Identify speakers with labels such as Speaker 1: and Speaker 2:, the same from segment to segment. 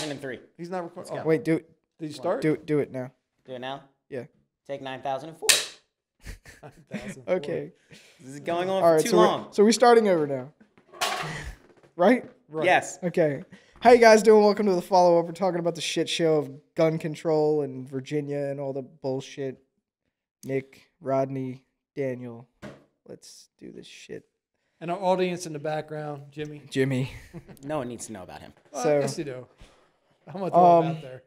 Speaker 1: send him three.
Speaker 2: He's not recording. Oh,
Speaker 3: Wait, do it.
Speaker 2: did you start?
Speaker 3: Do it. Do it now.
Speaker 1: Do it now.
Speaker 3: Yeah.
Speaker 1: Take nine thousand and four.
Speaker 3: Okay.
Speaker 1: This is going on
Speaker 3: All
Speaker 1: for
Speaker 3: right.
Speaker 1: too
Speaker 3: so,
Speaker 1: long.
Speaker 3: We're, so we're starting over now. Right?
Speaker 1: Yes.
Speaker 3: Okay. How you guys doing? Welcome to the follow up. We're talking about the shit show of gun control and Virginia and all the bullshit. Nick, Rodney, Daniel. Let's do this shit.
Speaker 2: And our audience in the background, Jimmy.
Speaker 3: Jimmy.
Speaker 1: No one needs to know about him.
Speaker 2: Well,
Speaker 3: So-
Speaker 2: I guess you do. I'm gonna throw him
Speaker 3: Um,
Speaker 2: out there.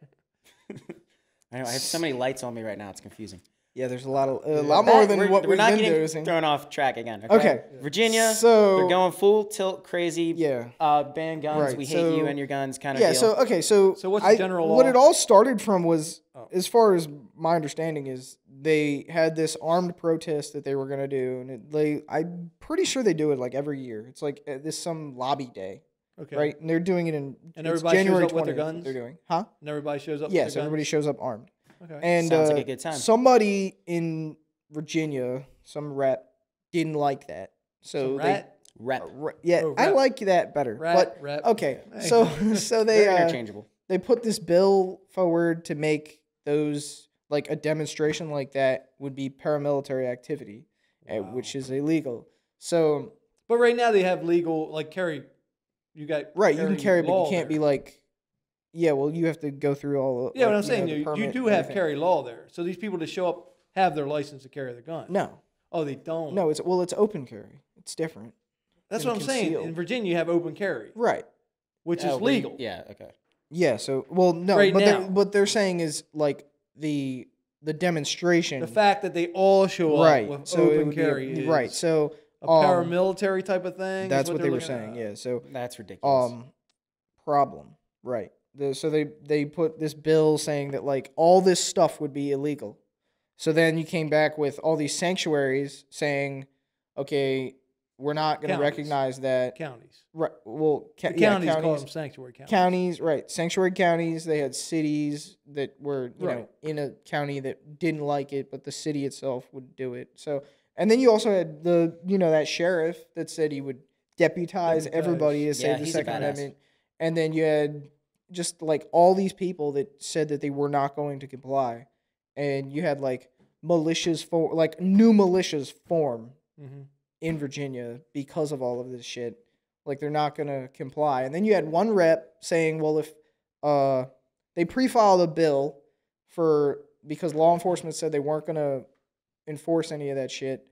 Speaker 1: I know I have so many lights on me right now. It's confusing.
Speaker 3: Yeah, there's a lot of a lot more
Speaker 1: That-
Speaker 3: than
Speaker 1: we're,
Speaker 3: what
Speaker 1: we're
Speaker 3: we've
Speaker 1: not
Speaker 3: been
Speaker 1: getting
Speaker 3: noticing.
Speaker 1: thrown off track again. Okay.
Speaker 3: Okay.
Speaker 1: Virginia.
Speaker 3: So-
Speaker 1: they're going full tilt, crazy.
Speaker 3: Yeah.
Speaker 1: Uh, ban guns.
Speaker 3: Right,
Speaker 1: We hate
Speaker 3: so-
Speaker 1: you and your guns. Kind of.
Speaker 3: Yeah.
Speaker 1: Deal.
Speaker 3: So okay. So
Speaker 2: So what's the general law? Oh.
Speaker 3: What it all started from was, as far as my understanding is, they had this armed protest that they were gonna do, and it, they I'm pretty sure they do it like every year. It's like uh, this some lobby day,
Speaker 2: Okay.
Speaker 3: right? And they're doing it in
Speaker 2: And
Speaker 3: it's
Speaker 2: everybody shows
Speaker 3: January
Speaker 2: up with their
Speaker 3: 20th
Speaker 2: guns?
Speaker 3: They're doing, huh?
Speaker 2: And everybody shows up.
Speaker 3: Yes.
Speaker 2: with their
Speaker 3: Everybody
Speaker 2: guns?
Speaker 3: shows up armed.
Speaker 2: Okay.
Speaker 3: And
Speaker 1: Sounds
Speaker 3: uh,
Speaker 1: like a good time.
Speaker 3: somebody in Virginia, some rep, didn't like that, so
Speaker 2: Some
Speaker 3: they.
Speaker 2: rat.
Speaker 1: Rep.
Speaker 3: Re- yeah,
Speaker 2: Oh,
Speaker 3: I
Speaker 2: rep.
Speaker 3: like that better.
Speaker 2: Rep,
Speaker 3: but um,
Speaker 2: rep.
Speaker 3: okay,
Speaker 2: Hey.
Speaker 3: so so they
Speaker 1: They're
Speaker 3: uh,
Speaker 1: interchangeable.
Speaker 3: they put this bill forward to make those like a demonstration like that would be paramilitary activity, uh, which is illegal. So
Speaker 2: But right now they have legal, like carry. You got
Speaker 3: right, you can carry, but you
Speaker 2: law
Speaker 3: can't be
Speaker 2: there.
Speaker 3: like, yeah, well, you have to go through all.
Speaker 2: Yeah,
Speaker 3: like,
Speaker 2: what I'm
Speaker 3: you
Speaker 2: saying,
Speaker 3: know, the
Speaker 2: you, you
Speaker 3: permit
Speaker 2: do
Speaker 3: and
Speaker 2: have
Speaker 3: everything.
Speaker 2: carry law there. So these people that show up have their license to carry the gun.
Speaker 3: No,
Speaker 2: Oh, they don't.
Speaker 3: no, it's well, it's open carry. It's different.
Speaker 2: that's
Speaker 3: and
Speaker 2: what I'm saying.
Speaker 3: concealed.
Speaker 2: In Virginia, you have open carry,
Speaker 3: Right.
Speaker 2: which
Speaker 1: Oh,
Speaker 2: is
Speaker 1: we-
Speaker 2: legal.
Speaker 1: Yeah. Okay.
Speaker 3: Yeah. So well, no,
Speaker 2: Right
Speaker 3: but they're,
Speaker 2: now.
Speaker 3: what they're saying is like the the demonstration.
Speaker 2: The fact that they all show up
Speaker 3: right.
Speaker 2: with
Speaker 3: so it
Speaker 2: open
Speaker 3: would be a-
Speaker 2: carry is
Speaker 3: right. So
Speaker 2: a
Speaker 3: um,
Speaker 2: paramilitary type of thing. is
Speaker 3: That's what they
Speaker 2: they're
Speaker 3: were
Speaker 2: looking
Speaker 3: saying.
Speaker 2: at.
Speaker 3: Yeah. So
Speaker 1: That's ridiculous.
Speaker 3: um, problem. Right. The, so they they put this bill saying that like all this stuff would be illegal. So then you came back with all these sanctuaries saying, okay, we're not going to
Speaker 2: Counties.
Speaker 3: recognize that.
Speaker 2: counties.
Speaker 3: Right. Well, ca-
Speaker 2: The
Speaker 3: yeah,
Speaker 2: counties, call
Speaker 3: counties
Speaker 2: them sanctuary counties.
Speaker 3: counties, right? Sanctuary counties. They had cities that were, you know,
Speaker 2: Right.
Speaker 3: in a county that didn't like it, but the city itself would do it. So, and then you also had the, you know, that sheriff that said he would deputize,
Speaker 2: Deputize.
Speaker 3: everybody to
Speaker 1: Yeah,
Speaker 3: save the
Speaker 1: he's a
Speaker 3: Second
Speaker 1: badass.
Speaker 3: Amendment, and then you had just like all these people that said that they were not going to comply, and you had like militias for like new militias form
Speaker 2: Mhm.
Speaker 3: in Virginia because of all of this shit. Like they're not gonna comply. And then you had one rep saying, "Well, if uh, they pre-filed a bill for because law enforcement said they weren't gonna enforce any of that shit,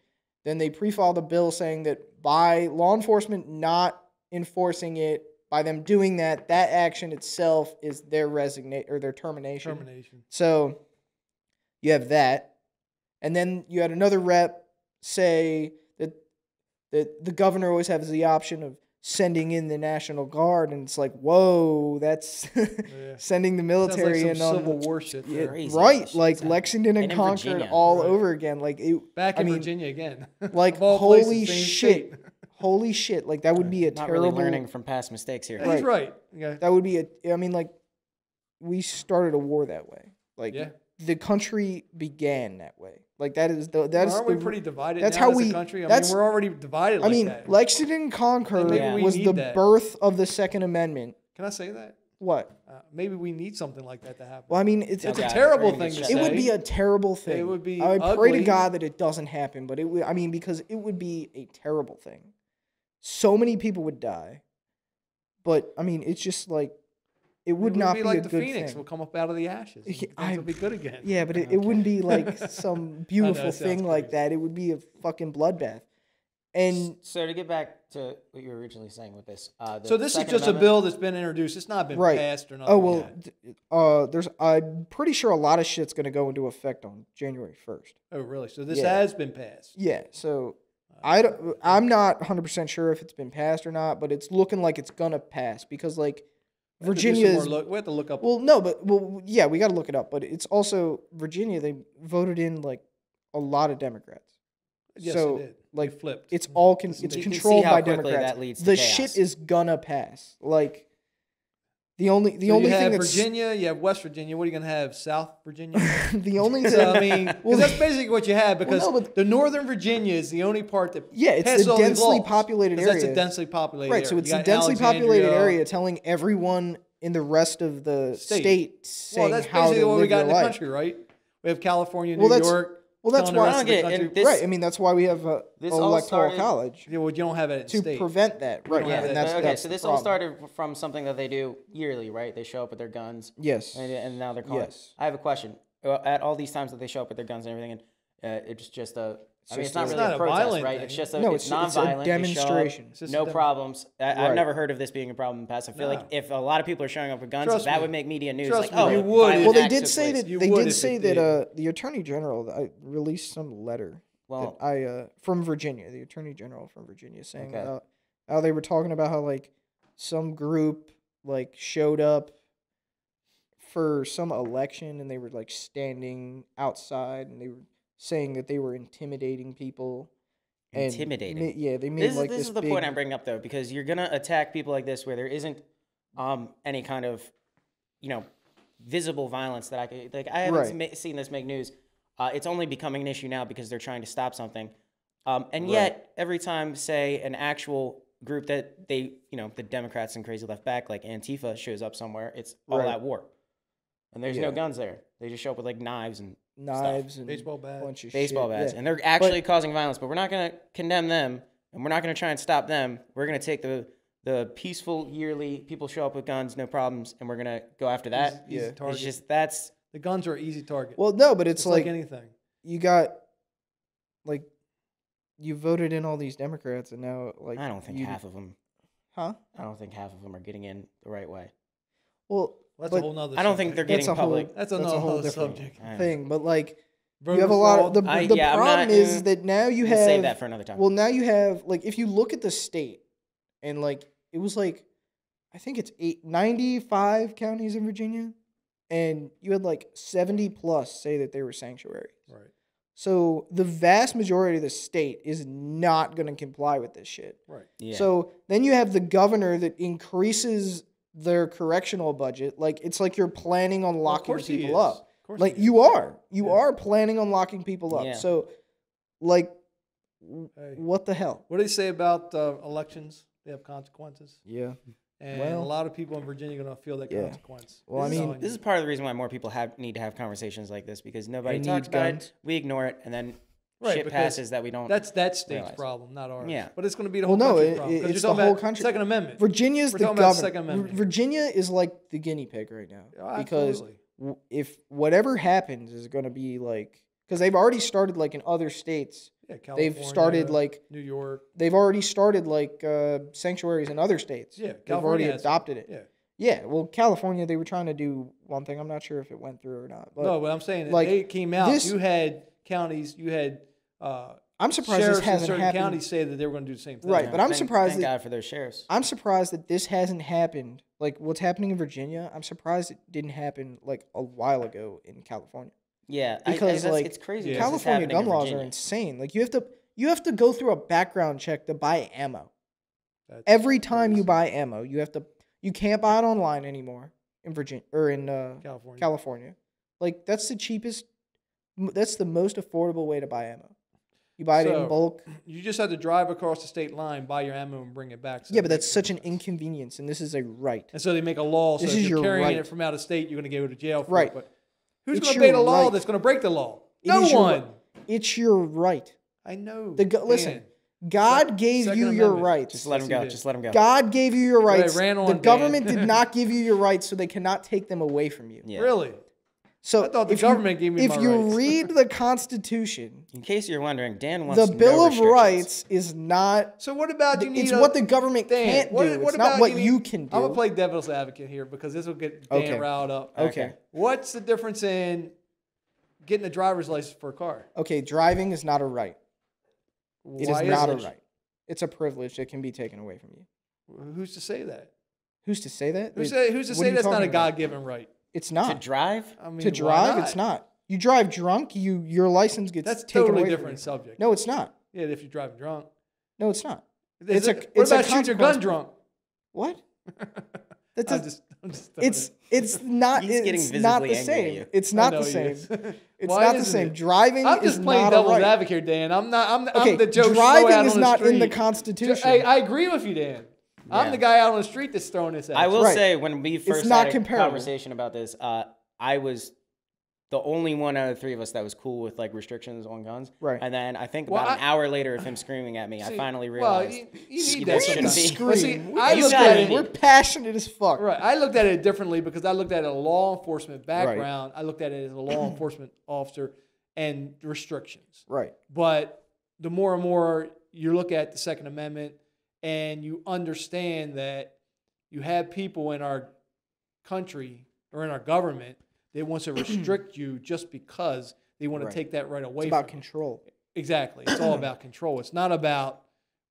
Speaker 3: then they pre-filed a bill saying that by law enforcement not enforcing it, by them doing that, that action itself is their resignation or their termination.
Speaker 2: Termination.
Speaker 3: So you have that. And then you had another rep say that that the governor always has the option of sending in the National Guard and it's like, whoa, that's
Speaker 2: Yeah.
Speaker 3: sending the
Speaker 2: Sounds like
Speaker 3: military
Speaker 2: some
Speaker 3: in on
Speaker 2: civil war shit.
Speaker 3: Yeah,
Speaker 2: there.
Speaker 1: Crazy.
Speaker 3: right,
Speaker 1: Shit's
Speaker 3: like
Speaker 1: happening.
Speaker 3: Lexington and,
Speaker 1: And in
Speaker 3: Concord
Speaker 1: Virginia,
Speaker 3: all
Speaker 2: right.
Speaker 3: over again. Like it,
Speaker 2: Back
Speaker 3: I
Speaker 2: in
Speaker 3: mean,
Speaker 2: Virginia again.
Speaker 3: Like
Speaker 2: Of all places,
Speaker 3: holy
Speaker 2: same
Speaker 3: shit.
Speaker 2: state.
Speaker 3: Holy shit. Like that would be a
Speaker 1: Not
Speaker 3: terrible
Speaker 1: really learning from past mistakes here.
Speaker 2: He's right. Yeah.
Speaker 3: that would be a I mean like we started a war that way. Like
Speaker 2: Yeah.
Speaker 3: the country began that way. Like that is the that's
Speaker 2: Aren't
Speaker 3: the,
Speaker 2: we pretty divided
Speaker 3: that's
Speaker 2: now
Speaker 3: how
Speaker 2: as
Speaker 3: we-
Speaker 2: a country? I
Speaker 3: that's-
Speaker 2: mean, we're already divided
Speaker 3: I
Speaker 2: like
Speaker 3: mean,
Speaker 2: that.
Speaker 3: Lexington
Speaker 2: And
Speaker 3: Concord
Speaker 2: maybe we
Speaker 3: was
Speaker 2: need
Speaker 3: the
Speaker 2: that.
Speaker 3: birth of the Second Amendment.
Speaker 2: Can I say that?
Speaker 3: What?
Speaker 2: Uh, maybe we need something like that to happen.
Speaker 3: Well, I mean, it's, it's
Speaker 2: That's a
Speaker 1: Okay.
Speaker 3: a,
Speaker 2: terrible
Speaker 1: Very
Speaker 2: thing to
Speaker 1: good
Speaker 2: say.
Speaker 3: it would be a terrible thing.
Speaker 2: would be
Speaker 3: I pray to
Speaker 2: ugly.
Speaker 3: God that it doesn't happen, but it would. I mean, because it would be a terrible thing. So many people would die, but I mean, it's just like it
Speaker 2: It
Speaker 3: would
Speaker 2: would
Speaker 3: not
Speaker 2: be
Speaker 3: be,
Speaker 2: like
Speaker 3: a
Speaker 2: the
Speaker 3: good
Speaker 2: Phoenix
Speaker 3: thing.
Speaker 2: will come up out of the ashes. and
Speaker 3: Yeah,
Speaker 2: Things
Speaker 3: I-
Speaker 2: will be good again.
Speaker 3: Yeah, but it, it wouldn't be like some beautiful
Speaker 2: sounds
Speaker 3: thing like
Speaker 2: crazy.
Speaker 3: that. It would be a fucking bloodbath. And
Speaker 1: So to get back to what you were originally saying with this, uh, the
Speaker 2: So this is
Speaker 1: Second
Speaker 2: just a
Speaker 1: Amendment-
Speaker 2: bill that's been introduced. It's not been
Speaker 3: Right.
Speaker 2: passed or nothing.
Speaker 3: oh well,
Speaker 2: yet.
Speaker 3: d- uh, there's I'm pretty sure a lot of shit's gonna go into effect on January first.
Speaker 2: Oh really? So this
Speaker 3: Yeah.
Speaker 2: has been passed.
Speaker 3: Yeah, so
Speaker 2: Oh,
Speaker 3: I don't, I'm not 100 percent sure if it's been passed or not, but it's looking like it's gonna pass because like
Speaker 2: We have to do some
Speaker 3: Virginia
Speaker 2: more
Speaker 3: is
Speaker 2: look- we have to look up.
Speaker 3: well, no, but well, yeah, we got to look it up. But it's also Virginia. They voted in like a lot of Democrats.
Speaker 2: yes,
Speaker 3: so,
Speaker 2: it did.
Speaker 3: like,
Speaker 2: they flipped.
Speaker 3: It's all con-
Speaker 1: You
Speaker 3: it's
Speaker 1: can see
Speaker 3: controlled
Speaker 1: how
Speaker 3: by
Speaker 1: quickly
Speaker 3: Democrats.
Speaker 1: that leads to
Speaker 3: the
Speaker 1: chaos.
Speaker 3: shit is gonna pass. Like the only the
Speaker 2: So
Speaker 3: only
Speaker 2: you
Speaker 3: thing
Speaker 2: have
Speaker 3: that's
Speaker 2: Virginia, you have West Virginia. What are you gonna have? South Virginia.
Speaker 3: the only thing.
Speaker 2: so I mean, 'cause
Speaker 3: Well,
Speaker 2: that's basically what you have because
Speaker 3: no, but-
Speaker 2: the Northern Virginia is the only part that
Speaker 3: Yeah, it's
Speaker 2: passed
Speaker 3: the
Speaker 2: all these
Speaker 3: densely
Speaker 2: laws,
Speaker 3: populated
Speaker 2: 'cause That's
Speaker 3: area.
Speaker 2: a densely populated
Speaker 3: right, so
Speaker 2: area.
Speaker 3: it's
Speaker 2: You
Speaker 3: a
Speaker 2: got
Speaker 3: densely populated
Speaker 2: Alexandria.
Speaker 3: area telling everyone in the rest of the
Speaker 2: State.
Speaker 3: state,
Speaker 2: well,
Speaker 3: saying
Speaker 2: that's
Speaker 3: how
Speaker 2: basically
Speaker 3: to
Speaker 2: what
Speaker 3: live
Speaker 2: we got
Speaker 3: your
Speaker 2: in
Speaker 3: life.
Speaker 2: the country, right? We have California, New
Speaker 3: Well, that's-
Speaker 2: York.
Speaker 3: Well, that's
Speaker 2: telling the
Speaker 3: why-
Speaker 2: rest of the
Speaker 1: Okay, and
Speaker 2: country-
Speaker 1: this-
Speaker 3: right. I mean, that's why we have a
Speaker 1: This all
Speaker 3: electoral
Speaker 1: started-
Speaker 3: college
Speaker 2: Yeah, well, you don't have it at
Speaker 3: to
Speaker 2: state.
Speaker 3: prevent that. Right.
Speaker 2: don't have
Speaker 3: and
Speaker 2: that.
Speaker 3: that's,
Speaker 1: okay,
Speaker 3: that's
Speaker 1: so
Speaker 3: the
Speaker 1: this all
Speaker 3: problem.
Speaker 1: started from something that they do yearly, right? They show up with their guns,
Speaker 3: Yes.
Speaker 1: and, and now they're calling. it-
Speaker 3: Yes.
Speaker 1: I have a question. Uh, At all these times that they show up with their guns and everything, and uh, it's just a. I mean, it's
Speaker 3: just
Speaker 1: not
Speaker 3: a-
Speaker 1: really
Speaker 2: It's not
Speaker 1: a
Speaker 2: a
Speaker 1: protest,
Speaker 2: violent
Speaker 1: right?
Speaker 2: thing.
Speaker 1: It's just a,
Speaker 3: No,
Speaker 1: it's,
Speaker 3: it's- it's a
Speaker 1: nonviolent. They show up,
Speaker 3: demonstration. It's
Speaker 2: just a
Speaker 1: no
Speaker 2: dem-
Speaker 1: problems. I, I've
Speaker 3: Right.
Speaker 1: never heard of this being a problem in the past. I feel like
Speaker 2: No.
Speaker 1: if a lot of people are showing up with guns,
Speaker 2: Trust
Speaker 1: that
Speaker 2: me.
Speaker 1: would make media news.
Speaker 2: Trust
Speaker 1: like, oh,
Speaker 2: me.
Speaker 1: a
Speaker 2: You would
Speaker 1: violent
Speaker 2: if-
Speaker 3: Well, they
Speaker 1: act
Speaker 3: did
Speaker 1: took
Speaker 3: say
Speaker 1: place.
Speaker 3: that
Speaker 2: You
Speaker 3: they
Speaker 2: would
Speaker 3: did
Speaker 2: if
Speaker 3: say
Speaker 2: it
Speaker 3: that
Speaker 2: did.
Speaker 3: uh, the attorney general uh, released some letter
Speaker 1: Well-
Speaker 3: that I uh, from Virginia, the attorney general from Virginia, saying
Speaker 1: Okay.
Speaker 3: about how they were talking about how like some group like showed up for some election and they were like standing outside and they were saying that they were intimidating people. and ma-
Speaker 1: Intimidating.
Speaker 3: yeah, they made
Speaker 1: This, is-
Speaker 3: like
Speaker 1: this,
Speaker 3: this
Speaker 1: is the
Speaker 3: big,
Speaker 1: point I'm bringing up though, because you're gonna attack people like this where there isn't um, any kind of, you know, visible violence that I could like. I haven't
Speaker 3: Right.
Speaker 1: ma- seen this make news. Uh, it's only becoming an issue now because they're trying to stop something, um, and yet every time, say, an actual group that they, you know, the Democrats and crazy left back like Antifa shows up somewhere, it's all
Speaker 3: Right.
Speaker 1: out war, and there's no
Speaker 3: Yeah.
Speaker 1: guns there. They just show up with like knives and
Speaker 3: knives and
Speaker 2: Baseball bat.
Speaker 3: bunch of
Speaker 1: baseball
Speaker 3: shit.
Speaker 1: bats,
Speaker 3: Yeah.
Speaker 1: and they're actually causing violence. But we're not going to condemn them, and we're not going to try and stop them. We're going to take the the peaceful yearly people show up with guns, no problems, and we're going to go after that.
Speaker 2: easy target.
Speaker 1: it's just that's
Speaker 2: The guns are an easy target.
Speaker 3: Well, no, but it's,
Speaker 2: it's
Speaker 3: like,
Speaker 2: like anything.
Speaker 3: you got like you voted in all these Democrats and now like
Speaker 1: I don't think
Speaker 3: you,
Speaker 1: half of them.
Speaker 3: huh?
Speaker 1: I don't think half of them are getting in the right way.
Speaker 3: Well,
Speaker 2: That's a
Speaker 3: but
Speaker 2: whole nother.
Speaker 1: I don't think they're
Speaker 2: subject.
Speaker 1: getting
Speaker 3: a whole-
Speaker 1: public.
Speaker 2: That's
Speaker 3: that's a
Speaker 2: another
Speaker 3: whole
Speaker 2: whole
Speaker 3: different
Speaker 2: subject.
Speaker 1: I don't know.
Speaker 3: thing, but like
Speaker 2: Voter
Speaker 3: you have a lot of
Speaker 2: fraud,
Speaker 3: the,
Speaker 1: I-
Speaker 3: the
Speaker 1: yeah, I'm not-
Speaker 3: problem is
Speaker 1: mm,
Speaker 3: that now you
Speaker 1: We'll
Speaker 3: have
Speaker 1: save that for another time.
Speaker 3: well now you have like if you look at the state and like it was like I think it's eight, 95 counties in Virginia and you had like 70 plus say that they were sanctuaries.
Speaker 2: right.
Speaker 3: So the vast majority of the state is not going to comply with this shit.
Speaker 2: Right.
Speaker 1: yeah.
Speaker 3: So then you have the governor that increases their correctional budget. Like it's like you're planning on
Speaker 2: Well, of
Speaker 3: locking
Speaker 2: course he
Speaker 3: people
Speaker 2: is.
Speaker 3: up.
Speaker 2: Of course
Speaker 3: Like
Speaker 2: he is.
Speaker 3: you are. You
Speaker 2: Yeah.
Speaker 3: are planning on locking people up.
Speaker 1: Yeah.
Speaker 3: So like w-
Speaker 2: Hey.
Speaker 3: what the hell?
Speaker 2: What do they say about uh, elections? They have consequences,
Speaker 3: Yeah.
Speaker 2: and
Speaker 3: Well-
Speaker 2: a lot of people in Virginia are going to feel that
Speaker 3: Yeah.
Speaker 2: consequence.
Speaker 3: Well, I
Speaker 2: This is
Speaker 3: mean-
Speaker 2: on
Speaker 1: this
Speaker 2: you.
Speaker 1: is part of the reason why more people have need to have conversations like this because nobody
Speaker 3: They
Speaker 1: talks
Speaker 3: need
Speaker 1: about
Speaker 3: guns.
Speaker 1: it. We ignore it, and then
Speaker 2: Right,
Speaker 1: shit
Speaker 2: because
Speaker 1: passes that we don't.
Speaker 2: that's that state's
Speaker 1: realize.
Speaker 2: problem, not ours.
Speaker 1: Yeah.
Speaker 2: but it's going to be the whole
Speaker 3: Well, no,
Speaker 2: country's
Speaker 3: it-
Speaker 2: problem. 'cause
Speaker 3: it-
Speaker 2: you're
Speaker 3: it's the
Speaker 2: talking
Speaker 3: whole
Speaker 2: about
Speaker 3: country.
Speaker 2: Second Amendment.
Speaker 3: Virginia's
Speaker 2: We're
Speaker 3: the
Speaker 2: talking about
Speaker 3: governor.
Speaker 2: Second Amendment.
Speaker 3: Vir- Virginia is like the guinea pig right now
Speaker 2: Yeah,
Speaker 3: because
Speaker 2: absolutely.
Speaker 3: w- if whatever happens is going to be like because they've already started like in other states
Speaker 2: yeah,
Speaker 3: they've
Speaker 2: California,
Speaker 3: started like
Speaker 2: New York.
Speaker 3: they've already started like uh, sanctuaries in other states.
Speaker 2: Yeah,
Speaker 3: they've already
Speaker 2: California has it.
Speaker 3: adopted it.
Speaker 2: Yeah,
Speaker 3: Yeah. well, California they were trying to do one thing. I'm not sure if it went through or not, but
Speaker 2: no, but I'm saying
Speaker 3: like,
Speaker 2: like, they came out.
Speaker 3: this-
Speaker 2: you had counties. You had uh,
Speaker 3: I'm surprised
Speaker 2: sheriffs
Speaker 3: this
Speaker 2: in
Speaker 3: hasn't
Speaker 2: certain
Speaker 3: happened.
Speaker 2: counties say that they were going to do the same thing.
Speaker 3: Right,
Speaker 1: Yeah,
Speaker 3: but I'm
Speaker 1: thank-
Speaker 3: surprised
Speaker 1: Thank
Speaker 3: that-
Speaker 1: God for those shares.
Speaker 3: I'm surprised that this hasn't happened. Like what's happening in Virginia, I'm surprised it didn't happen like a while ago in California.
Speaker 1: Yeah, I- I-
Speaker 3: Because
Speaker 1: that's-
Speaker 3: like
Speaker 1: it's crazy.
Speaker 2: Yeah.
Speaker 1: this is
Speaker 3: California
Speaker 1: happening in
Speaker 3: gun laws are
Speaker 1: Virginia.
Speaker 3: insane. Like you have to you have to go through a background check to buy ammo.
Speaker 2: That's
Speaker 3: Every time you
Speaker 2: crazy.
Speaker 3: buy ammo, you have to you can't buy it online anymore in Virginia or in uh,
Speaker 2: California.
Speaker 3: California. Like that's the cheapest. m- That's the most affordable way to buy ammo. You buy it
Speaker 2: So-
Speaker 3: in bulk.
Speaker 2: you just had to drive across the state line, buy your ammo, and bring it back. so
Speaker 3: Yeah,
Speaker 2: it
Speaker 3: but
Speaker 2: makes
Speaker 3: that's such an
Speaker 2: sense.
Speaker 3: inconvenience, and this is a right.
Speaker 2: And so they make a law. So
Speaker 3: This
Speaker 2: if
Speaker 3: is
Speaker 2: you're
Speaker 3: your
Speaker 2: carrying it
Speaker 3: right.
Speaker 2: from out of state, you're going to go to jail for
Speaker 3: Right.
Speaker 2: it. But who's
Speaker 3: It's
Speaker 2: going to make
Speaker 3: your
Speaker 2: a law
Speaker 3: right.
Speaker 2: that's going to break the law?
Speaker 3: It
Speaker 2: no
Speaker 3: is your
Speaker 2: one.
Speaker 3: ri- It's your right.
Speaker 2: I know.
Speaker 3: The go- listen,
Speaker 2: Dan.
Speaker 3: God gave
Speaker 2: Second
Speaker 3: you your
Speaker 2: Amendment.
Speaker 1: Just
Speaker 3: rights.
Speaker 1: let him
Speaker 2: Yes, you
Speaker 1: go.
Speaker 2: did.
Speaker 1: Just let him go.
Speaker 3: God gave you your
Speaker 2: Right,
Speaker 3: rights.
Speaker 2: ran on,
Speaker 3: the
Speaker 2: Dan.
Speaker 3: government did not give you your rights, so they cannot take them away from you.
Speaker 1: Yeah.
Speaker 2: Really?
Speaker 3: So
Speaker 2: I thought the
Speaker 3: if you-
Speaker 2: government gave me
Speaker 3: If
Speaker 2: my
Speaker 3: you
Speaker 2: rights.
Speaker 3: read the Constitution,
Speaker 1: In case you're wondering, Dan wants
Speaker 3: the Bill
Speaker 1: no
Speaker 3: of
Speaker 1: restrictions.
Speaker 3: Rights is not.
Speaker 2: So what about you need?
Speaker 3: It's
Speaker 2: a-
Speaker 3: what the government
Speaker 2: Dan,
Speaker 3: can't
Speaker 2: what,
Speaker 3: do.
Speaker 2: what
Speaker 3: It's
Speaker 2: about
Speaker 3: not what
Speaker 2: need-
Speaker 3: you can do.
Speaker 2: I'm gonna play devil's advocate here because this will get Dan
Speaker 3: Okay.
Speaker 2: riled up.
Speaker 3: Okay.
Speaker 2: What's the difference in getting a driver's license for a car?
Speaker 3: Okay, driving is not a right. It is
Speaker 2: Why
Speaker 3: not a
Speaker 2: isn't it?
Speaker 3: right. It's a privilege that can be taken away from you.
Speaker 2: Who's to say that?
Speaker 3: Who's to say that?
Speaker 2: Who's,
Speaker 3: It-
Speaker 2: to- who's to
Speaker 3: what are
Speaker 2: say
Speaker 3: you
Speaker 2: that's not a
Speaker 3: talking about?
Speaker 2: God-given right?
Speaker 3: It's
Speaker 1: To
Speaker 3: not
Speaker 1: drive?
Speaker 2: I mean,
Speaker 3: to
Speaker 2: why
Speaker 3: drive. It's not. You drive drunk. You your license gets
Speaker 2: That's
Speaker 3: taken
Speaker 2: totally
Speaker 3: away from
Speaker 2: different
Speaker 3: you.
Speaker 2: subject.
Speaker 3: No, it's not.
Speaker 2: Yeah, if you're driving drunk.
Speaker 3: No, it's not.
Speaker 2: Is
Speaker 3: It's a-
Speaker 2: it-
Speaker 3: it's a
Speaker 2: what about shoot your
Speaker 3: consequence.
Speaker 2: gun drunk?
Speaker 3: What? That
Speaker 2: I'm
Speaker 3: does-
Speaker 2: just, I'm just throwing
Speaker 3: it's
Speaker 2: it.
Speaker 3: it's not.
Speaker 1: He's getting
Speaker 3: it's not
Speaker 1: visibly
Speaker 3: the
Speaker 1: angry at
Speaker 3: same.
Speaker 1: you.
Speaker 3: It's
Speaker 2: I
Speaker 3: not
Speaker 2: know
Speaker 3: the
Speaker 2: he
Speaker 3: same.
Speaker 2: is.
Speaker 3: It's
Speaker 2: Why
Speaker 3: not the
Speaker 2: isn't
Speaker 3: same.
Speaker 2: it?
Speaker 3: Driving
Speaker 2: I'm
Speaker 3: is
Speaker 2: just playing
Speaker 3: not a
Speaker 2: devil's
Speaker 3: right.
Speaker 2: advocate, Dan. I'm not. I'm,
Speaker 3: Okay,
Speaker 2: I'm the Joe Schmo out
Speaker 3: driving
Speaker 2: on
Speaker 3: is
Speaker 2: the
Speaker 3: not in the
Speaker 2: street. Ju-
Speaker 3: Constitution.
Speaker 2: Hey, I agree with you, Dan. I'm
Speaker 1: Yeah.
Speaker 2: the guy out on the street that's throwing this at.
Speaker 1: I
Speaker 2: you.
Speaker 1: will
Speaker 3: right.
Speaker 1: say when we first
Speaker 3: not
Speaker 1: had a
Speaker 3: comparable.
Speaker 1: conversation about this, uh, I was the only one out of the three of us that was cool with like restrictions on guns.
Speaker 3: Right.
Speaker 1: And then I think
Speaker 2: Well,
Speaker 1: about an
Speaker 2: I-
Speaker 1: hour later of him screaming at me, I
Speaker 2: See,
Speaker 1: finally realized.
Speaker 2: Well, you, you need
Speaker 1: She
Speaker 2: that
Speaker 1: shouldn't
Speaker 2: sometimes.
Speaker 1: be.
Speaker 2: But see,
Speaker 3: Scream.
Speaker 2: I
Speaker 1: You
Speaker 2: looked
Speaker 1: gotta
Speaker 2: at
Speaker 1: be.
Speaker 2: it.
Speaker 3: We're passionate as fuck.
Speaker 2: Right. I looked at it differently because I looked at it a law enforcement background. I looked at it as a law enforcement officer and restrictions.
Speaker 3: Right.
Speaker 2: But the more and more you look at the Second Amendment and you understand that you have people in our country or in our government that wants to restrict you just because they want
Speaker 3: Right.
Speaker 2: to take that right away
Speaker 3: It's about
Speaker 2: from you.
Speaker 3: control.
Speaker 2: Exactly. It's all about control. It's not about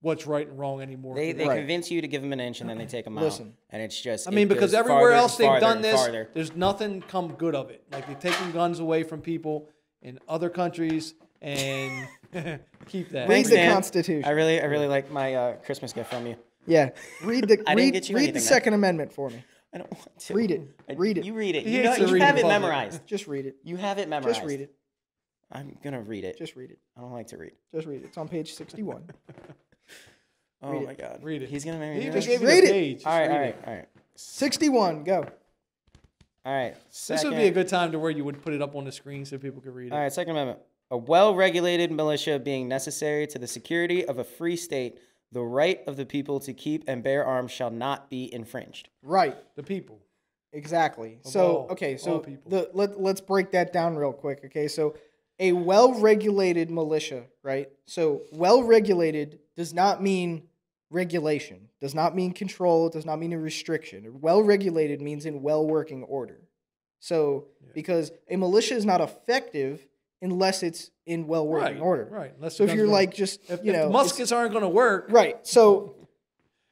Speaker 2: what's right and wrong anymore.
Speaker 1: They, they
Speaker 3: Right.
Speaker 1: convince you to give them an inch and then they take a mile.
Speaker 3: Listen.
Speaker 1: and it's just.
Speaker 2: I
Speaker 1: it
Speaker 2: mean, because
Speaker 1: goes
Speaker 2: everywhere
Speaker 1: farther and
Speaker 2: else they've
Speaker 1: farther
Speaker 2: done
Speaker 1: and
Speaker 2: this,
Speaker 1: farther.
Speaker 2: there's nothing come good of it. Like they're taking guns away from people in other countries and keep that.
Speaker 3: Read the
Speaker 1: Dan.
Speaker 3: Constitution.
Speaker 1: I really, I really like my uh, Christmas gift from you.
Speaker 3: yeah. Read the
Speaker 1: I didn't
Speaker 3: read,
Speaker 1: get you
Speaker 3: read the
Speaker 1: anything, man.
Speaker 3: Second Amendment for me.
Speaker 1: I don't want to
Speaker 3: Read it.
Speaker 1: I-
Speaker 3: Read it.
Speaker 1: You read it.
Speaker 2: He
Speaker 1: You, know,
Speaker 2: hates to
Speaker 1: you
Speaker 2: read
Speaker 1: have
Speaker 2: in
Speaker 1: it
Speaker 2: public.
Speaker 1: memorized.
Speaker 3: Just read it.
Speaker 1: You have it memorized.
Speaker 3: Just read it.
Speaker 1: I'm gonna read it.
Speaker 3: Just read it.
Speaker 1: I don't like to read.
Speaker 3: Just read it. It's on page sixty-one.
Speaker 1: Oh
Speaker 3: Read
Speaker 1: my god.
Speaker 2: Read it.
Speaker 1: He's gonna make me.
Speaker 2: He
Speaker 1: do
Speaker 2: just
Speaker 1: it?
Speaker 2: gave you
Speaker 3: Read
Speaker 2: the
Speaker 3: it.
Speaker 2: page. Just
Speaker 1: All right,
Speaker 2: read
Speaker 1: all
Speaker 2: it.
Speaker 1: right, all right,
Speaker 3: Sixty-one. Go.
Speaker 1: all right.
Speaker 2: This would be a
Speaker 1: Second-
Speaker 2: good time to where you would put it up on the screen so people could read it.
Speaker 1: All right, Second Amendment. A well regulated militia being necessary to the security of a free state, the right of the people to keep and bear arms shall not be infringed.
Speaker 3: Right.
Speaker 2: The people.
Speaker 3: Exactly. so
Speaker 2: all-
Speaker 3: okay,
Speaker 2: all
Speaker 3: so
Speaker 2: people.
Speaker 3: the let let's break that down real quick. Okay, so a well-regulated militia, right? So well-regulated does not mean regulation, does not mean control, does not mean a restriction. Well-regulated means in well-working order. So because a militia is not effective unless it's in well-working
Speaker 2: Right.
Speaker 3: order.
Speaker 2: Right. Unless
Speaker 3: So
Speaker 2: the
Speaker 3: if
Speaker 2: guns
Speaker 3: you're
Speaker 2: don't-
Speaker 3: like just
Speaker 2: if, if
Speaker 3: you know
Speaker 2: the
Speaker 3: it's-
Speaker 2: muskets aren't going to work,
Speaker 3: Right. So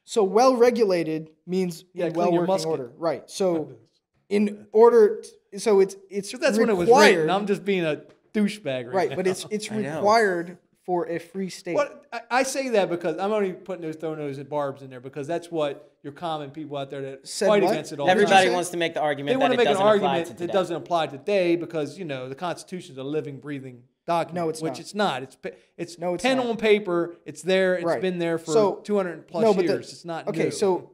Speaker 3: so well regulated means
Speaker 2: Yeah,
Speaker 3: in
Speaker 2: clean your
Speaker 3: well working
Speaker 2: musket.
Speaker 3: order. Right. So in order t- so it's it's
Speaker 2: 'Cause that's when it was
Speaker 3: required-
Speaker 2: written. I'm just being a douchebag right,
Speaker 3: right,
Speaker 2: now.
Speaker 3: but it's it's
Speaker 1: I know.
Speaker 3: required for a free state.
Speaker 2: What I, I say that because I'm only putting those throwing those at barbs in there because that's what your common people out there that
Speaker 3: Said
Speaker 2: fight
Speaker 3: what?
Speaker 2: against it all. the time.
Speaker 1: Everybody
Speaker 3: say?
Speaker 1: wants to make the argument
Speaker 2: they
Speaker 1: that
Speaker 2: want
Speaker 1: it
Speaker 2: to make an
Speaker 1: doesn't apply to
Speaker 2: argument
Speaker 1: today.
Speaker 2: that doesn't apply today because you know the Constitution's a living, breathing document.
Speaker 3: No, it's
Speaker 2: which
Speaker 3: not.
Speaker 2: it's not. It's pa- it's
Speaker 3: No, it's
Speaker 2: pen
Speaker 3: not.
Speaker 2: on paper. It's there. It's
Speaker 3: Right.
Speaker 2: been there for
Speaker 3: So-
Speaker 2: 200 plus
Speaker 3: no, but
Speaker 2: years.
Speaker 3: the-
Speaker 2: it's not
Speaker 3: okay,
Speaker 2: new.
Speaker 3: so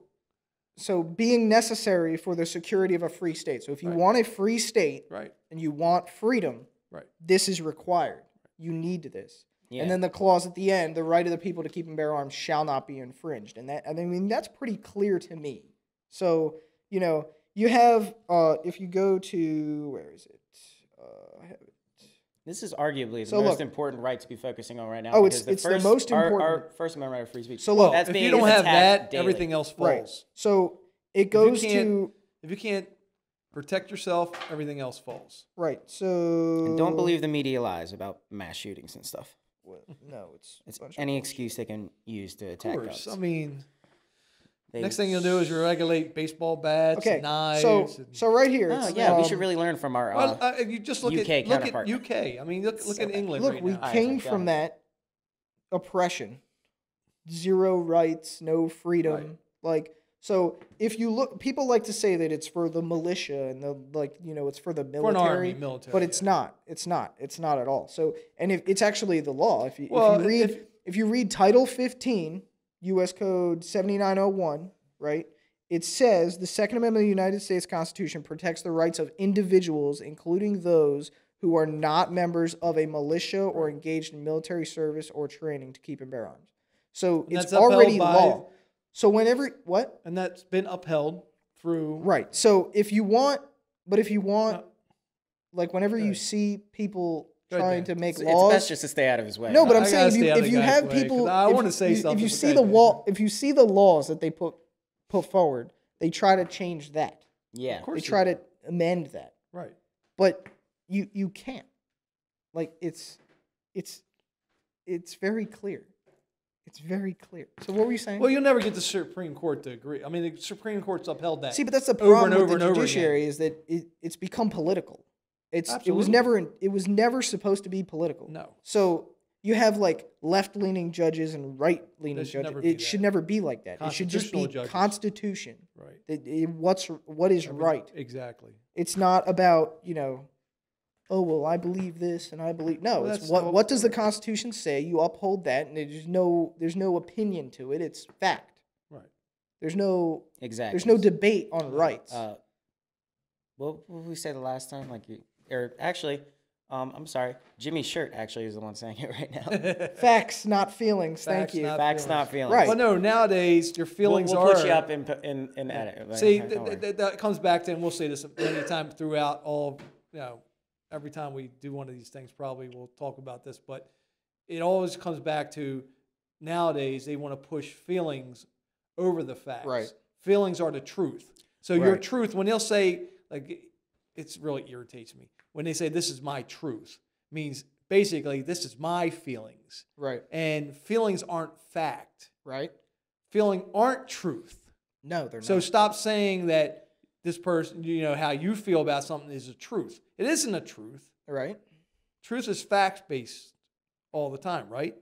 Speaker 3: so being necessary for the security of a free state. So if you want a free state
Speaker 2: right,
Speaker 3: and you want freedom,
Speaker 2: right.
Speaker 3: this is required. You need this.
Speaker 1: Yeah.
Speaker 3: And then the clause at the end, the right of the people to keep and bear arms shall not be infringed. And that, and I mean, that's pretty clear to me. So, you know, you have, uh, if you go to, where is it? Uh, I have it.
Speaker 1: This is arguably the
Speaker 3: So
Speaker 1: most
Speaker 3: look-
Speaker 1: important right to be focusing on right now.
Speaker 3: Oh,
Speaker 1: because
Speaker 3: it's- it's the most
Speaker 1: our- Our
Speaker 3: important.
Speaker 1: First Amendment right of free speech.
Speaker 3: So look,
Speaker 1: That's
Speaker 2: if
Speaker 1: being
Speaker 2: you don't have
Speaker 1: attacked
Speaker 2: that,
Speaker 1: daily.
Speaker 2: everything else falls.
Speaker 3: right. So it
Speaker 2: you
Speaker 3: goes
Speaker 2: can't-
Speaker 3: to,
Speaker 2: If you can't protect yourself, everything else falls.
Speaker 3: right. So.
Speaker 1: And don't believe the media lies about mass shootings and stuff.
Speaker 3: Well, No, it's,
Speaker 1: It's
Speaker 3: a bunch of
Speaker 1: any
Speaker 3: bullshit.
Speaker 1: excuse they can use to
Speaker 2: Of
Speaker 1: attack
Speaker 2: course.
Speaker 1: us.
Speaker 2: I mean,
Speaker 1: They-
Speaker 2: next thing you'll do is you regulate baseball bats,
Speaker 3: Okay.
Speaker 2: and knives.
Speaker 3: So,
Speaker 2: and-
Speaker 3: so right here.
Speaker 1: Oh
Speaker 3: it's,
Speaker 1: yeah, we
Speaker 3: um,
Speaker 1: should really learn from our. Uh,
Speaker 2: Well, uh, if you just look
Speaker 1: UK
Speaker 2: at look
Speaker 1: counterpart.
Speaker 2: at UK. I mean, look look
Speaker 1: So
Speaker 2: at
Speaker 1: bad.
Speaker 2: England
Speaker 3: Look,
Speaker 2: right
Speaker 3: we
Speaker 2: now.
Speaker 1: Alright,
Speaker 3: came
Speaker 1: so go
Speaker 3: from that oppression, zero rights, no freedom. Like, so if you look, people like to say that it's for the militia and the like, you know, it's for the military,
Speaker 2: an army, military,
Speaker 3: but it's
Speaker 2: yeah.
Speaker 3: not. It's not. It's not at all. So, and if it's actually the law, if you,
Speaker 2: Well,
Speaker 3: if you read,
Speaker 2: if-
Speaker 3: if, you read Title 15, U.S. Code 7901, right? It says the Second Amendment of the United States Constitution protects the rights of individuals, including those who are not members of a militia or engaged in military service or training to keep and bear arms. So
Speaker 2: And
Speaker 3: it's
Speaker 2: that's upheld
Speaker 3: already
Speaker 2: by-
Speaker 3: law. So whenever what
Speaker 2: and that's been upheld through
Speaker 3: right? So if you want, but if you want,
Speaker 2: No.
Speaker 3: like whenever you
Speaker 2: ahead.
Speaker 3: see people
Speaker 2: Go ahead,
Speaker 3: trying
Speaker 2: Dan.
Speaker 3: to make
Speaker 1: it's, it's
Speaker 3: laws,
Speaker 1: best just to stay out of his way.
Speaker 3: no, but
Speaker 2: I
Speaker 3: I'm
Speaker 2: gotta
Speaker 3: saying if
Speaker 2: stay
Speaker 3: you,
Speaker 2: out of
Speaker 3: if
Speaker 2: the
Speaker 3: you
Speaker 2: guy's
Speaker 3: have
Speaker 2: way, 'cause
Speaker 3: people,
Speaker 2: I
Speaker 3: if
Speaker 2: wanna say
Speaker 3: you- If
Speaker 2: something,
Speaker 3: you
Speaker 2: but
Speaker 3: see
Speaker 2: go
Speaker 3: the
Speaker 2: ahead.
Speaker 3: wall, if you see the laws that they put put forward, they try to change that.
Speaker 1: yeah,
Speaker 2: Of
Speaker 3: They
Speaker 2: course
Speaker 3: try
Speaker 2: they
Speaker 3: to amend that,
Speaker 2: do. right.
Speaker 3: but you you can't. Like it's it's it's very clear. It's very clear. So what were you saying?
Speaker 2: Well, you'll never get the Supreme Court to agree. I mean, the Supreme Court's upheld that.
Speaker 3: see, but that's the
Speaker 2: Uh, over and
Speaker 3: problem
Speaker 2: over
Speaker 3: with
Speaker 2: and
Speaker 3: the
Speaker 2: over again.
Speaker 3: judiciary is that it, it's become political. It's it was
Speaker 2: Absolutely.
Speaker 3: never in- it was never supposed to be political.
Speaker 2: no,
Speaker 3: So you have like left leaning judges and right leaning
Speaker 2: They should
Speaker 3: judges.
Speaker 2: never be
Speaker 3: It should
Speaker 2: that.
Speaker 3: never be like that. It should just be
Speaker 2: Constitutional judges.
Speaker 3: constitution.
Speaker 2: right,
Speaker 3: That it- what's what is
Speaker 2: Every-
Speaker 3: right.
Speaker 2: exactly.
Speaker 3: It's not about you know, oh well, I believe this and I believe no.
Speaker 2: Well,
Speaker 3: it's
Speaker 2: that's
Speaker 3: what
Speaker 2: all-
Speaker 3: what does the Constitution say? You uphold that, and there's no there's no opinion to it. It's fact.
Speaker 2: Right.
Speaker 3: There's no
Speaker 1: Exactly.
Speaker 3: there's no debate on rights.
Speaker 1: Uh, what what did we say the last time? Like, you, or actually, um, I'm sorry. Jimmy Shirt actually is the one saying it right now.
Speaker 3: Facts, not feelings. Thank
Speaker 2: Facts,
Speaker 3: you.
Speaker 2: not-
Speaker 1: Facts, not feelings.
Speaker 3: Right.
Speaker 2: Well, no, nowadays your
Speaker 1: We'll,
Speaker 2: feelings
Speaker 1: we'll
Speaker 2: are.
Speaker 1: put you up in in, in edit. Like,
Speaker 2: See,
Speaker 1: don't
Speaker 2: th- th-
Speaker 1: worry.
Speaker 2: th- that comes back to, and we'll say this many times throughout all, you know, every time we do one of these things, probably we'll talk about this, but it always comes back to nowadays they want to push feelings over the facts.
Speaker 3: Right.
Speaker 2: Feelings are the truth. So your
Speaker 1: Right.
Speaker 2: truth, when they'll say, like, it's really irritates me when they say this is my truth, means basically this is my feelings,
Speaker 3: Right.
Speaker 2: and feelings aren't fact.
Speaker 3: Right.
Speaker 2: Feeling aren't truth.
Speaker 3: No, they're
Speaker 2: So
Speaker 3: not.
Speaker 2: stop saying that this person, you know, how you feel about something is the truth. It isn't a truth.
Speaker 3: Right.
Speaker 2: Truth is fact based all the time, right?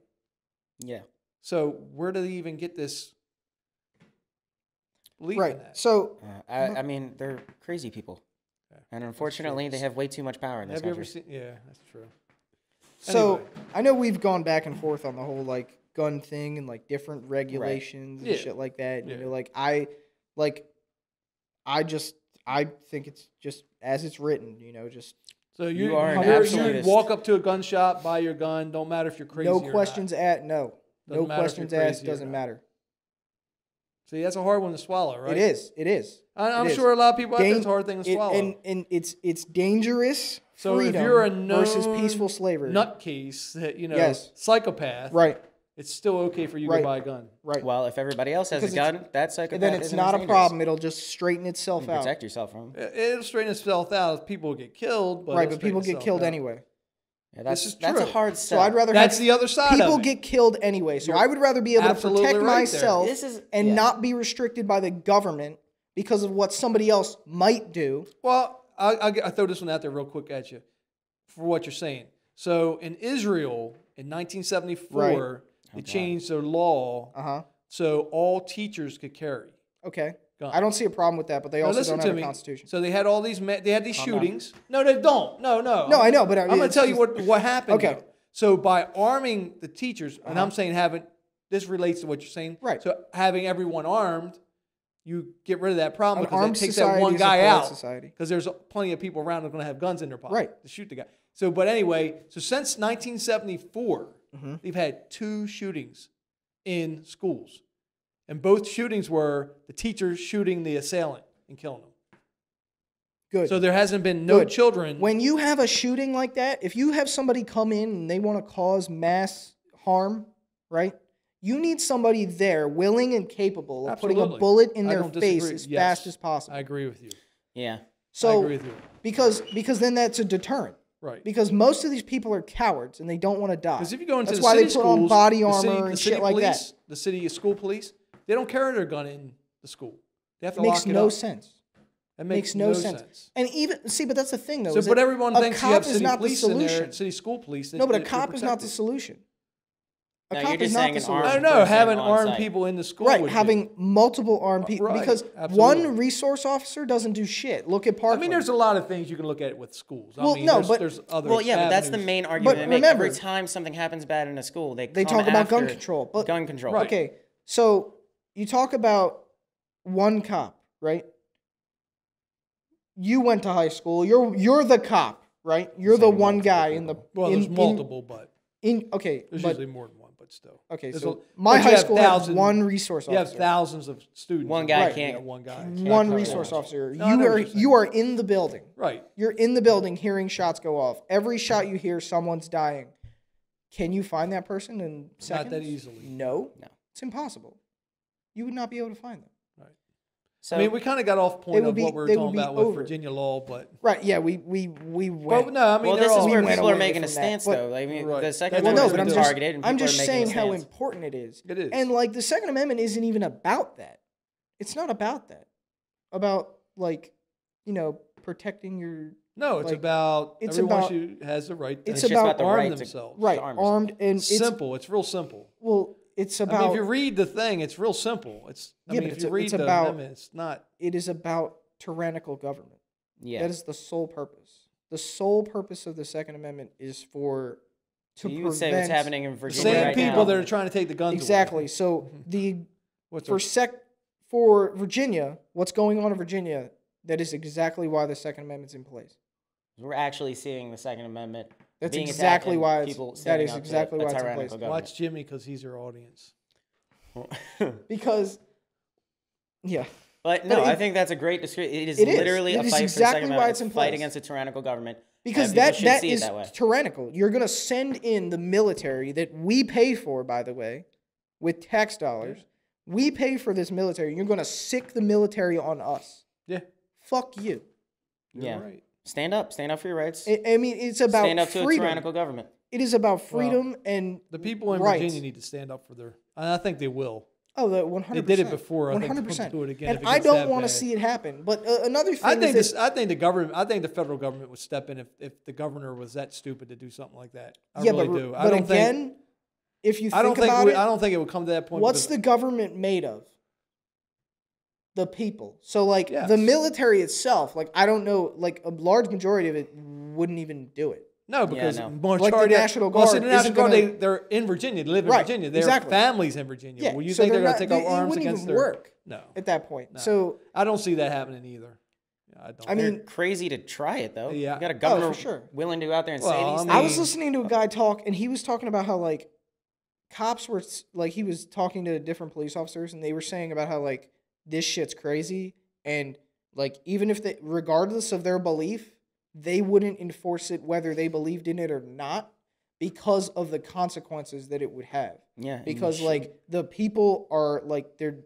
Speaker 1: yeah.
Speaker 2: So where do they even get this belief in
Speaker 3: Right.
Speaker 2: that?
Speaker 3: So
Speaker 1: Uh, I, I mean, they're crazy people,
Speaker 2: Yeah,
Speaker 1: and unfortunately, they have way too much power in this
Speaker 2: Have you ever
Speaker 1: country.
Speaker 2: seen? Yeah, that's true.
Speaker 3: so
Speaker 2: Anyway.
Speaker 3: I know we've gone back and forth on the whole like gun thing and like different regulations and
Speaker 2: Yeah.
Speaker 3: shit like that. and, You
Speaker 2: Yeah.
Speaker 3: know, like I like I just I think it's just as it's written, you know, just
Speaker 2: So you,
Speaker 1: are an
Speaker 2: you're- you
Speaker 1: absolutist.
Speaker 2: walk up to a gun shop, buy your gun. Don't matter if you're crazy.
Speaker 3: no
Speaker 2: or not.
Speaker 3: questions at no.
Speaker 2: Doesn't
Speaker 3: no
Speaker 2: matter if
Speaker 3: questions
Speaker 2: you're
Speaker 3: asked
Speaker 2: crazy or
Speaker 3: doesn't
Speaker 2: not.
Speaker 3: matter.
Speaker 2: See, that's a hard one to swallow, right?
Speaker 3: It is. It is.
Speaker 2: I,
Speaker 3: It
Speaker 2: I'm
Speaker 3: is.
Speaker 2: sure a lot of people. out there,
Speaker 3: Dan-
Speaker 2: it's a hard thing to
Speaker 3: it-
Speaker 2: swallow.
Speaker 3: and and it's it's dangerous.
Speaker 2: So if
Speaker 3: freedom
Speaker 2: you're a
Speaker 3: versus
Speaker 2: known
Speaker 3: peaceful slavery,
Speaker 2: Nutcase, that you know,
Speaker 3: Yes.
Speaker 2: psychopath.
Speaker 3: right,
Speaker 2: it's still okay for you
Speaker 3: Right.
Speaker 2: to buy a gun.
Speaker 3: right.
Speaker 1: Well, if everybody else has
Speaker 3: Because
Speaker 1: a
Speaker 3: it's-
Speaker 1: gun, that's like
Speaker 3: and then it's not a problem. It'll just straighten itself
Speaker 1: You
Speaker 3: out.
Speaker 1: protect yourself from.
Speaker 2: It- It'll straighten itself out. People get killed, but
Speaker 3: right,
Speaker 2: it'll
Speaker 3: but people
Speaker 2: straighten
Speaker 3: get
Speaker 2: itself
Speaker 3: killed
Speaker 2: out.
Speaker 3: anyway.
Speaker 1: Yeah, that's
Speaker 2: is
Speaker 1: that's a
Speaker 2: true.
Speaker 1: hard
Speaker 3: So
Speaker 1: sell.
Speaker 3: I'd rather
Speaker 2: That's
Speaker 3: have
Speaker 2: the other side.
Speaker 3: people
Speaker 2: of it.
Speaker 3: get killed anyway. So
Speaker 2: You're
Speaker 3: I would rather be able to
Speaker 2: absolutely
Speaker 3: protect
Speaker 2: right there.
Speaker 3: myself
Speaker 1: This is-
Speaker 3: and
Speaker 1: yeah.
Speaker 3: not be restricted by the government because of what somebody else might do.
Speaker 2: Well, I, I, I throw this one out there real quick at you for what you're saying. So in Israel in 1974, they changed their law
Speaker 3: Uh huh.
Speaker 2: so all teachers could carry.
Speaker 3: Okay.
Speaker 2: Gun.
Speaker 3: I don't see a problem with that, but they
Speaker 2: Now
Speaker 3: also
Speaker 2: listen
Speaker 3: don't
Speaker 2: to
Speaker 3: have a
Speaker 2: me.
Speaker 3: constitution.
Speaker 2: So they had all these ma- they had these
Speaker 1: Calm down.
Speaker 2: shootings. No, they don't. No, no.
Speaker 3: No, I know, but I-
Speaker 2: I'm going to
Speaker 3: it's
Speaker 2: tell you
Speaker 3: just-
Speaker 2: what what happened.
Speaker 3: Okay. Uh-huh.
Speaker 2: though. So by arming the teachers, and I'm saying having this relates to what you're saying.
Speaker 3: Right.
Speaker 2: So having everyone armed, you get rid of that problem
Speaker 3: An
Speaker 2: because
Speaker 3: armed
Speaker 2: it takes
Speaker 3: society
Speaker 2: that one
Speaker 3: is a
Speaker 2: guy
Speaker 3: polite
Speaker 2: out.
Speaker 3: society.
Speaker 2: Because there's plenty of people around who are going to have guns in their pocket
Speaker 3: Right.
Speaker 2: to shoot the guy. So, but anyway, so since 1974,
Speaker 3: Mm-hmm.
Speaker 2: they've had two shootings in schools, and both shootings were the teacher shooting the assailant and killing him.
Speaker 3: Good.
Speaker 2: So there hasn't been no
Speaker 3: Good.
Speaker 2: children.
Speaker 3: when you have a shooting like that, if you have somebody come in and they want to cause mass harm, right? You need somebody there willing and capable of putting a
Speaker 2: Absolutely.
Speaker 3: bullet in
Speaker 2: I
Speaker 3: their
Speaker 2: don't
Speaker 3: face
Speaker 2: disagree.
Speaker 3: as
Speaker 2: Yes.
Speaker 3: fast as possible.
Speaker 2: I agree with you.
Speaker 1: yeah.
Speaker 3: so
Speaker 2: I agree with you.
Speaker 3: because because then that's a deterrent.
Speaker 2: Right.
Speaker 3: Because most of these people are cowards and they don't want to die.
Speaker 2: Because if you go into
Speaker 3: that's
Speaker 2: the
Speaker 3: why
Speaker 2: city
Speaker 3: they put
Speaker 2: schools,
Speaker 3: on body
Speaker 2: the
Speaker 3: armor
Speaker 2: city- the
Speaker 3: and
Speaker 2: city
Speaker 3: shit like that.
Speaker 2: police, The city school police, they don't carry their gun in the school. They have
Speaker 3: It
Speaker 2: to
Speaker 3: makes
Speaker 2: lock it
Speaker 3: no
Speaker 2: up.
Speaker 3: sense.
Speaker 2: That
Speaker 3: Makes no, sense. And even see, but that's the thing though.
Speaker 2: So,
Speaker 3: is
Speaker 2: but
Speaker 3: that
Speaker 2: everyone
Speaker 3: a
Speaker 2: thinks you
Speaker 3: cop
Speaker 2: have
Speaker 3: is
Speaker 2: city
Speaker 3: not the
Speaker 2: police in there,
Speaker 3: solution.
Speaker 2: and city school police. that-
Speaker 3: No, but a
Speaker 2: that you're
Speaker 3: cop is not the
Speaker 2: protected.
Speaker 3: solution. A
Speaker 1: No,
Speaker 3: cop
Speaker 1: you're
Speaker 3: is
Speaker 1: just
Speaker 3: not
Speaker 1: saying
Speaker 3: the
Speaker 1: an
Speaker 3: solution.
Speaker 1: armed
Speaker 2: I don't know.
Speaker 1: person
Speaker 2: Having
Speaker 1: on
Speaker 2: armed
Speaker 1: site.
Speaker 2: people in the school,
Speaker 3: Right,
Speaker 2: would be-
Speaker 3: having multiple armed people
Speaker 2: Right,
Speaker 3: because
Speaker 2: absolutely.
Speaker 3: one resource officer doesn't do shit. Look at
Speaker 2: I
Speaker 3: Parkland.
Speaker 2: mean, there's a lot of things you can look at with schools. I
Speaker 3: Well,
Speaker 2: mean,
Speaker 3: no,
Speaker 2: there's,
Speaker 3: but-
Speaker 2: there's other.
Speaker 1: Well, yeah, but that's the
Speaker 2: avenues.
Speaker 1: main argument.
Speaker 3: But
Speaker 1: they make. every
Speaker 3: remember-
Speaker 1: time something happens bad in a school, they
Speaker 3: they
Speaker 1: come
Speaker 3: talk about gun
Speaker 1: after
Speaker 3: control, but
Speaker 1: gun control.
Speaker 2: Right.
Speaker 3: okay, so you talk about one cop, right? You went to high school. You're you're the cop, right? You're the
Speaker 1: Saying
Speaker 3: one
Speaker 1: multiple
Speaker 3: guy in the
Speaker 1: people.
Speaker 2: Well,
Speaker 3: in,
Speaker 2: there's
Speaker 3: in-
Speaker 2: multiple, but
Speaker 3: In, okay,
Speaker 2: there's
Speaker 3: but
Speaker 2: usually more than one, but still.
Speaker 3: okay,
Speaker 2: There's
Speaker 3: so
Speaker 2: a-
Speaker 3: my
Speaker 2: but you
Speaker 3: high
Speaker 2: have
Speaker 3: school had
Speaker 2: thousands-
Speaker 3: one resource
Speaker 2: You have
Speaker 3: officer.
Speaker 2: thousands of students.
Speaker 1: One guy
Speaker 2: right?
Speaker 1: can't-
Speaker 2: Yeah, one guy. can't
Speaker 3: One
Speaker 2: cover
Speaker 3: resource
Speaker 2: all.
Speaker 3: officer.
Speaker 2: No, I know
Speaker 3: You
Speaker 2: what
Speaker 3: are
Speaker 2: you're saying.
Speaker 3: you are in the building.
Speaker 2: Right.
Speaker 3: You're in the building hearing shots go off. Every shot you hear, someone's dying. Can you find that person in
Speaker 2: Not
Speaker 3: seconds?
Speaker 2: that easily.
Speaker 3: No.
Speaker 1: No.
Speaker 3: It's impossible. You would not be able to find them.
Speaker 1: So
Speaker 2: I mean, we kind of got off
Speaker 3: They
Speaker 2: point
Speaker 3: would
Speaker 2: of
Speaker 3: be-
Speaker 2: what we were
Speaker 3: they would
Speaker 2: talking
Speaker 3: be
Speaker 2: about with
Speaker 3: over.
Speaker 2: Virginia law, but
Speaker 3: Right, yeah, we we we went.
Speaker 2: but no, I mean,
Speaker 1: well,
Speaker 2: they're
Speaker 1: this is
Speaker 2: all-
Speaker 1: where
Speaker 3: we went
Speaker 1: people are
Speaker 3: away
Speaker 1: making a
Speaker 3: from that,
Speaker 1: stance,
Speaker 3: but-
Speaker 1: though. I mean,
Speaker 2: Right.
Speaker 1: the Second
Speaker 2: Well,
Speaker 3: well,
Speaker 1: Amendment
Speaker 3: no,
Speaker 1: has
Speaker 3: but
Speaker 1: been
Speaker 3: I'm just,
Speaker 1: targeted, and
Speaker 3: I'm
Speaker 1: people
Speaker 3: just
Speaker 1: are making a
Speaker 3: saying how
Speaker 1: stance.
Speaker 3: important it is.
Speaker 2: It is.
Speaker 3: And like the Second Amendment isn't even about that. It's not about that. About like, you know, protecting your
Speaker 2: No, it's
Speaker 3: Like,
Speaker 2: about
Speaker 3: it's
Speaker 2: everyone
Speaker 3: about-
Speaker 2: should- has the right to
Speaker 3: it's
Speaker 1: just
Speaker 3: about
Speaker 2: arm
Speaker 1: right to-
Speaker 2: themselves.
Speaker 3: right
Speaker 1: arm
Speaker 3: armed,
Speaker 1: yourself.
Speaker 3: and it's
Speaker 2: Simple. It's real simple.
Speaker 3: well, it's
Speaker 2: I mean,
Speaker 3: about
Speaker 2: if you read the thing, it's real simple. It's I
Speaker 3: Yeah, but
Speaker 2: mean, if
Speaker 3: it's
Speaker 2: you
Speaker 3: a-
Speaker 2: read
Speaker 3: it's
Speaker 2: the
Speaker 3: about-
Speaker 2: amendment, it's not.
Speaker 3: it is about tyrannical government.
Speaker 1: Yeah.
Speaker 3: That is the sole purpose. The sole purpose of the Second Amendment is for to
Speaker 1: so you
Speaker 3: prevent
Speaker 1: would say what's happening in
Speaker 2: The
Speaker 1: Virginia
Speaker 2: same
Speaker 1: right
Speaker 2: people
Speaker 1: now.
Speaker 2: that are trying to take the guns away.
Speaker 3: exactly. So the
Speaker 2: What's
Speaker 3: for
Speaker 2: our-
Speaker 3: sec for Virginia, what's going on in Virginia, that is exactly why the Second Amendment's in place.
Speaker 1: We're actually seeing the Second Amendment.
Speaker 3: That's
Speaker 1: being attacked
Speaker 3: exactly
Speaker 1: and
Speaker 3: why it's-
Speaker 1: people
Speaker 3: that
Speaker 1: standing
Speaker 3: is
Speaker 1: up to a
Speaker 3: exactly why it's in
Speaker 1: tyrannical
Speaker 2: Watch Jimmy because he's our audience.
Speaker 1: government.
Speaker 3: Because, yeah,
Speaker 1: But no,
Speaker 3: it-
Speaker 1: I think that's a great description. It is
Speaker 3: It is.
Speaker 1: literally
Speaker 3: It
Speaker 1: a
Speaker 3: is
Speaker 1: fight
Speaker 3: exactly
Speaker 1: for the Second
Speaker 3: why
Speaker 1: Amendment.
Speaker 3: it's in
Speaker 1: fight
Speaker 3: place.
Speaker 1: against a tyrannical government.
Speaker 3: because
Speaker 1: and people
Speaker 3: that
Speaker 1: should
Speaker 3: that
Speaker 1: see
Speaker 3: is
Speaker 1: it that way.
Speaker 3: tyrannical. You're gonna send in the military that we pay for, by the way, with tax dollars. We pay for this military. You're gonna sick the military on us.
Speaker 2: Yeah,
Speaker 3: Fuck you.
Speaker 2: you're
Speaker 1: Yeah.
Speaker 2: right.
Speaker 1: Stand up, stand up for your rights.
Speaker 3: I, I mean, it's about
Speaker 1: stand up to a
Speaker 3: freedom.
Speaker 1: tyrannical government.
Speaker 3: it is about freedom and
Speaker 2: The people in
Speaker 3: rights.
Speaker 2: Virginia need to stand up for their. And I think they will.
Speaker 3: Oh, the one hundred.
Speaker 2: did it before, I
Speaker 3: One
Speaker 2: think they'll
Speaker 3: hundred percent.
Speaker 2: do it again if
Speaker 3: And
Speaker 2: it
Speaker 3: I
Speaker 2: gets
Speaker 3: don't
Speaker 2: that
Speaker 3: want to
Speaker 2: bad.
Speaker 3: see it happen. But uh, another thing
Speaker 2: I think
Speaker 3: is
Speaker 2: this.
Speaker 3: that-
Speaker 2: I think the government. I think the federal government would step in if, if the governor was that stupid to do something like that. I
Speaker 3: yeah,
Speaker 2: really
Speaker 3: but,
Speaker 2: do.
Speaker 3: but
Speaker 2: I don't
Speaker 3: again,
Speaker 2: think.
Speaker 3: if you think
Speaker 2: I don't think.
Speaker 3: about
Speaker 2: we,
Speaker 3: it,
Speaker 2: I don't think it would come to that point.
Speaker 3: what's
Speaker 2: because-
Speaker 3: the government made of? The people. So like the
Speaker 2: Yes.
Speaker 3: military itself, like I don't know, like a large majority of it wouldn't even do it.
Speaker 2: No, because
Speaker 1: no.
Speaker 2: majority
Speaker 3: Like the
Speaker 2: of-
Speaker 3: National
Speaker 2: Well, see,
Speaker 3: Guard
Speaker 2: the
Speaker 3: isn't
Speaker 2: National Guard,
Speaker 3: gonna-
Speaker 2: they, they're in Virginia. They live in
Speaker 3: Right,
Speaker 2: Virginia. Their
Speaker 3: exactly.
Speaker 2: families in Virginia.
Speaker 3: Yeah,
Speaker 2: Well, you
Speaker 3: so
Speaker 2: think they're, going
Speaker 3: they're not-
Speaker 2: to take
Speaker 3: they-
Speaker 2: up
Speaker 3: it
Speaker 2: arms
Speaker 3: wouldn't
Speaker 2: against
Speaker 3: even
Speaker 2: their
Speaker 3: work.
Speaker 2: No,
Speaker 3: At that point. So
Speaker 2: I don't see that happening either. Yeah, I don't.
Speaker 3: I mean,
Speaker 1: They're crazy to try it though.
Speaker 2: Yeah.
Speaker 1: You got a
Speaker 2: Oh, for
Speaker 1: governor
Speaker 3: sure.
Speaker 1: willing to go out there and
Speaker 2: Well,
Speaker 1: say these
Speaker 2: I
Speaker 1: things.
Speaker 3: I was
Speaker 2: mean- uh
Speaker 3: listening to a guy talk, and he was talking about how like cops were s- like he was talking to different police officers, and they were saying about how like this shit's crazy, and like even if they, regardless of their belief, they wouldn't enforce it whether they believed in it or not because of the consequences that it would have.
Speaker 1: yeah. and
Speaker 3: Because
Speaker 1: sh-
Speaker 3: like the people are like they're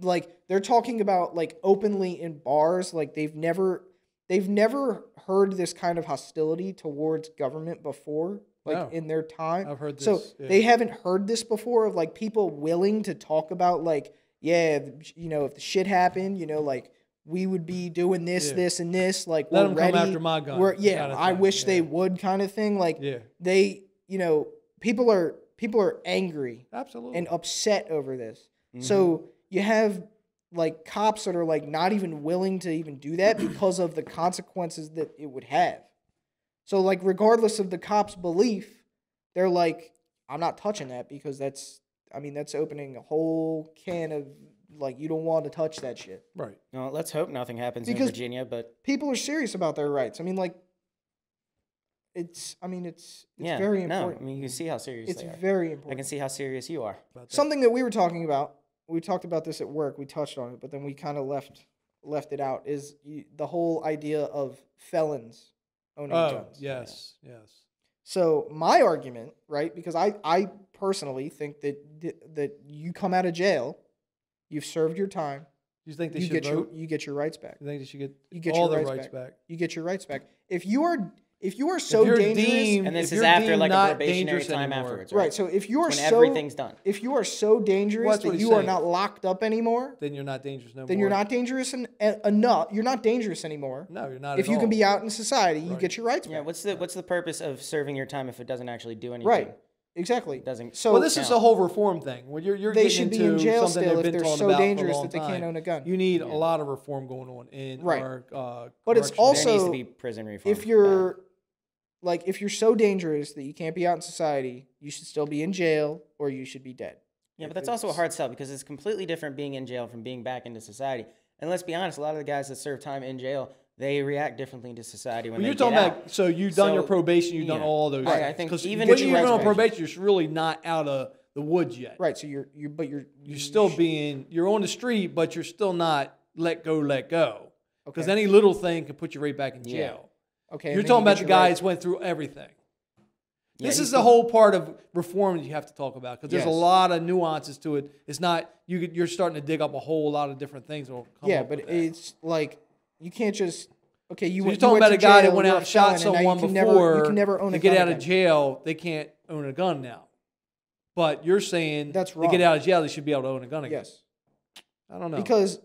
Speaker 3: like they're talking about like openly in bars like they've never they've never heard this kind of hostility towards government before like
Speaker 2: No.
Speaker 3: in their time
Speaker 2: I've heard
Speaker 3: so
Speaker 2: this, yeah.
Speaker 3: they haven't heard this before of like people willing to talk about like yeah th- you know if the shit happened you know like we would be doing this
Speaker 2: Yeah.
Speaker 3: this and this like
Speaker 2: Let
Speaker 3: we're
Speaker 2: 'em come
Speaker 3: ready
Speaker 2: after my gun,
Speaker 3: we're, yeah
Speaker 2: kinda
Speaker 3: i
Speaker 2: thing,
Speaker 3: wish they
Speaker 2: yeah.
Speaker 3: would kind of thing like
Speaker 2: yeah,
Speaker 3: they you know people are people are angry
Speaker 2: absolutely.
Speaker 3: and upset over this.
Speaker 1: Mm-hmm.
Speaker 3: So you have like cops that are like not even willing to even do that because of the consequences that it would have. So like regardless of the cop's belief, they're like I'm not touching that because that's I mean that's opening a whole can of like you don't want to touch that shit.
Speaker 2: right.
Speaker 1: no, let's hope nothing happens in
Speaker 3: Because-
Speaker 1: Virginia, but
Speaker 3: People are serious about their rights. I mean like it's I mean it's it's
Speaker 1: yeah.
Speaker 3: very
Speaker 1: no,
Speaker 3: important.
Speaker 1: I mean you can see how serious
Speaker 3: it's
Speaker 1: they are.
Speaker 3: very
Speaker 1: I
Speaker 3: important.
Speaker 1: can see how serious you are.
Speaker 2: About that.
Speaker 3: something that we were talking about we talked about this at work we touched on it but then we kind of left left it out is you, the whole idea of felons owning
Speaker 2: Oh
Speaker 3: guns
Speaker 2: yes, yes.
Speaker 3: so my argument right because i i personally think that th- that you come out of jail you've served your time
Speaker 2: You think they
Speaker 3: you
Speaker 2: should
Speaker 3: get
Speaker 2: vote?
Speaker 3: your you get your rights back
Speaker 2: you think they should get,
Speaker 3: you get
Speaker 2: all
Speaker 3: your
Speaker 2: their
Speaker 3: rights
Speaker 2: rights back?
Speaker 3: you get your rights back if you are if you are so
Speaker 2: if you're
Speaker 3: dangerous
Speaker 2: deemed,
Speaker 1: And this
Speaker 2: if
Speaker 1: is
Speaker 2: you're
Speaker 1: after,
Speaker 2: deemed
Speaker 1: like, a
Speaker 2: not
Speaker 1: probationary
Speaker 2: dangerous
Speaker 1: time
Speaker 2: anymore,
Speaker 1: afterwards,
Speaker 3: right so if you are
Speaker 1: When
Speaker 3: so
Speaker 1: everything's done.
Speaker 3: if you are so dangerous
Speaker 2: that's what
Speaker 3: that
Speaker 2: he's
Speaker 3: you are
Speaker 2: saying.
Speaker 3: not locked up anymore
Speaker 2: then you're not dangerous no more.
Speaker 3: then you're not dangerous and en- e, enough. You're not dangerous anymore.
Speaker 2: No, you're not.
Speaker 3: if
Speaker 2: at
Speaker 3: you
Speaker 2: all.
Speaker 3: can be out in society, you
Speaker 2: Right.
Speaker 3: get your rights
Speaker 1: Yeah,
Speaker 3: back.
Speaker 1: what's the what's the purpose of serving your time if it doesn't actually do anything?
Speaker 3: right. Exactly.
Speaker 1: Doesn't-
Speaker 3: so
Speaker 2: well, this is
Speaker 1: count.
Speaker 2: the whole reform thing. Well, you're, you're
Speaker 3: They
Speaker 2: getting
Speaker 3: should be
Speaker 2: into
Speaker 3: in jail
Speaker 2: something
Speaker 3: still
Speaker 2: they've been
Speaker 3: if they're
Speaker 2: talking
Speaker 3: so
Speaker 2: about for a
Speaker 3: dangerous
Speaker 2: long
Speaker 3: that they can't
Speaker 2: time.
Speaker 3: own a gun.
Speaker 2: You need a lot of reform going on in
Speaker 3: Right.
Speaker 2: our. Uh,
Speaker 3: But it's
Speaker 2: correctional
Speaker 1: There needs
Speaker 3: also-
Speaker 1: to be prison reform.
Speaker 3: if you're like if you're so dangerous that you can't be out in society, you should still be in jail or you should be dead.
Speaker 1: Yeah, but
Speaker 3: If
Speaker 1: that's also a
Speaker 3: it's-
Speaker 1: hard sell because it's completely different being in jail from being back into society. And let's be honest, a lot of the guys that serve time in jail, they react differently to society when
Speaker 2: Well, you're
Speaker 1: they get
Speaker 2: talking
Speaker 1: out.
Speaker 2: about so you've done your
Speaker 1: So,
Speaker 2: probation, you've done
Speaker 1: yeah.
Speaker 2: all those.
Speaker 1: Right,
Speaker 2: things.
Speaker 1: I think
Speaker 2: 'Cause
Speaker 1: even
Speaker 2: when
Speaker 1: if
Speaker 2: you're
Speaker 1: you
Speaker 2: even on
Speaker 1: reservation-
Speaker 2: probation, you're really not out of the woods yet.
Speaker 3: Right. So you're you but you're
Speaker 2: You're still being you're on the street, but you're still not let go, let go. Because
Speaker 3: Okay.
Speaker 2: any little thing can put you right back in
Speaker 1: Yeah.
Speaker 2: jail.
Speaker 3: okay. and
Speaker 2: You're
Speaker 3: then
Speaker 2: talking
Speaker 3: you
Speaker 2: about
Speaker 3: get
Speaker 2: the
Speaker 3: your rights-
Speaker 2: guys went through everything.
Speaker 1: Yeah,
Speaker 2: this
Speaker 1: you
Speaker 2: is the whole part of reform that you have to talk about because there's
Speaker 1: Yes.
Speaker 2: a lot of nuances to it. It's not you. could- You're starting to dig up a whole lot of different things. that will come
Speaker 3: Yeah,
Speaker 2: up
Speaker 3: but
Speaker 2: with that.
Speaker 3: it's like you can't just okay. You
Speaker 2: So you're
Speaker 3: went,
Speaker 2: talking
Speaker 3: you
Speaker 2: about
Speaker 3: went
Speaker 2: a
Speaker 3: to
Speaker 2: guy
Speaker 3: jail,
Speaker 2: that went out
Speaker 3: you're a
Speaker 2: and shot
Speaker 3: felon, and now
Speaker 2: someone
Speaker 3: you can
Speaker 2: before
Speaker 3: Never, you can never own
Speaker 2: to
Speaker 3: a
Speaker 2: get
Speaker 3: gun
Speaker 2: out of
Speaker 3: again.
Speaker 2: jail. They can't own a gun now. But you're saying
Speaker 3: That's
Speaker 2: to get
Speaker 3: wrong.
Speaker 2: out of jail, they should be able to own a gun again.
Speaker 3: Yes,
Speaker 2: I don't know.
Speaker 3: because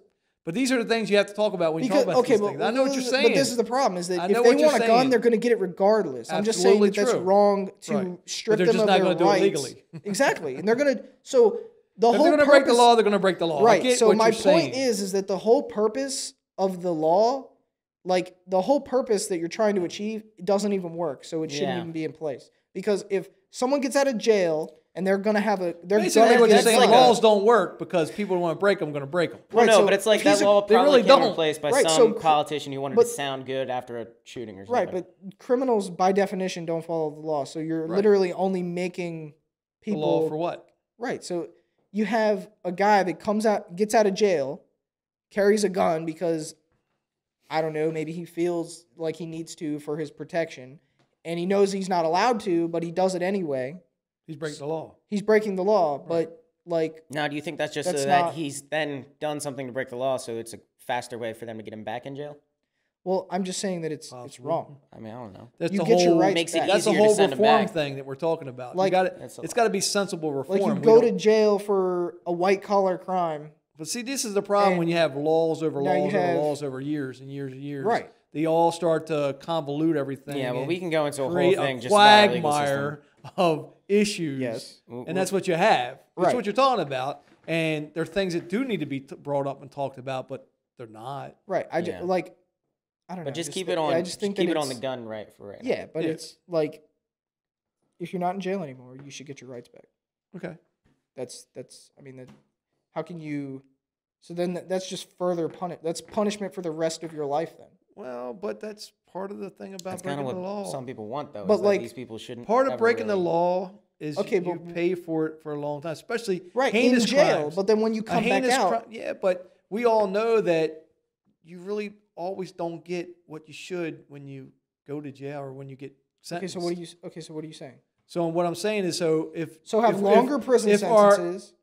Speaker 2: but these are the things you have to talk about when you
Speaker 3: Because
Speaker 2: talk about
Speaker 3: okay,
Speaker 2: these
Speaker 3: but
Speaker 2: things. I know what you're
Speaker 3: this-
Speaker 2: saying.
Speaker 3: But this is the problem: is
Speaker 2: I
Speaker 3: that
Speaker 2: know
Speaker 3: if they
Speaker 2: what you're
Speaker 3: want a gun,
Speaker 2: saying.
Speaker 3: they're going to get it regardless. I'm just saying
Speaker 2: Absolutely
Speaker 3: that that's
Speaker 2: true.
Speaker 3: wrong to
Speaker 2: Right.
Speaker 3: strip
Speaker 2: But they're
Speaker 3: them
Speaker 2: just
Speaker 3: of
Speaker 2: not
Speaker 3: their
Speaker 2: gonna do it
Speaker 3: rights.
Speaker 2: legally.
Speaker 3: exactly, and they're going to so the
Speaker 2: if
Speaker 3: whole
Speaker 2: they're going to
Speaker 3: purpose,
Speaker 2: break the law, they're going to break the law. I
Speaker 3: right?
Speaker 2: get
Speaker 3: So
Speaker 2: what
Speaker 3: my
Speaker 2: you're saying.
Speaker 3: point is, is that the whole purpose of the law, like the whole purpose that you're trying to achieve, doesn't even work. So it shouldn't
Speaker 1: Yeah.
Speaker 3: even be in place because if someone gets out of jail and they're gonna have a they're
Speaker 2: Basically,
Speaker 3: gonna
Speaker 2: what
Speaker 3: get
Speaker 2: you're
Speaker 1: that's
Speaker 2: saying,
Speaker 1: like a-
Speaker 2: laws don't work because people who want to break them going to break them.
Speaker 1: Well,
Speaker 3: Right,
Speaker 1: no,
Speaker 3: so
Speaker 1: but it's like
Speaker 3: he's
Speaker 1: that
Speaker 3: a-
Speaker 1: law
Speaker 2: they
Speaker 1: probably
Speaker 2: really
Speaker 1: came
Speaker 2: don't.
Speaker 1: replaced by
Speaker 3: Right,
Speaker 1: some
Speaker 3: so-
Speaker 1: politician who wanted
Speaker 3: but-
Speaker 1: to sound good after a shooting or something.
Speaker 3: right, but criminals by definition don't follow the law, so you're
Speaker 2: Right.
Speaker 3: literally only making
Speaker 2: The
Speaker 3: people
Speaker 2: law for what?
Speaker 3: Right. So you have a guy that comes out, gets out of jail, carries a gun because I don't know, maybe he feels like he needs to for his protection, and he knows he's not allowed to, but he does it anyway.
Speaker 2: He's breaking the law.
Speaker 3: He's breaking the law, but like
Speaker 1: now, do you think that's just
Speaker 3: That's
Speaker 1: so that
Speaker 3: not-
Speaker 1: he's then done something to break the law, so it's a faster way for them to get him back in jail?
Speaker 3: well, I'm just saying that it's it's
Speaker 2: Possible.
Speaker 3: wrong.
Speaker 1: I mean, I don't know.
Speaker 2: That's
Speaker 3: You
Speaker 2: the
Speaker 3: get your
Speaker 2: whole-
Speaker 3: rights
Speaker 1: Makes it
Speaker 3: back.
Speaker 2: That's the
Speaker 1: easier to
Speaker 2: whole
Speaker 1: send 'em
Speaker 2: reform
Speaker 1: back.
Speaker 2: thing that we're talking about. Like,
Speaker 3: Like-
Speaker 2: got it.
Speaker 1: That's a
Speaker 2: It's
Speaker 1: lot.
Speaker 2: got to be sensible reform.
Speaker 3: Like you
Speaker 2: We
Speaker 3: go to
Speaker 2: don't-
Speaker 3: jail for a white collar crime.
Speaker 2: but see, this is the problem when you have laws over
Speaker 3: Now you
Speaker 2: laws
Speaker 3: have-
Speaker 2: over laws over years and years and years.
Speaker 3: Right.
Speaker 2: They all start to convolute everything.
Speaker 1: Yeah, well,
Speaker 2: and
Speaker 1: we can go into a whole
Speaker 2: create
Speaker 1: thing
Speaker 2: a
Speaker 1: just about our legal system.
Speaker 2: quagmire of issues.
Speaker 3: Yes.
Speaker 2: And that's what you have. That's
Speaker 3: Right.
Speaker 2: what you're talking about. And there are things that do need to be t- brought up and talked about, but they're not.
Speaker 3: Right. I ju-
Speaker 1: Yeah.
Speaker 3: like I don't know.
Speaker 1: But just keep
Speaker 3: thi-
Speaker 1: it on.
Speaker 3: I just think that
Speaker 1: keep it on the
Speaker 3: it's-
Speaker 1: gun right for right. now.
Speaker 3: Yeah, but
Speaker 2: Yeah.
Speaker 3: it's like if you're not in jail anymore, you should get your rights back.
Speaker 2: Okay.
Speaker 3: That's that's. I mean, that, how can you? So then th- that's just further punishment. That's punishment for the rest of your life then.
Speaker 2: Well, but that's part of the thing about
Speaker 1: That's kind
Speaker 2: breaking
Speaker 1: of
Speaker 2: the law.
Speaker 1: what some people want, though.
Speaker 3: But,
Speaker 1: is that
Speaker 3: like,
Speaker 1: these people shouldn't.
Speaker 2: Part
Speaker 1: ever
Speaker 2: of breaking the
Speaker 1: really-
Speaker 2: law is okay,
Speaker 3: Okay, but-
Speaker 2: you pay for it for a long time, especially
Speaker 3: Right
Speaker 2: heinous
Speaker 3: in jail,
Speaker 2: crimes.
Speaker 3: but then when you
Speaker 2: a
Speaker 3: come back
Speaker 2: heinous
Speaker 3: out,
Speaker 2: crime, yeah. But we all know that you really always don't get what you should when you go to jail or when you get
Speaker 3: okay.
Speaker 2: sentenced.
Speaker 3: So what are you? s- Okay, so what are you saying?
Speaker 2: So what I'm saying is, so if
Speaker 3: So have
Speaker 2: if- if-
Speaker 3: longer prison
Speaker 2: if our-
Speaker 3: sentences,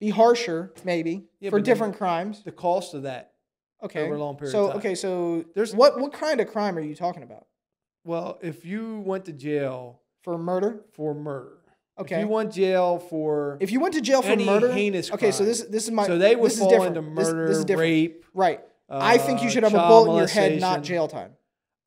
Speaker 3: be harsher maybe
Speaker 2: Yeah, but
Speaker 3: for
Speaker 2: then-
Speaker 3: different crimes.
Speaker 2: the cost of that.
Speaker 3: Okay,
Speaker 2: over a long period of
Speaker 3: So
Speaker 2: time.
Speaker 3: okay, so
Speaker 2: There's-
Speaker 3: what what kind of crime are you talking about?
Speaker 2: Well, if you went to jail
Speaker 3: For murder?
Speaker 2: for murder,
Speaker 3: Okay.
Speaker 2: if you went jail for
Speaker 3: If you went to jail for
Speaker 2: Any
Speaker 3: murder,
Speaker 2: heinous
Speaker 3: okay. So this
Speaker 2: crime.
Speaker 3: this is my
Speaker 2: so they would
Speaker 3: this is
Speaker 2: fall
Speaker 3: different.
Speaker 2: into
Speaker 3: This-
Speaker 2: murder,
Speaker 3: this is different.
Speaker 2: rape.
Speaker 3: Right. I think you
Speaker 2: uh,
Speaker 3: should have a
Speaker 2: child
Speaker 3: bullet in your head, not
Speaker 2: molestation.
Speaker 3: jail time.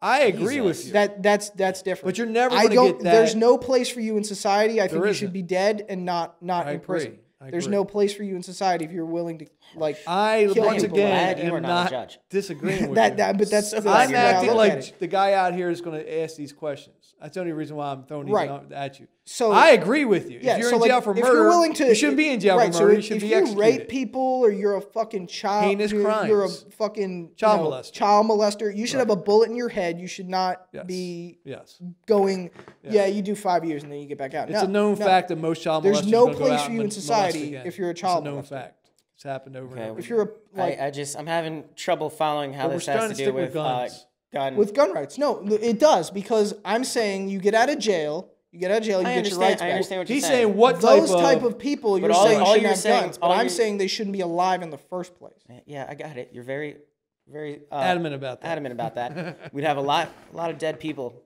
Speaker 2: I agree with
Speaker 1: Jesus.
Speaker 2: you.
Speaker 3: That that's that's different.
Speaker 2: But you're never
Speaker 3: I
Speaker 2: gonna
Speaker 3: don't.
Speaker 2: get that.
Speaker 3: There's no place for you in society. I think
Speaker 2: There
Speaker 3: you should
Speaker 2: isn't.
Speaker 3: be dead and not not
Speaker 2: I
Speaker 3: in prison.
Speaker 2: agree. I
Speaker 3: There's
Speaker 2: agree.
Speaker 3: no place for you in society if you're willing to like
Speaker 2: I
Speaker 3: Kill
Speaker 2: once
Speaker 3: people.
Speaker 2: again
Speaker 1: Glad you are
Speaker 2: am
Speaker 1: not a
Speaker 2: not,
Speaker 1: judge.
Speaker 2: disagreeing with
Speaker 3: that.
Speaker 2: you.
Speaker 3: That but that's
Speaker 1: So
Speaker 3: that's
Speaker 1: glad
Speaker 2: I'm
Speaker 3: the
Speaker 1: you're not
Speaker 3: way I
Speaker 2: acting
Speaker 3: look
Speaker 1: looking
Speaker 2: like
Speaker 3: at it.
Speaker 2: the guy out here is going to ask these questions. That's the only reason why I'm throwing these
Speaker 3: Right.
Speaker 2: out at you.
Speaker 3: So-
Speaker 2: I agree with you.
Speaker 3: Yeah,
Speaker 2: if you're
Speaker 3: so
Speaker 2: in
Speaker 3: like,
Speaker 2: jail for
Speaker 3: if
Speaker 2: murder,
Speaker 3: you're willing to,
Speaker 2: you shouldn't be in jail
Speaker 3: right,
Speaker 2: for murder.
Speaker 3: So
Speaker 2: you should
Speaker 3: if
Speaker 2: be
Speaker 3: you
Speaker 2: executed.
Speaker 3: rape people or you're a fucking child,
Speaker 2: Heinous
Speaker 3: you're, you're a
Speaker 2: crimes.
Speaker 3: fucking you
Speaker 2: Child
Speaker 3: know,
Speaker 2: molester.
Speaker 3: Child molester. You should have a bullet in your head. You should not
Speaker 2: Yes.
Speaker 3: be
Speaker 2: Yes,
Speaker 3: going. Yeah. you do five years and then you get back out.
Speaker 2: it's
Speaker 3: No,
Speaker 2: a known
Speaker 3: no.
Speaker 2: fact that most child
Speaker 3: There's
Speaker 2: molesters
Speaker 3: no
Speaker 2: gonna go
Speaker 3: place
Speaker 2: out and
Speaker 3: for you in
Speaker 2: molest
Speaker 3: society
Speaker 2: again.
Speaker 3: if you're a
Speaker 2: It's
Speaker 3: child
Speaker 2: a known
Speaker 3: molester.
Speaker 2: fact. It's happened over
Speaker 1: Okay,
Speaker 2: and over.
Speaker 3: If you're a like,
Speaker 1: I, I just I'm having trouble following how
Speaker 2: But we're
Speaker 1: this has to
Speaker 2: starting to
Speaker 1: do
Speaker 2: stick with
Speaker 1: with uh,
Speaker 2: guns.
Speaker 1: gun.
Speaker 3: With gun rights. No, th- it does because I'm saying you get out of jail, you get out of jail, you
Speaker 1: I
Speaker 3: get your rights
Speaker 1: understand. I
Speaker 3: back.
Speaker 1: understand what you're
Speaker 2: He's
Speaker 1: saying.
Speaker 2: saying what
Speaker 3: Those
Speaker 2: type,
Speaker 3: type
Speaker 2: of,
Speaker 3: of people you're
Speaker 1: all-
Speaker 3: saying
Speaker 1: all
Speaker 3: shouldn't
Speaker 1: you're
Speaker 3: have
Speaker 1: saying-
Speaker 3: guns, but
Speaker 1: all
Speaker 3: I'm
Speaker 1: you're-
Speaker 3: saying they shouldn't be alive in the first place.
Speaker 1: Yeah, I got it. You're very, very uh,
Speaker 2: adamant about that.
Speaker 1: adamant about that. We'd have a lot, a lot of dead people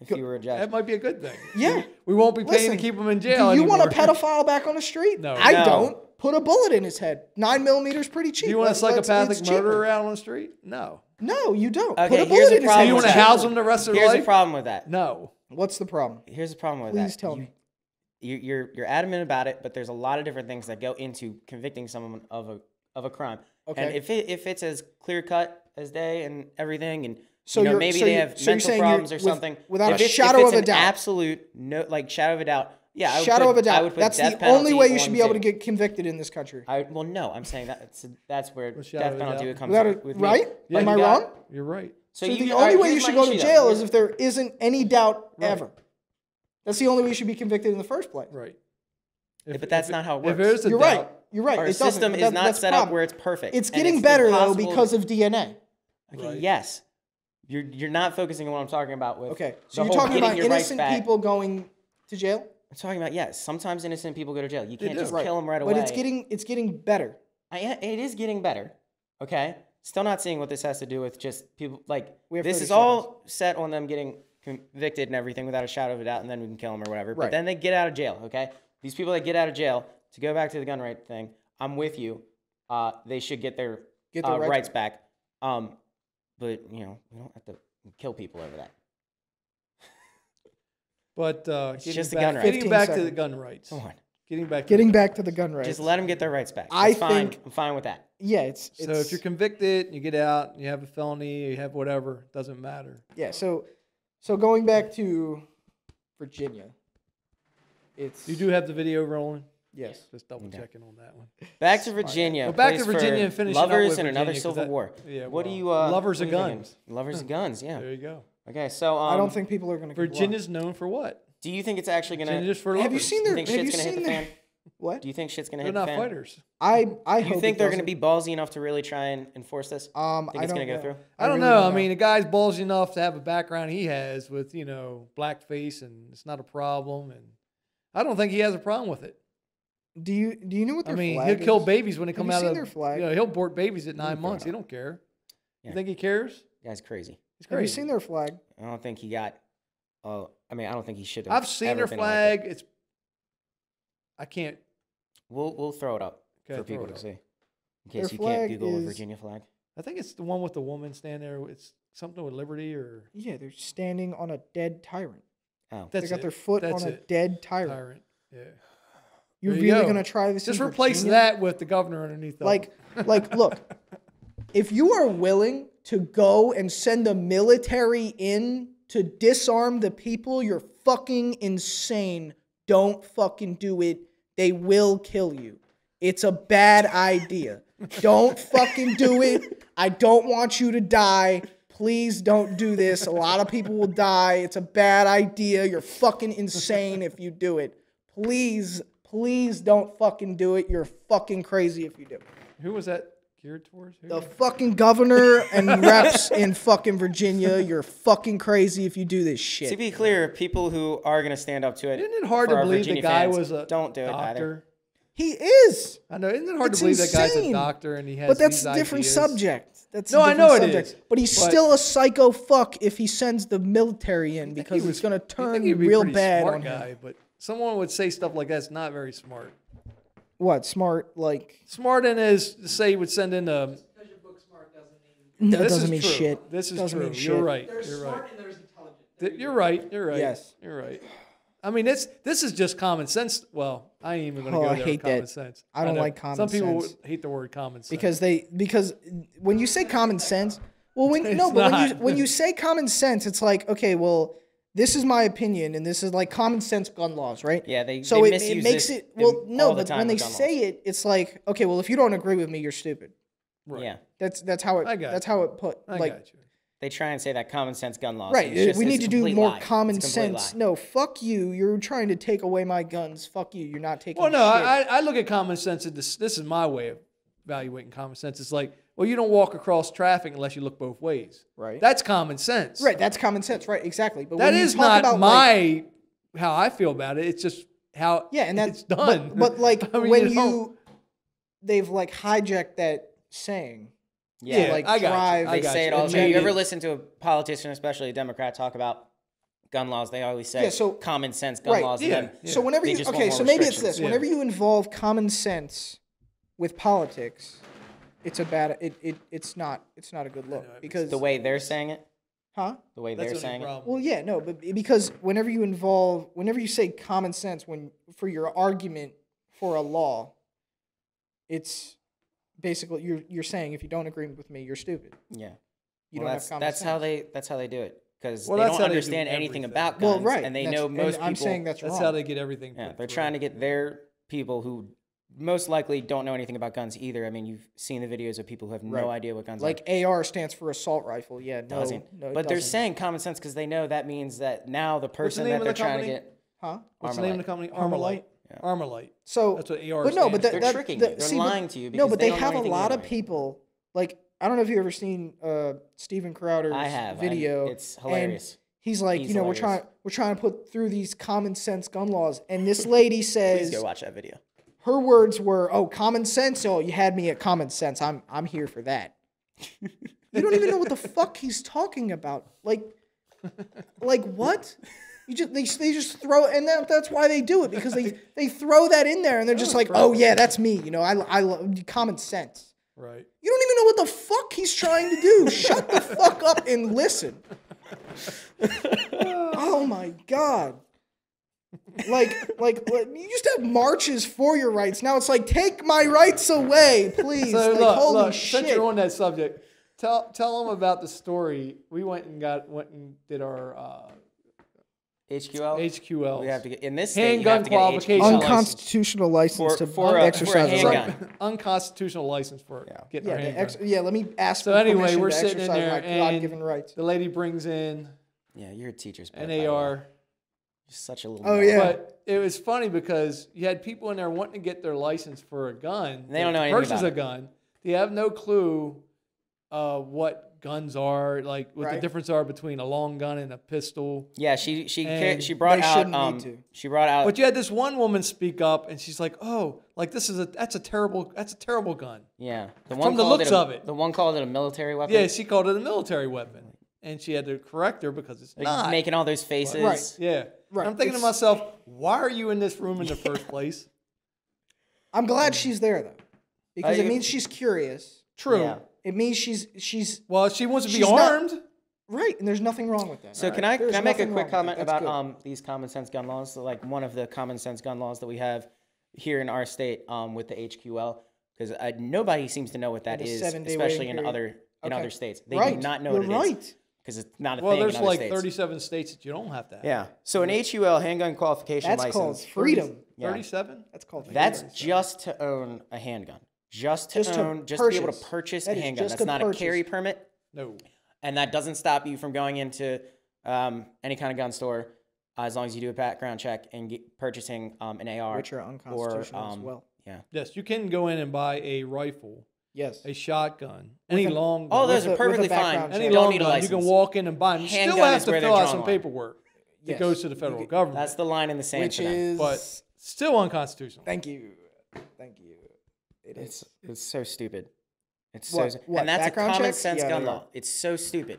Speaker 1: if you were a judge.
Speaker 2: That might be a good thing.
Speaker 3: Yeah.
Speaker 2: We won't be paying
Speaker 3: Listen,
Speaker 2: to keep them in
Speaker 3: Do
Speaker 2: jail.
Speaker 3: you want a
Speaker 2: anymore.
Speaker 3: pedophile back on the street?
Speaker 2: No.
Speaker 3: I
Speaker 1: No.
Speaker 3: don't. Put a bullet in his head. Nine millimeters, pretty cheap.
Speaker 2: Do you want a
Speaker 3: Let's- let's-
Speaker 2: psychopathic
Speaker 3: it's cheaper.
Speaker 2: murderer out on the street? No.
Speaker 3: No, you don't. Put
Speaker 1: Okay,
Speaker 3: a
Speaker 1: here's
Speaker 3: bullet
Speaker 1: the
Speaker 3: in his
Speaker 1: problem.
Speaker 3: head.
Speaker 2: Do you want to
Speaker 3: It's
Speaker 1: Right.
Speaker 2: house
Speaker 3: cheaper.
Speaker 2: them the rest of their
Speaker 1: Here's the
Speaker 2: life?
Speaker 1: problem with that.
Speaker 2: No.
Speaker 3: What's the problem?
Speaker 1: Here's the problem with that.
Speaker 3: Please tell
Speaker 1: You-
Speaker 3: me.
Speaker 1: you- You're you're adamant about it, but there's a lot of different things that go into convicting someone of a of a crime. And
Speaker 3: Okay.
Speaker 1: if it, if it's as clear cut as day and everything, and
Speaker 3: So
Speaker 1: you know
Speaker 3: you're-
Speaker 1: maybe
Speaker 3: so
Speaker 1: they
Speaker 3: you're-
Speaker 1: have
Speaker 3: so you're
Speaker 1: mental
Speaker 3: saying you're-
Speaker 1: problems or
Speaker 3: with-
Speaker 1: something,
Speaker 3: without
Speaker 1: if
Speaker 3: a
Speaker 1: it's- if
Speaker 3: shadow
Speaker 1: it's
Speaker 3: of a
Speaker 1: an
Speaker 3: doubt.
Speaker 1: absolute no, like shadow of a doubt. Yeah, I would
Speaker 3: Shadow
Speaker 1: put- I
Speaker 3: of a
Speaker 1: would
Speaker 3: doubt.
Speaker 1: put
Speaker 3: That's
Speaker 1: death
Speaker 3: the only
Speaker 1: penalty
Speaker 3: way you should
Speaker 1: on
Speaker 3: be able to
Speaker 1: too.
Speaker 3: get convicted in this country.
Speaker 1: I well, no, I'm saying that that's, that's where
Speaker 2: shadow
Speaker 1: death
Speaker 2: of a
Speaker 1: penalty
Speaker 2: doubt.
Speaker 1: would come
Speaker 3: Without a,
Speaker 1: to- with me.
Speaker 3: right?
Speaker 2: Yeah,
Speaker 3: Am
Speaker 2: you
Speaker 3: I
Speaker 2: got-
Speaker 3: wrong?
Speaker 2: You're right.
Speaker 3: So the
Speaker 1: all right,
Speaker 3: only way you
Speaker 1: here's
Speaker 3: should
Speaker 1: my
Speaker 3: go to
Speaker 1: issue, though.
Speaker 3: jail
Speaker 1: Here's-
Speaker 3: is if there isn't any doubt
Speaker 2: Right.
Speaker 3: ever. That's the only way you should be convicted in the first place.
Speaker 2: Right.
Speaker 1: Yeah, but that's not how it
Speaker 2: If
Speaker 1: works.
Speaker 2: there's a
Speaker 3: You're
Speaker 2: doubt,
Speaker 3: right. You're right.
Speaker 1: Our
Speaker 3: it doesn't.
Speaker 1: system is
Speaker 3: That-
Speaker 1: not
Speaker 3: that's the
Speaker 1: set up
Speaker 3: problem.
Speaker 1: where it's perfect.
Speaker 3: It's
Speaker 1: and
Speaker 3: getting better though
Speaker 1: impossible to-
Speaker 3: because of DNA.
Speaker 1: Okay,
Speaker 2: Right.
Speaker 1: Yes. You're you're not focusing on what I'm talking about with
Speaker 3: Okay,
Speaker 1: the
Speaker 3: so you're
Speaker 1: whole
Speaker 3: talking
Speaker 1: getting
Speaker 3: about
Speaker 1: your rights
Speaker 3: innocent
Speaker 1: back.
Speaker 3: people going to jail,
Speaker 1: I'm talking about yes. Sometimes innocent people go to jail. You can't
Speaker 2: do.
Speaker 1: just
Speaker 2: Right.
Speaker 1: kill them right away.
Speaker 3: but it's getting it's getting better.
Speaker 1: I, am- it is getting better. Okay. Still not seeing what this has to do with just people like
Speaker 3: We have
Speaker 1: this
Speaker 3: 30
Speaker 1: is all set on them getting convicted and everything without a shadow of a doubt, and then we can kill them or whatever.
Speaker 3: Right.
Speaker 1: But then they get out of jail. Okay. These people that get out of jail to go back to the gun right thing. I'm with you. Uh, they should get their,
Speaker 3: Get their
Speaker 1: uh,
Speaker 3: rights
Speaker 1: rights, back. Um, but you know we don't have to kill people over that.
Speaker 2: but uh, getting
Speaker 1: just the
Speaker 2: back,
Speaker 1: gun rights.
Speaker 2: Getting
Speaker 3: 15
Speaker 2: back to
Speaker 3: seconds.
Speaker 2: the gun rights.
Speaker 1: Come on.
Speaker 2: Getting back.
Speaker 3: Getting
Speaker 2: to the gun
Speaker 3: back to the gun rights.
Speaker 1: Just let them get their rights back.
Speaker 3: I
Speaker 1: It's fine.
Speaker 3: think-
Speaker 1: I'm fine with that.
Speaker 3: yeah, it's,
Speaker 2: rights.
Speaker 3: it's
Speaker 2: So if you're convicted, you get out, you have a felony, you have whatever, doesn't matter.
Speaker 3: yeah. So so going back to Virginia, It's
Speaker 2: You do have the video rolling.
Speaker 3: yes.
Speaker 2: Just double
Speaker 1: Okay.
Speaker 2: checking on that one.
Speaker 1: Back to Virginia.
Speaker 2: Well, back to
Speaker 1: place for
Speaker 2: Virginia and finishing up
Speaker 1: Lovers
Speaker 2: with
Speaker 1: and another
Speaker 2: Virginia, 'cause
Speaker 1: Civil
Speaker 2: that-
Speaker 1: War.
Speaker 2: yeah,
Speaker 1: What
Speaker 2: well,
Speaker 1: do you? Uh,
Speaker 2: lovers
Speaker 1: what
Speaker 2: of
Speaker 1: are you thinking?
Speaker 2: guns.
Speaker 1: Lovers of guns. Yeah.
Speaker 2: There you go.
Speaker 1: Okay. So um,
Speaker 3: I don't think people are going to
Speaker 2: Virginia's known for what?
Speaker 1: Do you think it's actually gonna?
Speaker 2: Virginia's for
Speaker 3: Have you
Speaker 2: lovers.
Speaker 3: seen
Speaker 1: do
Speaker 3: their?
Speaker 1: you think
Speaker 3: have
Speaker 1: shit's gonna
Speaker 3: you seen
Speaker 1: hit the
Speaker 3: their?
Speaker 1: fan?
Speaker 3: What?
Speaker 1: Do you think shit's gonna
Speaker 2: They're
Speaker 1: hit the
Speaker 2: not
Speaker 1: fan?
Speaker 2: fighters.
Speaker 3: I I
Speaker 1: You
Speaker 3: hope
Speaker 1: think
Speaker 3: it
Speaker 1: they're gonna
Speaker 3: doesn't.
Speaker 1: be ballsy enough to really try and enforce this?
Speaker 3: Um,
Speaker 1: think
Speaker 3: I
Speaker 1: it's
Speaker 3: don't
Speaker 1: gonna go
Speaker 3: know.
Speaker 1: through?
Speaker 2: I don't
Speaker 3: really
Speaker 2: know. I mean, a guy's ballsy enough to have a background he has with, you know, blackface and it's not a problem. And I don't think he has a problem with it.
Speaker 3: do you do you know what
Speaker 2: I
Speaker 3: their
Speaker 2: mean,
Speaker 3: flag
Speaker 2: he'll kill
Speaker 3: is?
Speaker 2: babies when they
Speaker 3: Have
Speaker 2: come
Speaker 3: you
Speaker 2: out
Speaker 3: seen
Speaker 2: of
Speaker 3: their flag?
Speaker 2: You know, he'll abort babies at nine
Speaker 1: Yeah.
Speaker 2: months. He don't care.
Speaker 1: Yeah.
Speaker 2: You think he cares?
Speaker 1: Guy's crazy.
Speaker 2: He's
Speaker 3: Have you
Speaker 2: crazy.
Speaker 3: seen their flag?
Speaker 1: I don't think he got. Oh, I mean, I don't think he should. have
Speaker 2: I've seen
Speaker 1: ever
Speaker 2: their
Speaker 1: been elected.
Speaker 2: flag. It's. I can't.
Speaker 1: We'll we'll throw it up
Speaker 2: Okay,
Speaker 1: for
Speaker 2: throw
Speaker 1: people
Speaker 2: it
Speaker 1: to
Speaker 2: up.
Speaker 1: see. In
Speaker 3: Their
Speaker 1: case you can't
Speaker 3: flag
Speaker 1: Google a
Speaker 3: is-
Speaker 1: Virginia flag.
Speaker 2: I think it's the one with the woman standing there. It's something with liberty or
Speaker 3: Yeah, they're standing on a dead tyrant.
Speaker 1: Oh,
Speaker 2: that's
Speaker 3: they got
Speaker 2: it.
Speaker 3: their foot
Speaker 2: That's
Speaker 3: on a
Speaker 2: it.
Speaker 3: dead tyrant.
Speaker 2: tyrant. Yeah.
Speaker 3: You're
Speaker 2: There you
Speaker 3: really
Speaker 2: go.
Speaker 3: gonna try this? in
Speaker 2: Just replace
Speaker 3: Virginia?
Speaker 2: that with the governor underneath. of
Speaker 3: Like,
Speaker 2: it.
Speaker 3: like, look, if you are willing to go and send the military in to disarm the people, you're fucking insane. Don't fucking do it. They will kill you. It's a bad idea. Don't fucking do it. I don't want you to die. Please don't do this. A lot of people will die. It's a bad idea. You're fucking insane if you do it. Please, please don't fucking do it. You're fucking crazy if you do it
Speaker 2: who was that geared towards? Who?
Speaker 3: the fucking governor and reps in fucking Virginia. You're fucking crazy if you do this shit.
Speaker 1: To be clear, people who are going to stand up to it.
Speaker 2: Isn't it hard
Speaker 1: for
Speaker 2: to
Speaker 1: our
Speaker 2: believe
Speaker 1: Virginia
Speaker 2: the guy
Speaker 1: fans,
Speaker 2: was a
Speaker 1: Don't do it either.
Speaker 2: doctor?
Speaker 3: he is,
Speaker 2: I know. Isn't it hard
Speaker 3: It's
Speaker 2: to believe that guy's a
Speaker 3: insane.
Speaker 2: doctor and he has?
Speaker 3: but that's
Speaker 2: these
Speaker 3: a different
Speaker 2: ideas?
Speaker 3: subject. That's a
Speaker 2: No, I
Speaker 3: different
Speaker 2: know it
Speaker 3: subject.
Speaker 2: is,
Speaker 3: But he's
Speaker 2: but-
Speaker 3: still a psycho fuck if he sends the military in
Speaker 2: think
Speaker 3: because
Speaker 2: he
Speaker 3: it's gonna turn
Speaker 2: he'd be a
Speaker 3: real
Speaker 2: pretty
Speaker 3: bad
Speaker 2: smart
Speaker 3: on him.
Speaker 2: guy, But someone would say stuff like that's not very smart.
Speaker 3: What smart like?
Speaker 2: Smart in is to say he would send in a.
Speaker 3: No,
Speaker 2: Mm. this
Speaker 3: that doesn't
Speaker 2: is
Speaker 3: mean
Speaker 2: true.
Speaker 3: shit.
Speaker 2: This is
Speaker 3: doesn't
Speaker 2: true.
Speaker 3: mean
Speaker 2: You're
Speaker 3: shit.
Speaker 2: right. You're right. Th- You're right. You're right.
Speaker 3: Yes.
Speaker 2: You're right. I mean, it's this is just common sense. Well, I ain't even going to
Speaker 3: Oh,
Speaker 2: go
Speaker 3: I
Speaker 2: there. with
Speaker 3: hate
Speaker 2: common
Speaker 3: that.
Speaker 2: sense.
Speaker 3: I don't
Speaker 2: know.
Speaker 3: like common
Speaker 2: Some people
Speaker 3: sense.
Speaker 2: would hate the word common sense
Speaker 3: because they because when you say common sense, well, when no,
Speaker 2: It's
Speaker 3: but when you
Speaker 2: not.
Speaker 3: when you say common sense, it's like okay, well, this is my opinion, and this is like common sense gun laws, right?
Speaker 1: Yeah, they-
Speaker 3: so
Speaker 1: they
Speaker 3: it, it
Speaker 1: misuse
Speaker 3: makes
Speaker 1: this
Speaker 3: it well
Speaker 1: in- all
Speaker 3: no,
Speaker 1: the
Speaker 3: but
Speaker 1: time
Speaker 3: when they
Speaker 1: with gun laws.
Speaker 3: say it, it's like okay, well, if you don't agree with me, you're stupid.
Speaker 1: Yeah,
Speaker 3: That's that's how it
Speaker 2: I got
Speaker 3: that's
Speaker 2: you.
Speaker 3: how it put
Speaker 2: I
Speaker 3: like
Speaker 2: got you.
Speaker 1: they try and say that common sense gun laws.
Speaker 3: right.
Speaker 1: It's
Speaker 3: uh,
Speaker 1: just-
Speaker 3: we
Speaker 1: it's
Speaker 3: need
Speaker 1: a
Speaker 3: to do
Speaker 1: complete
Speaker 3: more
Speaker 1: lie. It's a
Speaker 3: common
Speaker 1: complete
Speaker 3: sense.
Speaker 1: lie.
Speaker 3: No, fuck you. You're trying to take away my guns. Fuck you. You're not taking.
Speaker 2: Well, no,
Speaker 3: shit.
Speaker 2: I, I I look at common sense. And this this is my way of evaluating common sense. It's like, well, you don't walk across traffic unless you look both ways.
Speaker 3: Right.
Speaker 2: That's common sense.
Speaker 3: right. That's common sense. Right. Exactly. But
Speaker 2: That
Speaker 3: when you
Speaker 2: is
Speaker 3: talk
Speaker 2: not
Speaker 3: about, like,
Speaker 2: my how I feel about it. It's just how
Speaker 3: Yeah, and that's
Speaker 2: it's done.
Speaker 3: But, but, like
Speaker 2: I mean, don't-
Speaker 3: when you, they've like hijacked that saying.
Speaker 2: yeah,
Speaker 3: like,
Speaker 2: I got
Speaker 3: drive-
Speaker 2: you. I
Speaker 1: They
Speaker 2: got
Speaker 1: say
Speaker 2: you.
Speaker 1: it all the
Speaker 2: made
Speaker 1: time. You
Speaker 2: it-
Speaker 1: ever listen to a politician, especially a Democrat, talk about gun laws? They always say
Speaker 3: Yeah, so-
Speaker 1: common sense gun
Speaker 3: right,
Speaker 1: laws.
Speaker 2: yeah,
Speaker 1: and then
Speaker 2: yeah.
Speaker 3: So whenever
Speaker 1: They
Speaker 3: you
Speaker 1: just want
Speaker 3: okay,
Speaker 1: more
Speaker 3: so maybe it's this.
Speaker 1: restrictions.
Speaker 3: Whenever you involve common sense with politics, it's a bad. It, it it's not it's not a good look because
Speaker 1: the way they're saying it,
Speaker 3: huh?
Speaker 1: the way they're
Speaker 2: That's the only
Speaker 1: saying it.
Speaker 2: problem.
Speaker 3: Well, yeah, no, but because whenever you involve, whenever you say common sense when for your argument for a law, it's basically you're you're saying if you don't agree with me, you're stupid.
Speaker 1: Yeah,
Speaker 3: You
Speaker 1: Well,
Speaker 3: don't
Speaker 1: that's
Speaker 3: have common
Speaker 1: that's
Speaker 3: sense.
Speaker 1: how they that's how they do it because
Speaker 2: Well,
Speaker 1: they
Speaker 2: that's
Speaker 1: don't
Speaker 2: how they do
Speaker 1: understand anything
Speaker 2: everything.
Speaker 1: about guns.
Speaker 3: Well, right.
Speaker 1: and they
Speaker 3: that's-
Speaker 1: know most
Speaker 3: I'm
Speaker 1: people.
Speaker 3: saying that's,
Speaker 2: That's
Speaker 3: wrong.
Speaker 2: how they get everything.
Speaker 1: yeah,
Speaker 2: put
Speaker 1: they're
Speaker 2: through.
Speaker 1: trying to get their people who most likely don't know anything about guns either. I mean, you've seen the videos of people who have no
Speaker 3: Right.
Speaker 1: idea what guns are.
Speaker 3: Like AR stands for assault rifle. Yeah, no,
Speaker 1: doesn't.
Speaker 3: no, it
Speaker 1: but they're
Speaker 3: doesn't.
Speaker 1: saying common sense because they know that means that now the person
Speaker 2: name
Speaker 1: that
Speaker 2: of
Speaker 1: they're
Speaker 2: the
Speaker 1: trying to
Speaker 2: company?
Speaker 1: get.
Speaker 3: huh?
Speaker 2: What's the name of the company? Armalite. Armalite.
Speaker 3: So
Speaker 2: That's what AR
Speaker 3: But no,
Speaker 2: stands
Speaker 3: but
Speaker 2: for.
Speaker 3: that,
Speaker 1: They're
Speaker 3: that,
Speaker 1: tricking
Speaker 3: the-
Speaker 1: you. They're
Speaker 3: see, but-
Speaker 1: lying to you
Speaker 3: No,
Speaker 1: because
Speaker 3: but
Speaker 1: they
Speaker 3: they,
Speaker 1: don't know
Speaker 3: have a
Speaker 1: anything
Speaker 3: lot of
Speaker 1: anyway.
Speaker 3: people. Like I don't know if you have ever seen uh, Stephen Crowder's
Speaker 1: I have. I-
Speaker 3: video.
Speaker 1: it's
Speaker 3: and
Speaker 1: hilarious.
Speaker 3: He's like,
Speaker 1: He's
Speaker 3: you know,
Speaker 1: hilarious.
Speaker 3: we're trying, we're trying to put through these common sense gun laws, and this lady
Speaker 1: Please
Speaker 3: says
Speaker 1: go watch that video.
Speaker 3: her words were, "Oh, common sense. Oh, you had me at common sense. I'm, I'm here for that." you don't even know what the fuck he's talking about. Like, like what? You just they, they just throw and that, that's why they do it because they they throw that in there and they're just like, "Oh yeah, that's me." You know, I I love common sense.
Speaker 2: Right.
Speaker 3: You don't even know what the fuck he's trying to do. Shut the fuck up and listen. oh my god. Like, like, like, you used to have marches for your rights. Now it's like, take my rights away, please.
Speaker 2: So
Speaker 3: like,
Speaker 2: look,
Speaker 3: holy
Speaker 2: look, since
Speaker 3: shit.
Speaker 2: you're on that subject, tell tell them about the story. We went and got went and did our uh,
Speaker 1: HQL.
Speaker 2: HQLs.
Speaker 1: Oh, We have to get in this state. you
Speaker 2: Handgun
Speaker 1: have to get an
Speaker 2: qualification.
Speaker 1: HQL license.
Speaker 3: Unconstitutional license
Speaker 1: For-
Speaker 3: to
Speaker 1: for a-
Speaker 3: exercise
Speaker 1: for a
Speaker 3: a
Speaker 1: handgun.
Speaker 3: right.
Speaker 2: Unconstitutional license for
Speaker 1: Yeah.
Speaker 2: getting
Speaker 3: Yeah,
Speaker 2: our
Speaker 3: the
Speaker 2: handgun.
Speaker 3: ex- yeah. Let me ask.
Speaker 2: So
Speaker 3: for
Speaker 2: anyway,
Speaker 3: permission
Speaker 2: we're
Speaker 3: to
Speaker 2: sitting in
Speaker 3: exercise
Speaker 2: there
Speaker 3: my
Speaker 2: and-
Speaker 3: God-given rights.
Speaker 2: The lady brings in
Speaker 1: Yeah, you're a teacher's pet, by
Speaker 2: an
Speaker 1: the way.
Speaker 2: AR.
Speaker 1: You're such a little.
Speaker 3: Oh,
Speaker 1: nut.
Speaker 3: yeah.
Speaker 2: But it was funny because you had people in there wanting to get their license for a gun.
Speaker 1: They don't know
Speaker 2: to
Speaker 1: anything
Speaker 2: Purchase
Speaker 1: about
Speaker 2: a
Speaker 1: it.
Speaker 2: gun. They have no clue uh, what guns are, like what the
Speaker 3: Right.
Speaker 2: difference are between a long gun and a pistol.
Speaker 1: Yeah, she she ca-
Speaker 2: And
Speaker 1: she brought
Speaker 3: they
Speaker 1: out
Speaker 3: shouldn't need
Speaker 1: um
Speaker 3: to.
Speaker 1: she brought out
Speaker 2: But you had this one woman speak up, and she's like, "Oh, like this is a that's a terrible that's a terrible gun."
Speaker 1: yeah the one
Speaker 2: the
Speaker 1: called
Speaker 2: looks
Speaker 1: it a,
Speaker 2: of it.
Speaker 1: the one called it a military weapon.
Speaker 2: Yeah, she called it a military weapon, and she had to correct her because it's
Speaker 1: Like,
Speaker 2: not.
Speaker 1: making all those faces.
Speaker 3: Right.
Speaker 2: yeah,
Speaker 3: Right,
Speaker 2: I'm thinking to
Speaker 3: it's-
Speaker 2: myself, why are you in this room in the first place?
Speaker 3: I'm glad she's there though, because it
Speaker 1: you-
Speaker 3: means she's curious.
Speaker 2: True.
Speaker 1: Yeah.
Speaker 3: It means she's she's
Speaker 2: Well, she wants to be
Speaker 3: She's not-
Speaker 2: armed.
Speaker 3: right, and there's nothing wrong with that.
Speaker 1: So can I can
Speaker 3: There's
Speaker 1: I make a
Speaker 3: nothing
Speaker 1: quick
Speaker 3: wrong with
Speaker 1: comment
Speaker 3: that.
Speaker 1: about
Speaker 3: That's good.
Speaker 1: um these common sense gun laws? So, like one of the common sense gun laws that we have here in our state um with the HQL because uh, nobody seems to know what that
Speaker 3: the
Speaker 1: is,
Speaker 3: seven-day
Speaker 1: especially
Speaker 3: waiting
Speaker 1: in
Speaker 3: period.
Speaker 1: other in
Speaker 3: Okay.
Speaker 1: other states. They
Speaker 3: right.
Speaker 1: do not know
Speaker 3: You're
Speaker 1: what it is
Speaker 3: right.
Speaker 1: because it's not a
Speaker 2: Well,
Speaker 1: thing in
Speaker 2: there's
Speaker 1: other
Speaker 2: like
Speaker 1: states.
Speaker 2: 37 states that you don't have to have.
Speaker 1: yeah. So an HUL handgun qualification
Speaker 3: That's
Speaker 1: license.
Speaker 3: called freedom.
Speaker 1: Yeah.
Speaker 2: 37?
Speaker 3: That's called freedom.
Speaker 1: That's just to own a handgun. Just to
Speaker 3: Just to
Speaker 1: own, just to be able to purchase
Speaker 3: purchase. That
Speaker 1: a
Speaker 3: is
Speaker 1: handgun.
Speaker 3: just
Speaker 1: That's
Speaker 3: to
Speaker 1: not
Speaker 3: purchase.
Speaker 1: a carry permit,
Speaker 2: No.
Speaker 1: and that doesn't stop you from going into um, any kind of gun store uh, as long as you do a background check and get, purchasing um, an AR.
Speaker 3: which are unconstitutional as well.
Speaker 1: um, Yeah.
Speaker 2: Yes, you can go in and buy a rifle,
Speaker 3: Yes.
Speaker 2: a shotgun, any long gun.
Speaker 1: All Oh, those
Speaker 3: With a-
Speaker 1: are
Speaker 3: with a
Speaker 1: perfectly fine.
Speaker 3: background check.
Speaker 2: any
Speaker 1: You
Speaker 2: long
Speaker 1: don't need a
Speaker 2: gun,
Speaker 1: license.
Speaker 2: you can walk in and buy. 'em. You still
Speaker 1: Handgun
Speaker 2: have
Speaker 1: is
Speaker 2: to
Speaker 1: where
Speaker 2: fill
Speaker 1: they're
Speaker 2: out some
Speaker 1: drawn line.
Speaker 2: paperwork that
Speaker 3: Yes.
Speaker 2: goes to the federal government,
Speaker 1: That's the line in the sand.
Speaker 3: Which
Speaker 1: for them.
Speaker 3: is
Speaker 2: but still unconstitutional.
Speaker 3: thank you, thank you. It is.
Speaker 1: it's it's so stupid. It's
Speaker 3: What-
Speaker 1: so
Speaker 3: what,
Speaker 1: and that's a
Speaker 3: background
Speaker 1: common
Speaker 3: checks?
Speaker 1: sense
Speaker 3: Yeah,
Speaker 1: gun
Speaker 3: they are.
Speaker 1: law. It's so stupid.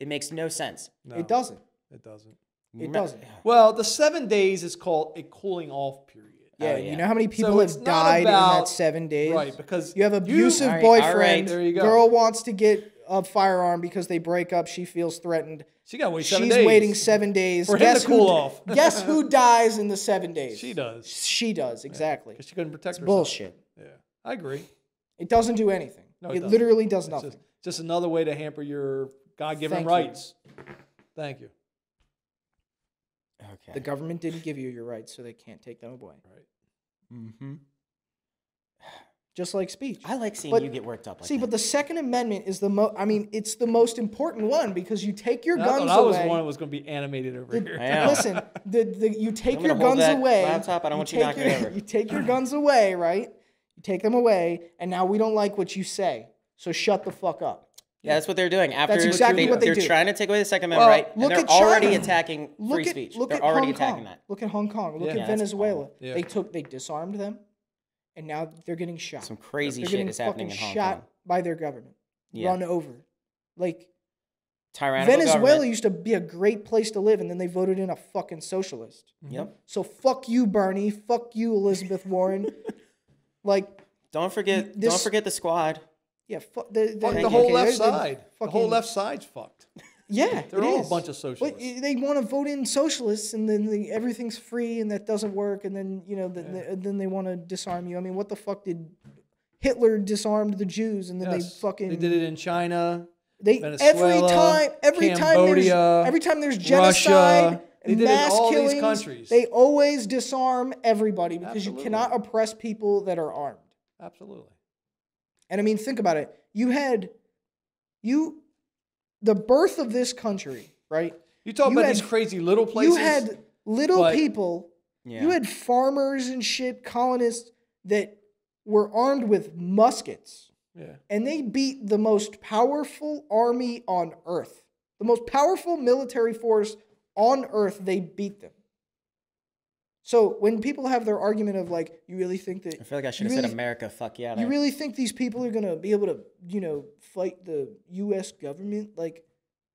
Speaker 1: It makes no sense.
Speaker 2: No,
Speaker 3: It doesn't.
Speaker 2: It doesn't.
Speaker 3: It doesn't.
Speaker 2: Well, the seven days is called a cooling off period.
Speaker 3: Yeah,
Speaker 1: yeah.
Speaker 3: you know how many people
Speaker 2: oh, So it's
Speaker 3: have
Speaker 2: not
Speaker 3: died in
Speaker 2: about-
Speaker 3: that seven days?
Speaker 2: Right, because
Speaker 3: You have abusive
Speaker 1: All right, all
Speaker 3: boyfriend.
Speaker 1: right,
Speaker 2: there you go.
Speaker 3: Girl wants to get a firearm because they break up. She feels threatened.
Speaker 2: She got to wait
Speaker 3: She's
Speaker 2: seven days.
Speaker 3: waiting seven days.
Speaker 2: For him to
Speaker 3: guess who,
Speaker 2: cool off.
Speaker 3: guess who dies in the seven days?
Speaker 2: She does
Speaker 3: She does exactly.
Speaker 2: because she couldn't protect herself.
Speaker 3: Bullshit.
Speaker 2: Yeah, I agree.
Speaker 3: It doesn't do anything.
Speaker 2: No, it
Speaker 3: it
Speaker 2: doesn't.
Speaker 3: literally does
Speaker 2: It's
Speaker 3: nothing.
Speaker 2: just, just another way to hamper your God-given
Speaker 3: Thank you.
Speaker 2: rights. Thank you.
Speaker 1: Okay.
Speaker 3: the government didn't give you your rights, so they can't take them away.
Speaker 2: Right.
Speaker 1: mm-hmm.
Speaker 3: Just like speech.
Speaker 1: I like seeing
Speaker 3: But-
Speaker 1: you get worked up like
Speaker 3: See,
Speaker 1: that.
Speaker 3: but the Second Amendment is the most. I mean, it's the most important one because you take your
Speaker 2: I
Speaker 3: guns
Speaker 2: thought I was
Speaker 3: away.
Speaker 2: the one that was going to be animated over here.
Speaker 1: I am.
Speaker 3: Listen, the, the, you take
Speaker 1: I'm
Speaker 3: your
Speaker 1: gonna hold
Speaker 3: guns
Speaker 1: that
Speaker 3: away.
Speaker 1: laptop. I don't want you
Speaker 3: take
Speaker 1: knocking it
Speaker 3: your-
Speaker 1: over.
Speaker 3: You take your guns away, right? You take them away, and now we don't like what you say. So shut the fuck up.
Speaker 1: yeah, that's what they're doing. After
Speaker 3: exactly
Speaker 1: they,
Speaker 3: what they
Speaker 1: are
Speaker 3: do.
Speaker 1: trying to take away the Second Amendment
Speaker 2: Well,
Speaker 1: right, and
Speaker 3: look
Speaker 1: they're
Speaker 3: at China.
Speaker 1: already attacking
Speaker 3: Look
Speaker 1: free
Speaker 3: at
Speaker 1: speech.
Speaker 3: look
Speaker 1: they're
Speaker 3: at
Speaker 1: already
Speaker 3: Hong
Speaker 1: attacking
Speaker 3: Kong.
Speaker 1: that.
Speaker 3: Look at Hong Kong. Look
Speaker 2: Yeah.
Speaker 1: Yeah,
Speaker 3: at
Speaker 1: that's
Speaker 3: Venezuela.
Speaker 2: Yeah.
Speaker 3: They took they disarmed them, and now they're getting shot.
Speaker 1: Some crazy
Speaker 3: they're
Speaker 1: shit
Speaker 3: getting
Speaker 1: is happening in
Speaker 3: fucking
Speaker 1: Hong
Speaker 3: shot
Speaker 1: Kong.
Speaker 3: by their government.
Speaker 1: Yeah.
Speaker 3: Run over, like
Speaker 1: Tyrannical
Speaker 3: Venezuela
Speaker 1: government.
Speaker 3: used to be a great place to live, and then they voted in a fucking socialist.
Speaker 1: Yep.
Speaker 3: So fuck you, Bernie. Fuck you, Elizabeth Warren. like,
Speaker 1: Don't forget. don't
Speaker 3: This-
Speaker 1: forget the squad.
Speaker 3: yeah, fuck the,
Speaker 2: Fuck
Speaker 1: Thank
Speaker 2: the
Speaker 1: you.
Speaker 2: whole
Speaker 3: okay,
Speaker 2: left
Speaker 3: they- they
Speaker 2: side. The
Speaker 3: Fucking,
Speaker 2: whole left side's fucked.
Speaker 3: Yeah,
Speaker 2: They're
Speaker 3: it
Speaker 2: all a
Speaker 3: is.
Speaker 2: bunch of
Speaker 3: But
Speaker 2: socialists.
Speaker 3: i- they want to vote in socialists, and then the, everything's free, and that doesn't work, and then you know, the, the- then they want to disarm you. I mean, what the fuck did Hitler disarmed the Jews, and then
Speaker 2: Yes.
Speaker 3: they fucking
Speaker 2: They did it in China.
Speaker 3: They
Speaker 2: Venezuela,
Speaker 3: every time, every time
Speaker 2: Cambodia,
Speaker 3: there's every time there's genocide,
Speaker 2: Russia. They
Speaker 3: and
Speaker 2: did it in
Speaker 3: mass
Speaker 2: all these
Speaker 3: killings,
Speaker 2: countries.
Speaker 3: They always disarm everybody because
Speaker 2: Absolutely.
Speaker 3: you cannot oppress people that are armed.
Speaker 2: Absolutely.
Speaker 3: And I mean, think about it. You had you the birth of this country, right?
Speaker 2: You talk
Speaker 3: You
Speaker 2: about
Speaker 3: had-
Speaker 2: these crazy little places.
Speaker 3: you had little
Speaker 2: but-
Speaker 3: people,
Speaker 1: Yeah.
Speaker 3: you had farmers and shit, colonists that were armed with muskets
Speaker 2: Yeah.
Speaker 3: and they beat the most powerful army on earth. The most powerful military force on earth, they beat them. So when people have their argument of like, you really think that
Speaker 1: I feel like I should
Speaker 3: you
Speaker 1: have
Speaker 3: really,
Speaker 1: said America. Fuck yeah.
Speaker 3: You
Speaker 1: there.
Speaker 3: really think these people are gonna be able to, you know, fight the U.S. government? Like,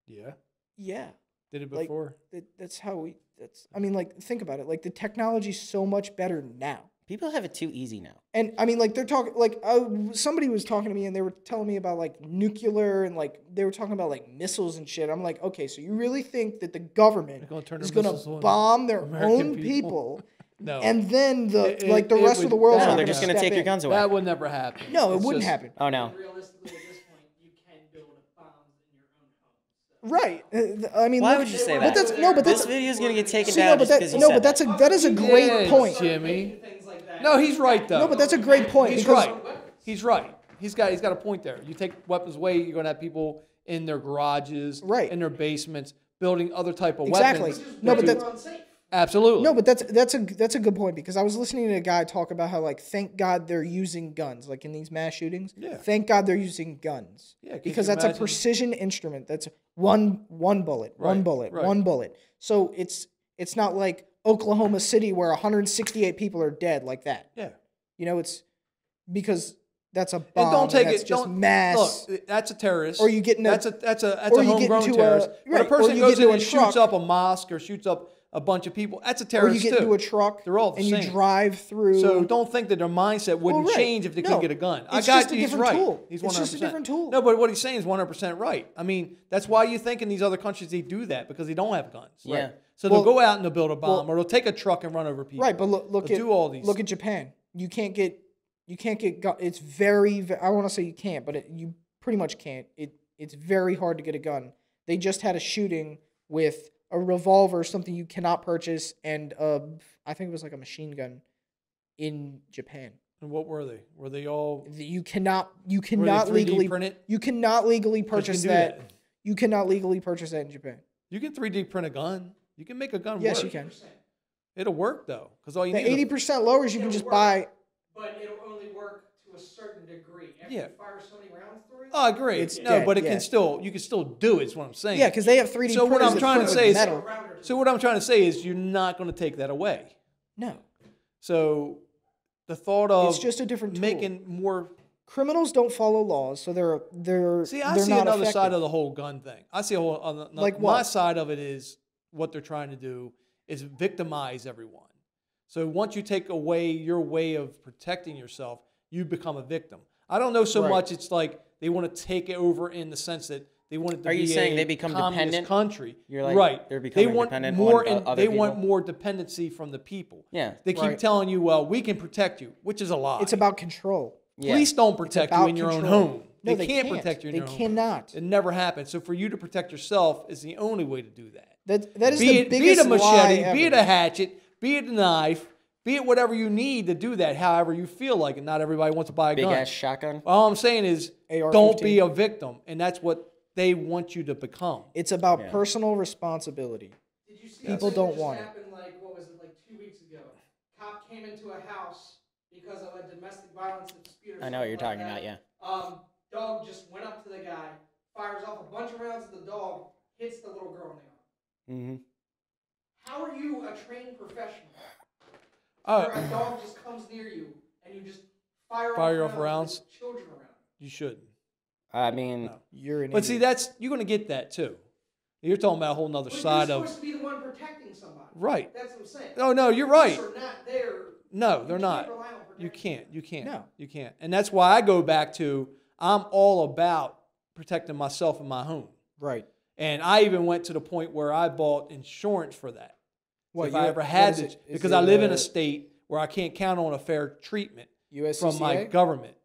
Speaker 2: Yeah.
Speaker 3: yeah,
Speaker 2: Did it
Speaker 3: Like-
Speaker 2: before.
Speaker 3: that, that's how we. That's. I mean, like, think about it. Like, the technology's so much better now.
Speaker 1: People have it too easy now.
Speaker 3: And I mean, like they're talking, like uh, somebody was talking to me, and they were telling me about like nuclear, and like they were talking about like missiles and shit. I'm like, okay, so you really think that the government
Speaker 2: They're gonna turn
Speaker 3: is
Speaker 2: their
Speaker 3: going
Speaker 2: missiles
Speaker 3: to
Speaker 2: on
Speaker 3: bomb their
Speaker 2: American
Speaker 3: own
Speaker 2: people?
Speaker 3: people,
Speaker 2: no.
Speaker 3: and then the
Speaker 2: It- it-
Speaker 3: like the
Speaker 2: it
Speaker 3: rest
Speaker 2: would-
Speaker 3: of the world?
Speaker 2: No,
Speaker 1: No,
Speaker 2: not
Speaker 1: they're
Speaker 2: gonna
Speaker 1: just gonna take your guns away.
Speaker 2: that would never happen.
Speaker 3: No, it
Speaker 2: It's
Speaker 3: wouldn't
Speaker 2: just-
Speaker 3: happen.
Speaker 1: oh no.
Speaker 4: realistically, at this point, you can build a bomb in your own home. So
Speaker 3: right. Uh, I mean,
Speaker 1: Why
Speaker 3: look-
Speaker 1: would you say that?
Speaker 3: But that's no, but
Speaker 1: this
Speaker 3: that's
Speaker 1: video is gonna get taken
Speaker 3: see,
Speaker 1: down
Speaker 3: no, but
Speaker 1: just
Speaker 3: that,
Speaker 1: because you
Speaker 3: no,
Speaker 1: said
Speaker 3: but that's a that is a great
Speaker 2: Yes,
Speaker 3: point.
Speaker 2: Jimmy. No, he's right though.
Speaker 3: No, but that's a great point.
Speaker 2: He's
Speaker 3: because-
Speaker 2: right. He's right. He's got he's got a point there. You take weapons away, you're gonna have people in their garages,
Speaker 3: Right.
Speaker 2: in their basements, building other type of
Speaker 3: Exactly.
Speaker 2: weapons.
Speaker 3: No, but
Speaker 2: do-
Speaker 3: that's
Speaker 2: absolutely
Speaker 3: No, but that's that's a that's a good point because I was listening to a guy talk about how like thank God they're using guns like in these mass shootings.
Speaker 2: Yeah.
Speaker 3: Thank God they're using guns.
Speaker 2: Yeah, could
Speaker 3: Because
Speaker 2: you
Speaker 3: that's a
Speaker 2: imagine-
Speaker 3: precision instrument. That's one one bullet, one
Speaker 2: Right,
Speaker 3: bullet,
Speaker 2: right.
Speaker 3: one bullet. So it's it's not like Oklahoma City where 168 people are dead like that.
Speaker 2: yeah.
Speaker 3: You know, it's because that's a bomb.
Speaker 2: And don't take
Speaker 3: that's
Speaker 2: it.
Speaker 3: just
Speaker 2: don't,
Speaker 3: mass.
Speaker 2: Look, that's a terrorist.
Speaker 3: Or you get in a-
Speaker 2: that's a that's a that's
Speaker 3: or
Speaker 2: a
Speaker 3: you get
Speaker 2: homegrown
Speaker 3: into a-
Speaker 2: terrorist. When
Speaker 3: right,
Speaker 2: a
Speaker 3: or
Speaker 2: person
Speaker 3: you
Speaker 2: goes in
Speaker 3: get into a
Speaker 2: and shoots
Speaker 3: truck.
Speaker 2: up a mosque or shoots up a bunch of people, that's a
Speaker 3: or
Speaker 2: terrorist
Speaker 3: you get
Speaker 2: too.
Speaker 3: into a truck
Speaker 2: They're all the
Speaker 3: and
Speaker 2: same.
Speaker 3: you drive through.
Speaker 2: So don't think that their mindset wouldn't
Speaker 3: Well, right.
Speaker 2: change if they
Speaker 3: No.
Speaker 2: couldn't get a gun. I
Speaker 3: It's
Speaker 2: got
Speaker 3: just a
Speaker 2: you. He's
Speaker 3: different
Speaker 2: right.
Speaker 3: tool.
Speaker 2: He's 100%.
Speaker 3: It's just a different tool.
Speaker 2: No, but what he's saying is 100% right. I mean, that's why you think in these other countries they do that because they don't have guns.
Speaker 1: Yeah.
Speaker 2: Right. So
Speaker 3: Well-
Speaker 2: they'll go out and they'll build a bomb or they'll take a truck and run over people.
Speaker 3: Right, but look, look
Speaker 2: They'll
Speaker 3: at
Speaker 2: do all these.
Speaker 3: look at Japan. You can't get you can't get gu- it's very ve- I want to say you can't, but it, you pretty much can't. It it's very hard to get a gun. They just had a shooting with a revolver, something you cannot purchase, and uh, I think it was like a machine gun in Japan.
Speaker 2: and what were they? Were they all?
Speaker 3: Th- You cannot you
Speaker 2: Were they
Speaker 3: cannot
Speaker 2: 3D
Speaker 3: legally
Speaker 2: print it?
Speaker 3: you cannot legally
Speaker 2: But you can
Speaker 3: purchase
Speaker 2: do
Speaker 3: that. You cannot legally purchase that in Japan.
Speaker 2: You can 3D print a gun. You can make a gun
Speaker 3: Yes,
Speaker 2: work.
Speaker 3: you can.
Speaker 2: It'll work though, because all you
Speaker 3: The
Speaker 2: need.
Speaker 3: eighty
Speaker 2: is
Speaker 3: percent lowers you can just buy.
Speaker 4: but it'll only work to a certain degree. After
Speaker 2: Yeah.
Speaker 4: you fire so many rounds through it,
Speaker 2: Oh, great.
Speaker 3: It's
Speaker 2: no,
Speaker 3: dead,
Speaker 2: but it
Speaker 3: yeah.
Speaker 2: can still. You can still do it. Is what I'm saying.
Speaker 3: Yeah, because they have three D.
Speaker 2: So what I'm trying to say is-
Speaker 3: metal.
Speaker 2: So what I'm trying to say is, you're not going to take that away.
Speaker 3: no.
Speaker 2: So the thought of
Speaker 3: It's just a different tool.
Speaker 2: making more.
Speaker 3: criminals don't follow laws, so they're they're
Speaker 2: See, I
Speaker 3: they're
Speaker 2: see
Speaker 3: not
Speaker 2: another
Speaker 3: effective.
Speaker 2: side of the whole gun thing. I see a whole other,
Speaker 3: Like
Speaker 2: my
Speaker 3: what?
Speaker 2: side of it is what they're trying to do is victimize everyone. So once you take away your way of protecting yourself, you become a victim. I don't know so
Speaker 3: Right.
Speaker 2: much. It's like they want to take it over in the sense that they want it to
Speaker 1: Are
Speaker 2: be
Speaker 1: you saying
Speaker 2: a
Speaker 1: they become
Speaker 2: communist
Speaker 1: dependent?
Speaker 2: country.
Speaker 1: You're like,
Speaker 2: right.
Speaker 1: they're
Speaker 2: they
Speaker 1: becoming
Speaker 2: want
Speaker 1: dependent
Speaker 2: more.
Speaker 1: on o- other
Speaker 2: they want
Speaker 1: people.
Speaker 2: more dependency from the people.
Speaker 1: Yeah.
Speaker 2: They keep
Speaker 3: Right.
Speaker 2: telling you, "Well, we can protect you," which is a lie.
Speaker 3: It's about control.
Speaker 1: Yeah.
Speaker 2: Police don't protect you
Speaker 3: about
Speaker 2: in your own
Speaker 3: control.
Speaker 2: home.
Speaker 3: No,
Speaker 2: they,
Speaker 3: they
Speaker 2: can't,
Speaker 3: can't.
Speaker 2: protect you in
Speaker 3: They
Speaker 2: your own
Speaker 3: cannot.
Speaker 2: Home. It never happens. So for you to protect yourself is the only way to do that.
Speaker 3: That that is
Speaker 2: be,
Speaker 3: the
Speaker 2: it, be it
Speaker 3: biggest
Speaker 2: a machete,
Speaker 3: lie
Speaker 2: be it
Speaker 3: ever.
Speaker 2: a hatchet, be it a knife, be it whatever you need to do that, however you feel like it. Not everybody wants to buy a
Speaker 1: big
Speaker 2: gun.
Speaker 1: ass shotgun.
Speaker 2: All I'm saying is
Speaker 3: AR-15.
Speaker 2: don't be a victim. And that's what they want you to become.
Speaker 3: It's about personal responsibility.
Speaker 4: Did you see
Speaker 3: People
Speaker 4: something
Speaker 3: don't
Speaker 4: that just
Speaker 3: want it.
Speaker 4: happened, Like what was it? Like two weeks ago, cop came into a house because of a domestic violence dispute. Or
Speaker 1: I know what you're
Speaker 4: something
Speaker 1: talking about,
Speaker 4: like
Speaker 1: yeah.
Speaker 4: that. Um, dog just went up to the guy, fires off a bunch of rounds at the dog, hits the little girl in the arm.
Speaker 1: Mm-hmm.
Speaker 4: How are you a trained professional?
Speaker 2: Oh,
Speaker 4: where a dog just comes near you and you just fire,
Speaker 2: Fire
Speaker 4: off
Speaker 2: off rounds?
Speaker 4: rounds. with Children around.
Speaker 2: you shouldn't.
Speaker 1: I mean,
Speaker 3: You're an
Speaker 2: But
Speaker 3: idiot.
Speaker 2: see, that's you're going to get that too. You're talking about a whole nother
Speaker 4: But
Speaker 2: side
Speaker 4: you're
Speaker 2: of.
Speaker 4: supposed to be the one protecting somebody.
Speaker 2: Right.
Speaker 4: That's what I'm saying.
Speaker 2: Oh, no, you're right.
Speaker 4: Cops are not there.
Speaker 2: No,
Speaker 4: You
Speaker 2: they're
Speaker 4: can't
Speaker 2: not.
Speaker 4: rely on
Speaker 2: You
Speaker 4: protection.
Speaker 2: can't. You can't.
Speaker 3: No.
Speaker 2: You can't. And that's why I go back to I'm all about protecting myself and my home.
Speaker 3: right.
Speaker 2: And I even went to the point where I bought insurance for that.
Speaker 3: What,
Speaker 2: if
Speaker 3: you
Speaker 2: I
Speaker 3: have-
Speaker 2: ever
Speaker 3: what
Speaker 2: had
Speaker 3: is
Speaker 2: to,
Speaker 3: it? Is
Speaker 2: because I
Speaker 3: it,
Speaker 2: live in
Speaker 3: uh,
Speaker 2: a state where I can't count on a fair treatment
Speaker 3: USCCA.
Speaker 2: from my government.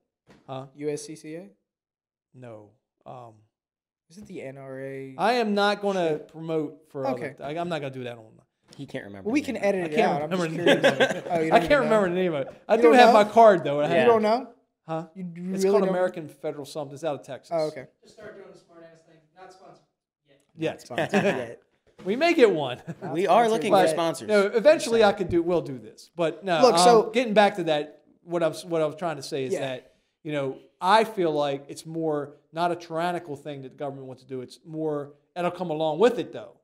Speaker 2: Huh?
Speaker 3: USCCA.
Speaker 2: No. Um,
Speaker 3: Is it the NRA?
Speaker 2: I am not going to promote for
Speaker 3: Okay.
Speaker 2: okay. other. I, I'm not going to do that on.
Speaker 1: he can't remember.
Speaker 3: well, we
Speaker 1: the
Speaker 3: can
Speaker 1: name.
Speaker 2: I
Speaker 3: edit it out.
Speaker 2: can't
Speaker 3: I'm
Speaker 2: remember.
Speaker 3: just
Speaker 2: the
Speaker 3: curious.
Speaker 2: name of it.
Speaker 3: Oh,
Speaker 2: I
Speaker 3: you don't even
Speaker 2: can't
Speaker 3: know?
Speaker 2: remember the name of it. I
Speaker 3: You
Speaker 2: do
Speaker 3: don't
Speaker 2: have my
Speaker 3: know?
Speaker 2: card though. and I
Speaker 3: You
Speaker 2: have-
Speaker 3: don't know?
Speaker 2: Huh?
Speaker 3: You d- really
Speaker 2: It's called
Speaker 3: don't?
Speaker 2: American Federal Something. It's out of Texas.
Speaker 3: Oh, okay.
Speaker 4: Just start doing the smart ass thing. Not sponsored.
Speaker 2: Yes.
Speaker 3: Fine.
Speaker 2: we may get one.
Speaker 1: We are looking for
Speaker 2: But,
Speaker 1: sponsors.
Speaker 2: No, eventually I could do. We'll do this, but no.
Speaker 3: Look,
Speaker 2: Look,
Speaker 3: so-
Speaker 2: so getting back to that, what I'm what I was trying to say is
Speaker 3: Yeah.
Speaker 2: that you know I feel like it's more not a tyrannical thing that the government wants to do. It's more it'll come along with it though.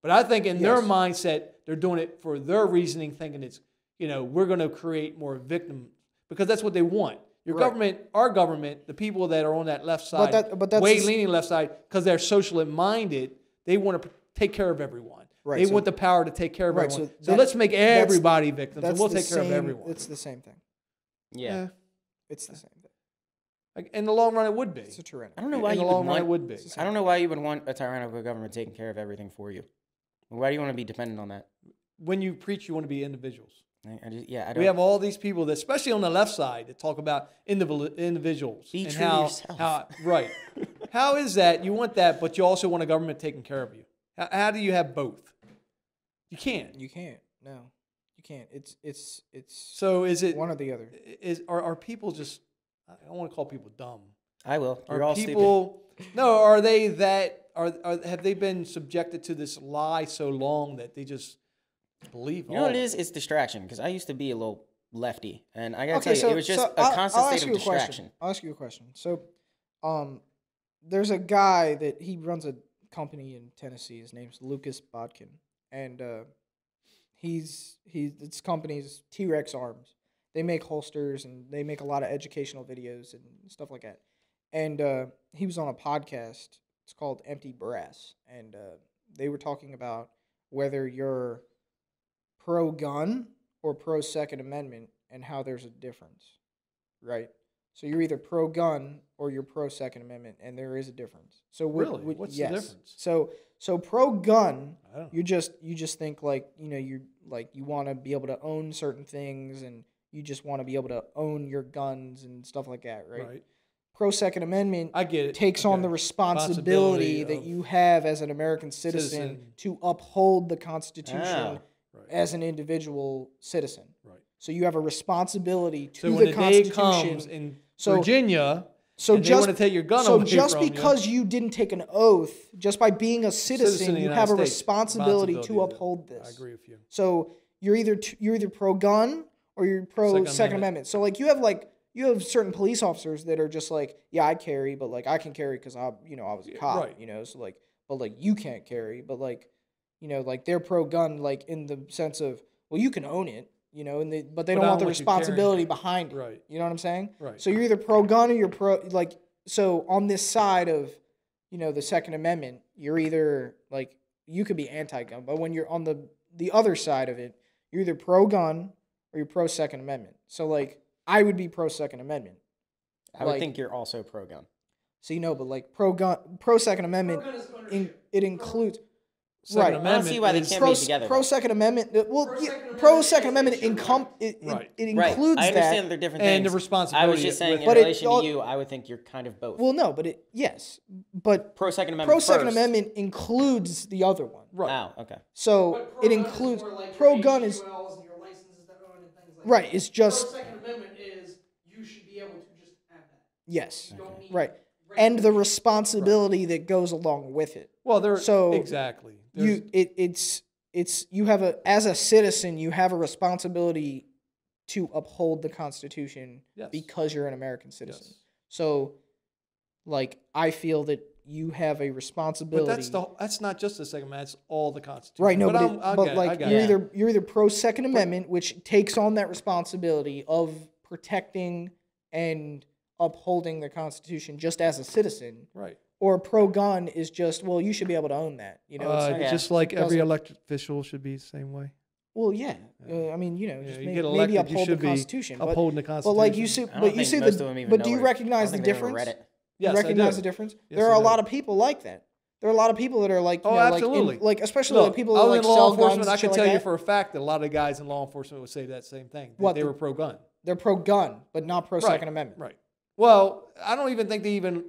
Speaker 2: But I think in their
Speaker 3: Yes.
Speaker 2: mindset, they're doing it for their reasoning, thinking it's you know we're going to create more victim because that's what they want. Your
Speaker 3: Right.
Speaker 2: government, our government, the people that are on that left side,
Speaker 3: that- but that's
Speaker 2: way
Speaker 3: just-
Speaker 2: leaning left side, because they're socially minded, they want to take care of everyone.
Speaker 3: Right,
Speaker 2: They
Speaker 3: so-
Speaker 2: want the power to take care of
Speaker 3: Right,
Speaker 2: everyone.
Speaker 3: so
Speaker 2: So,
Speaker 3: that-
Speaker 2: let's make
Speaker 3: that's-
Speaker 2: everybody victims, and
Speaker 3: That's
Speaker 2: we'll
Speaker 3: the
Speaker 2: take care
Speaker 3: same-
Speaker 2: of everyone.
Speaker 3: It's the same thing.
Speaker 1: Yeah.
Speaker 2: Eh,
Speaker 3: It's the same thing.
Speaker 2: like, in the long run, it would be.
Speaker 3: It's a tyranny.
Speaker 1: I don't know why
Speaker 2: in
Speaker 1: you
Speaker 2: the
Speaker 1: would
Speaker 2: long run, it
Speaker 1: want.
Speaker 2: would be.
Speaker 1: I don't know why you would want a tyrannical government taking care of everything for you. Why do you want to be dependent on that?
Speaker 2: When you preach, you want to be individuals.
Speaker 1: I, I just, yeah, I don't.
Speaker 2: We have all these people, that, especially on the left side, that talk about individual, individuals
Speaker 1: Be
Speaker 2: and
Speaker 1: true to
Speaker 2: how,
Speaker 1: yourself.
Speaker 2: how right, how is that? You want that, but you also want a government taking care of you. How, how do you have both? You can't.
Speaker 3: You can't. No, you can't. It's it's it's
Speaker 2: So is it
Speaker 3: one or the other.
Speaker 2: is are, are people just? I don't want to call people dumb.
Speaker 1: I will.
Speaker 2: Are
Speaker 1: You're all stupid.
Speaker 2: people? No, are they that? Are, are have they been subjected to this lie so long that they just believe?
Speaker 1: You know
Speaker 2: all
Speaker 1: what it
Speaker 2: of
Speaker 1: is? It's distraction. Because I used to be a little lefty, and I gotta
Speaker 3: okay,
Speaker 1: tell you,
Speaker 3: so
Speaker 1: it was just
Speaker 3: so
Speaker 1: a
Speaker 3: I'll-
Speaker 1: constant
Speaker 3: I'll ask
Speaker 1: state
Speaker 3: you
Speaker 1: of
Speaker 3: a question.
Speaker 1: distraction.
Speaker 3: I'll ask you a question. So, um, there's a guy that he runs a company in Tennessee. His name's Lucas Bodkin, and uh, he's he's this company's T Rex Arms. They make holsters and they make a lot of educational videos and stuff like that. And uh, he was on a podcast. It's called Empty Brass, and uh, they were talking about whether you're pro gun or pro Second Amendment and how there's a difference, right? So you're either pro gun or you're pro Second Amendment, and there is a difference. So would,
Speaker 2: Really?
Speaker 3: would-
Speaker 2: What's the
Speaker 3: yes.
Speaker 2: difference?
Speaker 3: So so pro gun,
Speaker 2: I don't know.
Speaker 3: you just you just think like you know you like you want to be able to own certain things, and you just want to be able to own your guns and stuff like that, right?
Speaker 2: Right.
Speaker 3: Pro Second Amendment
Speaker 2: I get it.
Speaker 3: takes on the
Speaker 2: Okay.
Speaker 3: responsibility,
Speaker 2: Responsibility
Speaker 3: that
Speaker 2: of-
Speaker 3: you have as an American citizen,
Speaker 2: Citizen.
Speaker 3: to uphold the Constitution
Speaker 1: Ah.
Speaker 2: Right.
Speaker 3: as an individual citizen.
Speaker 2: right.
Speaker 3: So you have a responsibility to
Speaker 2: So when
Speaker 3: the
Speaker 2: the, day
Speaker 3: Constitution.
Speaker 2: comes in
Speaker 3: So-
Speaker 2: Virginia,
Speaker 3: so
Speaker 2: and they
Speaker 3: just
Speaker 2: wanna take your gun
Speaker 3: so
Speaker 2: away
Speaker 3: just
Speaker 2: from you.
Speaker 3: because you. didn't take an oath, just by being a citizen,
Speaker 2: citizen of the
Speaker 3: you
Speaker 2: United
Speaker 3: have a
Speaker 2: States,
Speaker 3: responsibility, to
Speaker 2: responsibility
Speaker 3: uphold
Speaker 2: that-
Speaker 3: this.
Speaker 2: I agree with you.
Speaker 3: So you're either t- you're either pro gun or you're pro Second,
Speaker 2: Second
Speaker 3: Amendment.
Speaker 2: Amendment.
Speaker 3: So like you have like you have certain police officers that are just like, yeah, I carry, but like I can carry because I you know I was a
Speaker 2: Yeah,
Speaker 3: cop,
Speaker 2: right.
Speaker 3: you know. So like, but like you can't carry, but like, you know, like they're pro gun, like in the sense of well, you can own it, you know, and they, but they
Speaker 2: But
Speaker 3: don't
Speaker 2: I
Speaker 3: want the
Speaker 2: don't want you carrying
Speaker 3: responsibility
Speaker 2: it.
Speaker 3: behind it.
Speaker 2: Right.
Speaker 3: You know what I'm saying?
Speaker 2: Right.
Speaker 3: So you're either pro gun or you're pro like so on this side of you know the Second Amendment, you're either like you could be anti gun, but when you're on the the other side of it, you're either pro gun or you're pro Second Amendment. So like I would be pro Second Amendment.
Speaker 1: I would
Speaker 3: Like-
Speaker 1: think you're also pro gun.
Speaker 3: So you know, but like pro gun pro Second Amendment
Speaker 4: Pro-gun is
Speaker 3: in,
Speaker 4: ownership.
Speaker 3: it includes
Speaker 2: Second
Speaker 3: right. I
Speaker 1: don't see why they
Speaker 2: is-
Speaker 1: can't
Speaker 3: pro,
Speaker 1: be together,
Speaker 3: pro
Speaker 1: though.
Speaker 3: Second Amendment. uh, Well,
Speaker 4: Pro
Speaker 3: yeah,
Speaker 4: Second
Speaker 3: pro
Speaker 4: Amendment
Speaker 3: Second
Speaker 4: is
Speaker 3: Amendment
Speaker 4: your
Speaker 3: income
Speaker 4: right.
Speaker 3: it, it,
Speaker 2: Right.
Speaker 3: it
Speaker 1: Right.
Speaker 3: includes
Speaker 1: I
Speaker 3: that.
Speaker 1: understand that they're different
Speaker 2: and the
Speaker 1: things. I
Speaker 2: responsibility
Speaker 1: was just
Speaker 2: with-
Speaker 1: saying, in
Speaker 3: But it
Speaker 1: relation
Speaker 3: all-
Speaker 1: to you, I would think you're kind of both.
Speaker 3: Well, no, but it yes, but
Speaker 1: pro Second Amendment.
Speaker 3: pro Second
Speaker 1: first.
Speaker 3: Amendment includes the other one.
Speaker 2: Right.
Speaker 1: Wow. Okay.
Speaker 3: So
Speaker 4: But
Speaker 3: it
Speaker 4: pro-gun is
Speaker 3: includes
Speaker 4: more like your
Speaker 3: pro gun is
Speaker 4: HQLs and your licenses to own and things like
Speaker 3: right.
Speaker 4: that.
Speaker 3: It's just
Speaker 4: Pro Second Amendment is you should be able to just have that.
Speaker 3: yes,
Speaker 4: You don't need
Speaker 3: right, and
Speaker 4: regulations.
Speaker 3: the responsibility that goes along with it.
Speaker 2: Well, they're
Speaker 3: So,
Speaker 2: exactly. There's-
Speaker 3: You it it's it's you have a as a citizen you have a responsibility to uphold the Constitution
Speaker 2: Yes.
Speaker 3: because you're an American
Speaker 2: yes.
Speaker 3: citizen. So, like I feel that you have a
Speaker 2: But
Speaker 3: responsibility.
Speaker 2: that's the that's not just the Second Amendment. That's all the Constitution.
Speaker 3: Right, no, but,
Speaker 2: I'm-
Speaker 3: it-
Speaker 2: I
Speaker 3: but
Speaker 2: get it, I
Speaker 3: like
Speaker 2: got
Speaker 3: you're
Speaker 2: it.
Speaker 3: either you're either pro Second Amendment, which takes on that responsibility of protecting and upholding the Constitution just as a citizen,
Speaker 2: right.
Speaker 3: or pro gun is just well, you should be able to own that. You know, it's
Speaker 2: Uh,
Speaker 3: like,
Speaker 1: yeah.
Speaker 2: Just like every
Speaker 3: Doesn't-
Speaker 2: elected official should be the same way.
Speaker 3: well, yeah, uh, I mean, you know,
Speaker 2: Yeah,
Speaker 3: just
Speaker 2: you
Speaker 3: may-
Speaker 2: get
Speaker 3: maybe
Speaker 2: elected, you
Speaker 3: uphold the
Speaker 2: should be
Speaker 3: Constitution, but,
Speaker 2: upholding the
Speaker 3: but like you see,
Speaker 2: Constitution.
Speaker 1: I don't
Speaker 3: but you
Speaker 1: think
Speaker 3: see
Speaker 1: most of them
Speaker 3: the,
Speaker 1: even
Speaker 3: but
Speaker 1: know
Speaker 3: do you
Speaker 1: it.
Speaker 3: recognize
Speaker 1: I
Speaker 3: the
Speaker 1: don't think they've ever
Speaker 3: difference?
Speaker 1: read it.
Speaker 3: You
Speaker 2: Yes, I
Speaker 3: recognize
Speaker 2: do.
Speaker 3: the difference?
Speaker 2: Yes,
Speaker 3: there
Speaker 2: I
Speaker 3: are a
Speaker 2: do.
Speaker 3: lot of people like that. There are a lot of people that are like, you
Speaker 2: Oh,
Speaker 3: know, like, in-
Speaker 2: absolutely.
Speaker 3: like especially
Speaker 2: Look,
Speaker 3: like people
Speaker 2: I
Speaker 3: who
Speaker 2: was
Speaker 3: like
Speaker 2: in law
Speaker 3: sell guns.
Speaker 2: enforcement.
Speaker 3: and
Speaker 2: I
Speaker 3: shit
Speaker 2: can
Speaker 3: like
Speaker 2: tell you
Speaker 3: that.
Speaker 2: for a fact that a lot of guys in law enforcement would say that same thing. That
Speaker 3: What,
Speaker 2: they
Speaker 3: the-
Speaker 2: were pro gun.
Speaker 3: they're pro gun, but not pro Second Amendment.
Speaker 2: Right. Well, I don't even think they even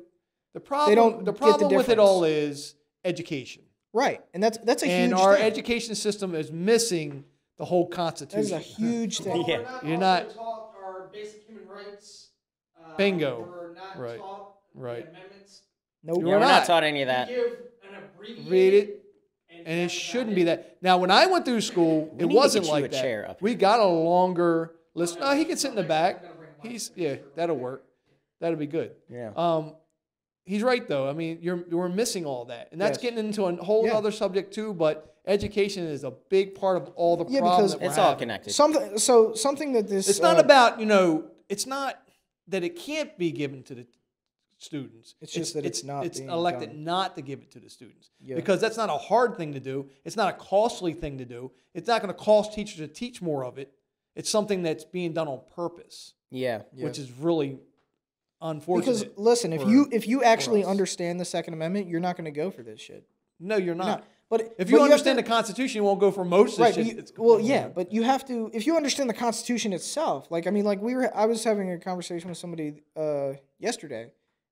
Speaker 2: the problem.
Speaker 3: don't
Speaker 2: the
Speaker 3: get the
Speaker 2: problem with it
Speaker 3: difference.
Speaker 2: all is education,
Speaker 3: Right, and that's that's a
Speaker 2: and
Speaker 3: huge
Speaker 2: our
Speaker 3: thing.
Speaker 2: education system is missing the whole
Speaker 3: that is
Speaker 2: Constitution.
Speaker 3: a huge thing.
Speaker 4: Well,
Speaker 1: Yeah.
Speaker 4: We're
Speaker 2: You're
Speaker 4: not also
Speaker 2: not-
Speaker 4: taught our basic human rights. uh,
Speaker 2: Bingo.
Speaker 4: We're not
Speaker 2: Right.
Speaker 4: taught
Speaker 2: Right.
Speaker 4: the amendments.
Speaker 3: Nope.
Speaker 1: Yeah,
Speaker 2: We're
Speaker 1: we're not
Speaker 2: not.
Speaker 1: taught any of
Speaker 4: We
Speaker 1: that.
Speaker 4: give an abbreviated.
Speaker 2: Read it, and it
Speaker 4: that's
Speaker 2: shouldn't
Speaker 4: about
Speaker 2: be
Speaker 4: it.
Speaker 2: that. Now, when I went through school,
Speaker 1: We
Speaker 2: it
Speaker 1: need to
Speaker 2: wasn't
Speaker 1: get you
Speaker 2: like
Speaker 1: a
Speaker 2: that.
Speaker 1: chair up
Speaker 2: We got a longer list. Oh, he can sit in the back.
Speaker 4: I'm gonna bring mine.
Speaker 2: He's yeah, that'll work. That'll be good.
Speaker 1: Yeah.
Speaker 3: Oh,
Speaker 2: Um, he's right though. I mean, you're we're missing all that, and that's
Speaker 3: Yes.
Speaker 2: getting into a whole
Speaker 3: Yeah.
Speaker 2: other subject too. But education is a big part of all the
Speaker 3: Yeah,
Speaker 2: problem
Speaker 3: because
Speaker 2: that we're
Speaker 1: It's all
Speaker 2: having.
Speaker 1: connected.
Speaker 3: Something so something that this
Speaker 2: It's not
Speaker 3: uh,
Speaker 2: about you know. It's not that it can't be given to the students.
Speaker 3: It's just that it's not
Speaker 2: It's
Speaker 3: being
Speaker 2: elected
Speaker 3: done.
Speaker 2: not to give it to the students
Speaker 3: Yeah.
Speaker 2: because that's not a hard thing to do. It's not a costly thing to do. It's not going to cost teachers to teach more of it. It's something that's being done on purpose,
Speaker 1: Yeah.
Speaker 2: which is really unfortunate.
Speaker 3: because listen, if
Speaker 2: for-
Speaker 3: you if you actually
Speaker 2: us.
Speaker 3: understand the Second Amendment, you're not going to go for this shit.
Speaker 2: no, you're
Speaker 3: You're
Speaker 2: not.
Speaker 3: not. But
Speaker 2: If you
Speaker 3: but have
Speaker 2: understand
Speaker 3: to-
Speaker 2: the Constitution, you won't go for most of the
Speaker 3: right,
Speaker 2: shit.
Speaker 3: but you-
Speaker 2: that's going
Speaker 3: well,
Speaker 2: on.
Speaker 3: yeah, but you have to if you understand the Constitution itself. Like I mean, like we were I was having a conversation with somebody uh, yesterday,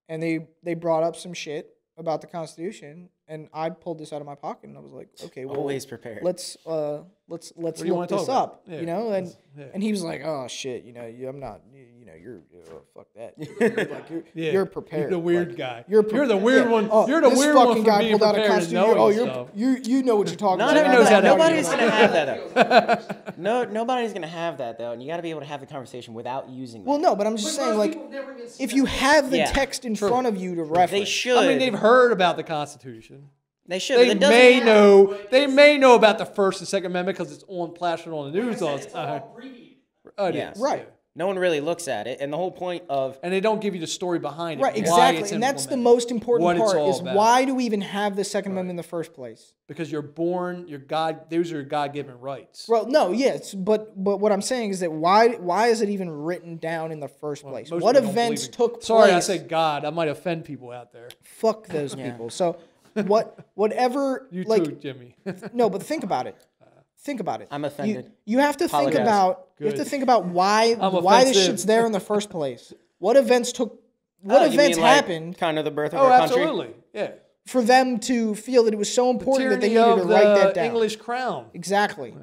Speaker 3: and they they brought up some shit about the Constitution, and I pulled this out of my pocket, and I was like, okay, well,
Speaker 1: Always prepared.
Speaker 3: let's uh let's let's
Speaker 2: What do you wanna
Speaker 3: look
Speaker 2: talk
Speaker 3: this
Speaker 2: about?
Speaker 3: up,
Speaker 2: Yeah,
Speaker 3: you know, and
Speaker 2: that's- yeah.
Speaker 3: and he was like, oh shit, you know, you, I'm not, you, you know, you're, you oh, fuck that, You're- like, you're,
Speaker 2: Yeah.
Speaker 3: you're prepared,
Speaker 2: You're the weird
Speaker 3: Like,
Speaker 2: guy.
Speaker 3: You're,
Speaker 2: You're,
Speaker 3: pre-
Speaker 2: the weird
Speaker 3: yeah.
Speaker 2: one.
Speaker 3: Oh,
Speaker 2: you're the
Speaker 3: this
Speaker 2: weird
Speaker 3: fucking
Speaker 2: one for
Speaker 3: guy
Speaker 2: being
Speaker 3: pulled out a
Speaker 2: prepared and
Speaker 3: Constitution.
Speaker 2: knowing
Speaker 3: Oh, you're,
Speaker 2: stuff.
Speaker 3: you you know what you're talking
Speaker 1: Not
Speaker 3: about.
Speaker 1: everyone
Speaker 3: I'm
Speaker 1: knows
Speaker 3: not
Speaker 1: how to-
Speaker 3: talking about
Speaker 1: Nobody's
Speaker 3: you.
Speaker 1: gonna have that up.
Speaker 4: But
Speaker 1: No, nobody's gonna have that though, and you got to be able to have the conversation without using.
Speaker 3: Well,
Speaker 1: that.
Speaker 3: no, but I'm just saying,
Speaker 4: most
Speaker 3: like,
Speaker 4: people never even see
Speaker 3: if you
Speaker 4: that.
Speaker 3: have the
Speaker 1: Yeah.
Speaker 3: text in front of you to reference,
Speaker 1: they should.
Speaker 2: I mean, they've heard about the Constitution.
Speaker 1: they should.
Speaker 2: They
Speaker 1: But that doesn't
Speaker 2: may
Speaker 1: have-
Speaker 2: know. They may know about the First and Second Amendment because it's on plastered on the news all the
Speaker 4: It's all
Speaker 2: time.
Speaker 4: abbreviated.
Speaker 2: Oh, it
Speaker 1: Yeah.
Speaker 2: is,
Speaker 3: Right.
Speaker 2: yeah.
Speaker 1: No one really looks at it, and the whole point of
Speaker 2: And they don't give you the story behind it.
Speaker 3: Right,
Speaker 2: why
Speaker 3: exactly.
Speaker 2: it's
Speaker 3: And that's the
Speaker 2: implemented,
Speaker 3: most important
Speaker 2: what it's
Speaker 3: part
Speaker 2: all
Speaker 3: is
Speaker 2: about.
Speaker 3: why do we even have the Second Amendment in the first place?
Speaker 2: because you're born, your God, those are your God-given rights.
Speaker 3: Well, no, yes, but but what I'm saying is that why why is it even written down in the first place?
Speaker 2: Most
Speaker 3: what
Speaker 2: people don't
Speaker 3: events
Speaker 2: believe in-
Speaker 3: took
Speaker 2: Sorry,
Speaker 3: place?
Speaker 2: I said God. I might offend people out there.
Speaker 3: fuck those people. So what whatever
Speaker 2: You
Speaker 3: like
Speaker 2: too, Jimmy.
Speaker 3: no, but think about it. Think about it.
Speaker 1: I'm
Speaker 3: You-
Speaker 1: offended.
Speaker 3: You, have to think
Speaker 1: Apologize.
Speaker 3: about you have to
Speaker 2: Good.
Speaker 3: think about why
Speaker 2: I'm
Speaker 3: why this
Speaker 2: offensive.
Speaker 3: shit's there in the first place. What events took what
Speaker 1: Oh, you
Speaker 3: events
Speaker 1: mean, like,
Speaker 3: happened
Speaker 1: kind of the birth of
Speaker 2: oh,
Speaker 1: our country.
Speaker 2: absolutely. Yeah.
Speaker 3: for them to feel that it was so important that they
Speaker 2: Tyranny
Speaker 3: needed to
Speaker 2: of
Speaker 3: write that
Speaker 2: the
Speaker 3: down.
Speaker 2: English crown.
Speaker 3: Exactly.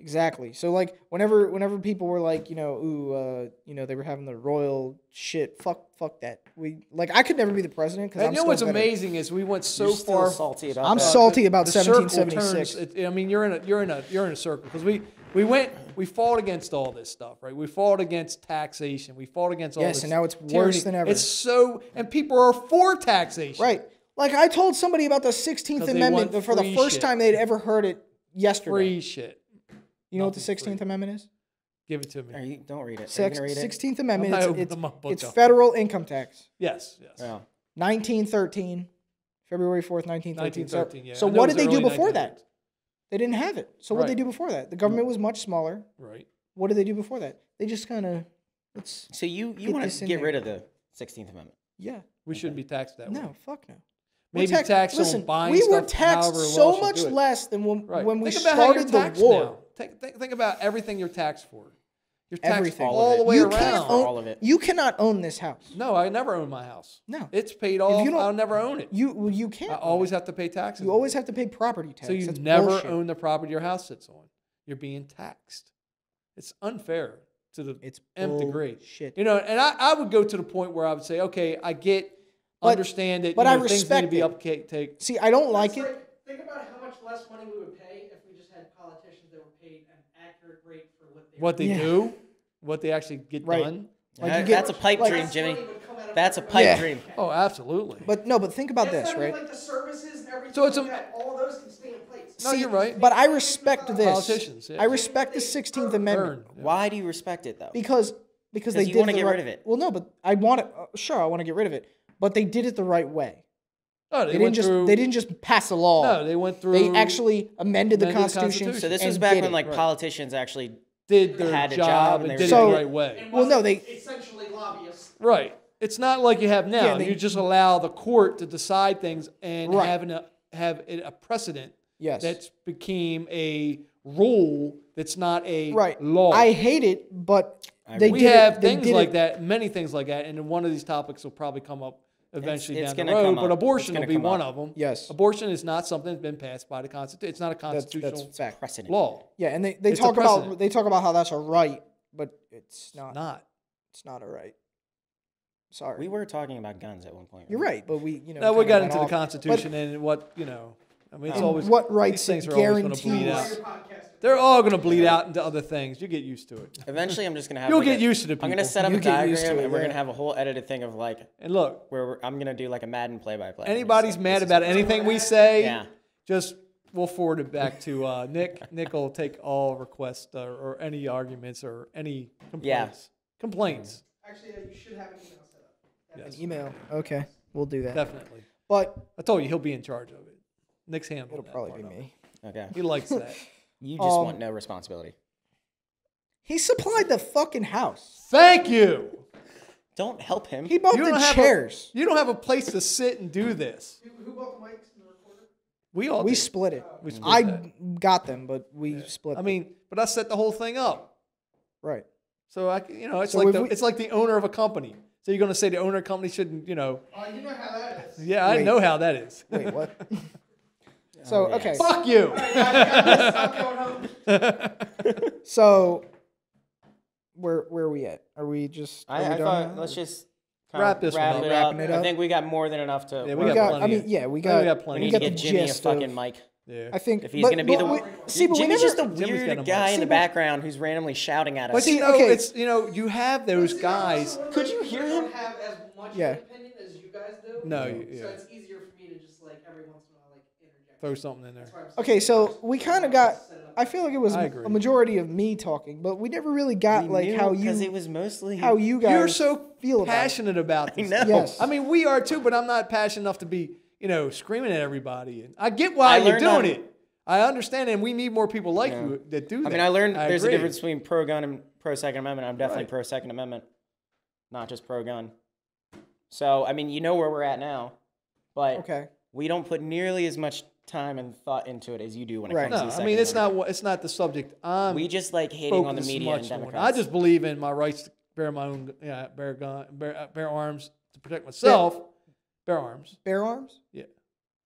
Speaker 3: Exactly. So like whenever whenever people were like, you know, ooh, uh, you know, they were having the royal shit. Fuck, fuck that. We like I could never be the president because
Speaker 2: And
Speaker 3: I'm
Speaker 2: you know
Speaker 3: still
Speaker 2: what's
Speaker 3: better.
Speaker 2: amazing is we went so
Speaker 1: You're still
Speaker 2: far.
Speaker 1: salty about
Speaker 3: I'm
Speaker 1: that.
Speaker 3: salty about
Speaker 2: Uh, the circle turns-
Speaker 3: 1776.
Speaker 2: it- I mean, you're in a you're in a you're in a circle because we we went we fought against all this stuff, right? We fought against taxation. We fought against all
Speaker 3: Yes,
Speaker 2: this.
Speaker 3: and now it's worse
Speaker 2: tyranny.
Speaker 3: than ever.
Speaker 2: It's so, and people are for taxation.
Speaker 3: right. Like I told somebody about the 16th
Speaker 2: 'Cause they
Speaker 3: Amendment
Speaker 2: want
Speaker 3: for the
Speaker 2: free
Speaker 3: first
Speaker 2: shit.
Speaker 3: time they'd ever heard it yesterday.
Speaker 2: Free shit.
Speaker 3: you know what the
Speaker 2: nothing
Speaker 3: 16th Amendment is?
Speaker 2: Give it to me.
Speaker 1: Are you, don't read it.
Speaker 3: Sex,
Speaker 1: Are you gonna read it?
Speaker 3: 16th Amendment.
Speaker 2: not
Speaker 3: It's,
Speaker 2: opening
Speaker 3: it's,
Speaker 2: my book
Speaker 3: it's
Speaker 2: up.
Speaker 3: federal income tax.
Speaker 2: Yes. Yes.
Speaker 1: Oh.
Speaker 3: 1913, February 4th, 1913. So-
Speaker 2: 1913, yeah.
Speaker 3: So,
Speaker 2: I know
Speaker 3: what
Speaker 2: it was
Speaker 3: did they do
Speaker 2: early
Speaker 3: before
Speaker 2: 1900s.
Speaker 3: that? They didn't have it. So what did
Speaker 2: Right.
Speaker 3: they do before that? The government was much smaller.
Speaker 2: Right.
Speaker 3: What did they do before that? They just kind of, it's
Speaker 1: So you you
Speaker 3: Get
Speaker 1: want
Speaker 3: this
Speaker 1: to
Speaker 3: in
Speaker 1: get
Speaker 3: there.
Speaker 1: rid of the 16th Amendment?
Speaker 3: yeah,
Speaker 2: We shouldn't be taxed that way.
Speaker 3: no, fuck no. We're
Speaker 2: Maybe
Speaker 3: tax-
Speaker 2: taxed on buying
Speaker 3: we were
Speaker 2: stuff,
Speaker 3: taxed
Speaker 2: however well
Speaker 3: so
Speaker 2: she
Speaker 3: much
Speaker 2: do it.
Speaker 3: less than when,
Speaker 2: Right.
Speaker 3: when we
Speaker 2: think about how you're
Speaker 3: started the
Speaker 2: taxed
Speaker 3: war.
Speaker 2: Now. Think, think, think about everything you're taxed for. You're taxed
Speaker 3: Everything.
Speaker 2: all,
Speaker 1: All of
Speaker 2: the
Speaker 1: it.
Speaker 2: way
Speaker 3: you
Speaker 2: around.
Speaker 3: can't own,
Speaker 1: all of it.
Speaker 3: You cannot own this house.
Speaker 2: No, I never own my house.
Speaker 3: No.
Speaker 2: It's paid off.
Speaker 3: you don't-
Speaker 2: I'll never own it.
Speaker 3: You well, you can't.
Speaker 2: I
Speaker 3: own
Speaker 2: always
Speaker 3: it.
Speaker 2: have to pay taxes.
Speaker 3: you
Speaker 2: on
Speaker 3: always
Speaker 2: it.
Speaker 3: have to pay property tax.
Speaker 2: So you
Speaker 3: That's
Speaker 2: never
Speaker 3: bullshit.
Speaker 2: own the property your house sits on. You're being taxed. It's unfair to the
Speaker 3: It's
Speaker 2: nth degree.
Speaker 3: bullshit.
Speaker 2: You know, and I, I would go to the point where I would say, okay, I get,
Speaker 3: But-
Speaker 2: understand that
Speaker 3: but
Speaker 2: you
Speaker 3: I
Speaker 2: know, things need to
Speaker 3: respect
Speaker 2: be
Speaker 3: it.
Speaker 2: uptake. Take,
Speaker 3: See, I don't
Speaker 4: It's
Speaker 3: like it.
Speaker 4: Think about how much less money we would pay if we just had politicians that were paid an accurate rate for what they.
Speaker 2: what they
Speaker 3: Yeah.
Speaker 2: do, what they actually get
Speaker 3: Right.
Speaker 2: done.
Speaker 3: Like,
Speaker 1: That-
Speaker 3: you get-
Speaker 1: that's a pipe
Speaker 3: like-
Speaker 1: dream, Jimmy.
Speaker 4: Money would come out of
Speaker 1: That's a
Speaker 4: everybody's
Speaker 1: pipe
Speaker 3: Yeah.
Speaker 1: dream.
Speaker 2: Oh, absolutely.
Speaker 3: But no, but think about
Speaker 4: That's
Speaker 3: this,
Speaker 4: not even,
Speaker 3: right?
Speaker 4: Like the services and everything.
Speaker 2: So it's
Speaker 4: like
Speaker 2: a-
Speaker 4: that. all those can stay in place.
Speaker 2: No, you're right.
Speaker 3: But I respect this.
Speaker 2: Politicians, yeah.
Speaker 3: I respect the 16th Amendment
Speaker 2: Burn.
Speaker 1: Why do you respect it though?
Speaker 3: because because they
Speaker 1: you
Speaker 3: did
Speaker 1: wanna
Speaker 3: the
Speaker 1: get
Speaker 3: right,
Speaker 1: rid of it.
Speaker 3: Well, no, but I want it. Uh, sure, I want to get rid of it, but they did it the right way.
Speaker 2: No,
Speaker 3: They,
Speaker 2: Oh, they,
Speaker 3: didn't
Speaker 2: went
Speaker 3: just
Speaker 2: through,
Speaker 3: they didn't just pass a law.
Speaker 2: No, they went through.
Speaker 3: they actually amended the
Speaker 2: amended the
Speaker 3: Constitution.
Speaker 2: Constitution.
Speaker 1: so this
Speaker 3: and
Speaker 1: was back
Speaker 3: did
Speaker 1: when
Speaker 3: it.
Speaker 1: like
Speaker 2: Right.
Speaker 1: politicians actually.
Speaker 2: did their
Speaker 1: had a
Speaker 2: job,
Speaker 1: job
Speaker 2: and
Speaker 1: and
Speaker 2: did
Speaker 1: they
Speaker 2: it
Speaker 3: were
Speaker 2: the
Speaker 3: So-
Speaker 2: right way.
Speaker 4: And
Speaker 3: Well, no,
Speaker 4: wasn't
Speaker 3: they-
Speaker 4: essentially lobbyists.
Speaker 2: Right. It's not like you have now.
Speaker 3: Yeah, they-
Speaker 2: you just allow the court to decide things and
Speaker 3: Right.
Speaker 2: have an, have it a precedent
Speaker 3: Yes.
Speaker 2: that's became a rule that's not a
Speaker 3: right
Speaker 2: law.
Speaker 3: I hate it, but they
Speaker 2: we
Speaker 3: did it-
Speaker 2: have
Speaker 3: they
Speaker 2: things
Speaker 3: did it
Speaker 2: like that, many things like that, and then one of these topics will probably come up eventually
Speaker 1: it's
Speaker 2: down the
Speaker 1: gonna
Speaker 2: road.
Speaker 1: come up.
Speaker 2: But abortion
Speaker 1: It's
Speaker 2: will
Speaker 1: gonna
Speaker 2: be
Speaker 1: come
Speaker 2: one
Speaker 1: up.
Speaker 2: of them.
Speaker 3: Yes.
Speaker 2: abortion is not something that's been passed by the constitution. It's not a
Speaker 3: That's, that's
Speaker 2: constitutional
Speaker 3: fact.
Speaker 1: precedent.
Speaker 2: law.
Speaker 3: Yeah, and they, they
Speaker 2: It's a
Speaker 3: talk about
Speaker 2: precedent.
Speaker 3: they talk about how that's a right, but it's not.
Speaker 2: Not.
Speaker 3: It's not a right. Sorry,
Speaker 1: We were talking about guns at one point.
Speaker 3: you're right, but we you know.
Speaker 2: No, we
Speaker 3: kinda
Speaker 2: got
Speaker 3: went
Speaker 2: into the
Speaker 3: off. But
Speaker 2: Constitution and what you know. I mean, it's
Speaker 3: And
Speaker 2: always
Speaker 3: what
Speaker 2: these
Speaker 3: rights
Speaker 2: things
Speaker 3: it
Speaker 2: are always going to bleed
Speaker 3: guarantees.
Speaker 2: out.
Speaker 4: Your podcast.
Speaker 2: They're all going to bleed out into other things. You get used to it.
Speaker 1: Eventually, I'm just gonna have.
Speaker 2: You'll
Speaker 1: like,
Speaker 2: get
Speaker 1: a-
Speaker 2: used to the
Speaker 1: I'm
Speaker 2: people.
Speaker 1: gonna set up
Speaker 3: You
Speaker 1: a
Speaker 3: get used to
Speaker 1: diagram
Speaker 3: it,
Speaker 1: and we're
Speaker 3: yeah.
Speaker 1: gonna have a whole edited thing of like
Speaker 2: And look,
Speaker 1: where we're, I'm gonna do like a Madden play-by-play.
Speaker 2: anybody's mad about anything we say,
Speaker 1: Yeah.
Speaker 2: just we'll forward it back to uh, Nick. Nick will take all requests uh, or any arguments or any complaints. Complaints,
Speaker 4: Actually, yeah, you should have an email set up.
Speaker 2: yes,
Speaker 3: Email. Okay, we'll do that.
Speaker 2: definitely.
Speaker 3: But
Speaker 2: I told you he'll be in charge of it. Nick's handling.
Speaker 3: it'll
Speaker 2: that
Speaker 3: probably be
Speaker 2: part of
Speaker 3: me.
Speaker 1: Okay.
Speaker 2: it. He likes that.
Speaker 1: You just
Speaker 3: Um,
Speaker 1: want no responsibility.
Speaker 3: He supplied the fucking house.
Speaker 2: Thank you.
Speaker 1: Don't help him.
Speaker 3: He bought
Speaker 2: You
Speaker 3: the
Speaker 2: don't have a-
Speaker 3: chairs.
Speaker 2: You don't have a place to sit and do this.
Speaker 4: Who, who bought the mics and the recorder?
Speaker 2: We all.
Speaker 3: we
Speaker 2: did.
Speaker 3: split it.
Speaker 2: We split
Speaker 3: I
Speaker 2: that.
Speaker 3: got them, but we
Speaker 2: I
Speaker 3: split. them.
Speaker 2: mean, but I set the whole thing up.
Speaker 3: right.
Speaker 2: So I, c- you know, it's
Speaker 3: So
Speaker 2: like
Speaker 3: if
Speaker 2: the,
Speaker 3: we-
Speaker 2: it's like the owner of a company. So you're going to say the owner company shouldn't, you know?
Speaker 4: Oh, you know how that is.
Speaker 2: Yeah, I
Speaker 3: Wait.
Speaker 2: know how that is.
Speaker 3: Wait, what? so
Speaker 1: Oh, yeah.
Speaker 3: okay,
Speaker 2: Fuck you.
Speaker 4: All right, guys, I got this. I'm going home.
Speaker 3: so where where are we at? Are we just? are
Speaker 1: I,
Speaker 3: we
Speaker 1: I
Speaker 3: done
Speaker 1: thought
Speaker 3: now?
Speaker 1: let's just kind
Speaker 2: Wrap
Speaker 1: of
Speaker 2: this
Speaker 1: wrap
Speaker 2: one
Speaker 1: it
Speaker 3: up.
Speaker 1: up.
Speaker 3: Wrapping it
Speaker 1: I
Speaker 3: up.
Speaker 1: think we got more than enough to.
Speaker 2: Yeah,
Speaker 1: we,
Speaker 2: we
Speaker 3: we
Speaker 2: got
Speaker 3: got. I
Speaker 2: plenty.
Speaker 3: mean, yeah, we
Speaker 2: We
Speaker 3: got.
Speaker 2: got
Speaker 1: we
Speaker 2: plenty.
Speaker 1: need
Speaker 3: got
Speaker 1: to
Speaker 3: the
Speaker 1: get Jimmy a
Speaker 3: gist
Speaker 1: fucking
Speaker 3: of-
Speaker 1: mic.
Speaker 2: Yeah.
Speaker 3: I think
Speaker 1: If he's
Speaker 3: but-
Speaker 1: gonna be
Speaker 3: but
Speaker 1: the
Speaker 3: we-
Speaker 1: one-
Speaker 3: See, but we
Speaker 1: Jimmy's
Speaker 3: never.
Speaker 1: just a
Speaker 2: Jimmy's got a
Speaker 1: weird
Speaker 2: mic.
Speaker 1: guy in the
Speaker 3: See, but-
Speaker 1: background who's randomly shouting at
Speaker 2: But
Speaker 1: us.
Speaker 2: you know,
Speaker 3: okay.
Speaker 2: it's you know, you have those guys.
Speaker 1: Could you hear him?
Speaker 4: I don't have as much
Speaker 3: Yeah.
Speaker 4: of an opinion as you guys do.
Speaker 2: No, you-
Speaker 4: So
Speaker 2: yeah.
Speaker 4: it's easier for me to just like every once in a while like interject.
Speaker 2: Throw something in there.
Speaker 4: That's why I'm saying
Speaker 3: Okay, so
Speaker 4: first,
Speaker 3: we
Speaker 4: I'm
Speaker 3: kind of
Speaker 4: gonna
Speaker 3: got.
Speaker 4: set it up.
Speaker 3: I feel like it was
Speaker 2: I
Speaker 3: a
Speaker 2: agree.
Speaker 3: majority of me talking, but we never really got like how
Speaker 1: because
Speaker 3: you
Speaker 1: it was mostly
Speaker 3: how you guys
Speaker 2: You're so
Speaker 3: feel about it.
Speaker 2: passionate about this.
Speaker 1: know.
Speaker 2: stuff.
Speaker 3: Yes.
Speaker 2: I mean, we are too, but I'm not passionate enough to be, you know, screaming at everybody. And I get
Speaker 1: I
Speaker 2: why you're
Speaker 1: learned
Speaker 2: doing
Speaker 1: on-
Speaker 2: it. I understand, and we need more people like you that do that.
Speaker 1: I mean, I learned there's a
Speaker 2: agree.
Speaker 1: difference between pro gun and pro Second Amendment. I'm definitely
Speaker 2: Right.
Speaker 1: pro Second Amendment, not just pro gun. So, I mean, you know where we're at now, but
Speaker 3: Okay.
Speaker 1: we don't put nearly as much time and thought into it as you do when it
Speaker 3: Right.
Speaker 1: comes to
Speaker 2: No,
Speaker 1: the
Speaker 2: I mean,
Speaker 1: Second
Speaker 2: it's not what it's not the subject. I'm
Speaker 3: Um,
Speaker 1: Amendment. We just like hating
Speaker 2: focused
Speaker 1: on the media and
Speaker 2: much on.
Speaker 1: Democrats.
Speaker 2: I just believe in my rights to bear my own, yeah, bear gun, bear, uh, bear arms to protect myself. Bear arms,
Speaker 3: Bare arms.
Speaker 2: Yeah.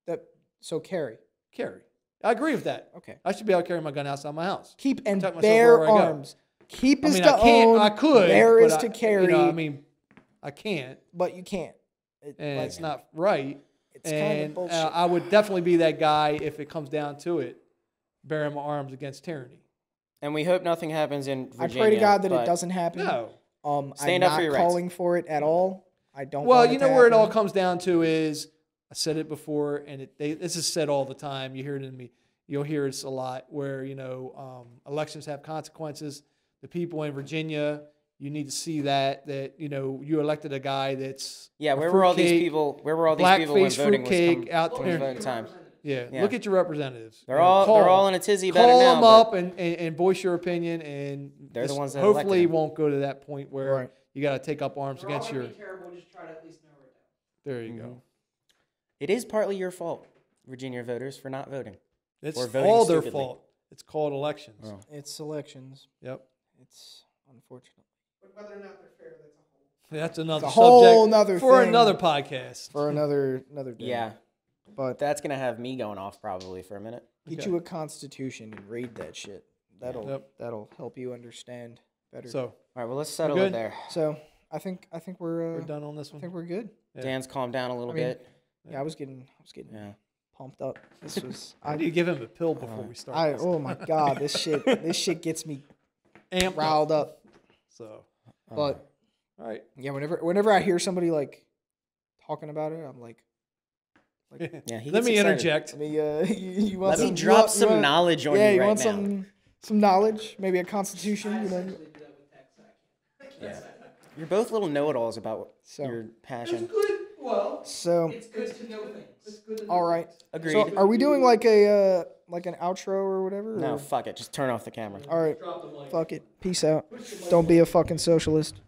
Speaker 3: That so carry.
Speaker 2: carry. I agree with that.
Speaker 3: Okay.
Speaker 2: I should be able to carry my gun outside my house.
Speaker 3: Keep and
Speaker 2: Tuck myself
Speaker 3: bare
Speaker 2: wherever I go.
Speaker 3: arms. Keep
Speaker 2: I
Speaker 3: is
Speaker 2: mean,
Speaker 3: to
Speaker 2: I can't.
Speaker 3: own.
Speaker 2: I could.
Speaker 3: Bare
Speaker 2: but
Speaker 3: is
Speaker 2: I-
Speaker 3: to carry.
Speaker 2: You know, I mean, I can't,
Speaker 3: but you can't. It-
Speaker 2: and
Speaker 3: like,
Speaker 2: it's not right.
Speaker 3: It's kinda
Speaker 2: and
Speaker 3: bullshit.
Speaker 2: uh, I would definitely be that guy if it comes down to it, bearing my arms against tyranny.
Speaker 1: and we hope nothing happens in
Speaker 3: I
Speaker 1: Virginia.
Speaker 3: pray to God that
Speaker 1: but
Speaker 3: it doesn't happen.
Speaker 2: No.
Speaker 3: Um,
Speaker 1: Stand
Speaker 3: I'm
Speaker 1: up for
Speaker 3: not
Speaker 1: your rights.
Speaker 3: calling for it at all. I don't.
Speaker 2: Well,
Speaker 3: want
Speaker 2: you
Speaker 3: it to
Speaker 2: know where it
Speaker 3: happen.
Speaker 2: all comes down to is I said it before, and it, they, this is said all the time. You hear it in me. You'll hear it's a lot where you know um, elections have consequences. The people in Virginia, you need to see that that you know you elected a guy that's
Speaker 1: Yeah,
Speaker 2: a
Speaker 1: where were all these
Speaker 2: fruitcake,
Speaker 1: people? Where were all these people when
Speaker 2: blackface
Speaker 1: voting was
Speaker 2: fruitcake
Speaker 1: come-
Speaker 2: out
Speaker 1: when
Speaker 2: there.
Speaker 1: voting time?
Speaker 2: Yeah,
Speaker 1: Yeah.
Speaker 2: look at your representatives.
Speaker 1: They're
Speaker 2: You know,
Speaker 1: all they're
Speaker 2: call
Speaker 1: all in
Speaker 2: them.
Speaker 1: a tizzy about
Speaker 2: Call
Speaker 1: it now.
Speaker 2: them
Speaker 1: but-
Speaker 2: up and, and, and voice your opinion, and
Speaker 1: They're the
Speaker 2: this
Speaker 1: ones that elected
Speaker 2: hopefully
Speaker 1: him.
Speaker 2: won't go to that point where
Speaker 3: Right.
Speaker 2: you got to take up arms
Speaker 4: They're all
Speaker 2: against
Speaker 4: gonna
Speaker 2: your.
Speaker 4: be terrible. Just try to at least narrow it
Speaker 2: There
Speaker 4: down.
Speaker 2: you go.
Speaker 1: Mm-hmm. It is partly your fault, Virginia voters, for not voting.
Speaker 2: It's
Speaker 1: Or voting
Speaker 2: all their
Speaker 1: stupidly.
Speaker 2: fault. It's called elections.
Speaker 1: Oh.
Speaker 3: It's elections.
Speaker 2: Yep.
Speaker 3: It's unfortunate.
Speaker 4: But whether or not they're fair, that's a whole.
Speaker 2: That's another
Speaker 3: It's a whole
Speaker 2: subject
Speaker 3: nother
Speaker 2: for
Speaker 3: thing.
Speaker 2: another podcast.
Speaker 3: For another another day.
Speaker 1: Yeah,
Speaker 3: But
Speaker 1: that's gonna have me going off probably for a minute.
Speaker 3: get
Speaker 2: Okay.
Speaker 3: you a constitution and read that shit. That'll
Speaker 2: Yep.
Speaker 3: that'll help you understand better. So,
Speaker 2: so
Speaker 1: All right, well let's settle
Speaker 2: good?
Speaker 1: it there.
Speaker 3: I think I think we're, uh,
Speaker 2: we're done on this
Speaker 3: I
Speaker 2: one.
Speaker 3: think we're good.
Speaker 2: Yeah.
Speaker 1: Dan's calmed down a little
Speaker 3: I mean-
Speaker 1: bit.
Speaker 3: Yeah, I was getting I was getting
Speaker 1: Yeah.
Speaker 3: pumped up. This was
Speaker 2: I
Speaker 3: I
Speaker 2: need to give him a pill before we start.
Speaker 3: I
Speaker 2: this.
Speaker 3: oh my god, this shit this shit gets me
Speaker 2: Amped up.
Speaker 3: riled up.
Speaker 2: So
Speaker 1: Uh-huh. Um,
Speaker 3: But
Speaker 2: all right.
Speaker 3: yeah, whenever whenever I hear somebody like talking about it, I'm like,
Speaker 1: Yeah. He
Speaker 2: Let
Speaker 1: gets
Speaker 2: me
Speaker 1: excited.
Speaker 2: interject.
Speaker 3: let me uh, you, you want
Speaker 1: Let
Speaker 3: some,
Speaker 1: me
Speaker 3: you
Speaker 1: drop
Speaker 3: want- you
Speaker 1: some
Speaker 3: want-
Speaker 1: knowledge on
Speaker 3: yeah,
Speaker 1: you
Speaker 3: you
Speaker 1: right
Speaker 3: want
Speaker 1: now.
Speaker 3: some some knowledge, maybe a
Speaker 4: I
Speaker 3: constitution, you know.
Speaker 4: essentially did that with tax. I can't-
Speaker 1: Yeah. You're both little know-it-alls about
Speaker 3: So-
Speaker 1: your passion.
Speaker 4: It's good. Well,
Speaker 3: So
Speaker 4: it's good to know things. It's good to know
Speaker 3: all right.
Speaker 1: Agreed.
Speaker 3: So are we doing like a uh, like an outro or whatever?
Speaker 1: no,
Speaker 3: or-
Speaker 1: fuck it. Just turn off the camera.
Speaker 3: All right.
Speaker 4: Drop the mic.
Speaker 3: Fuck it. Peace out. Don't be a fucking socialist.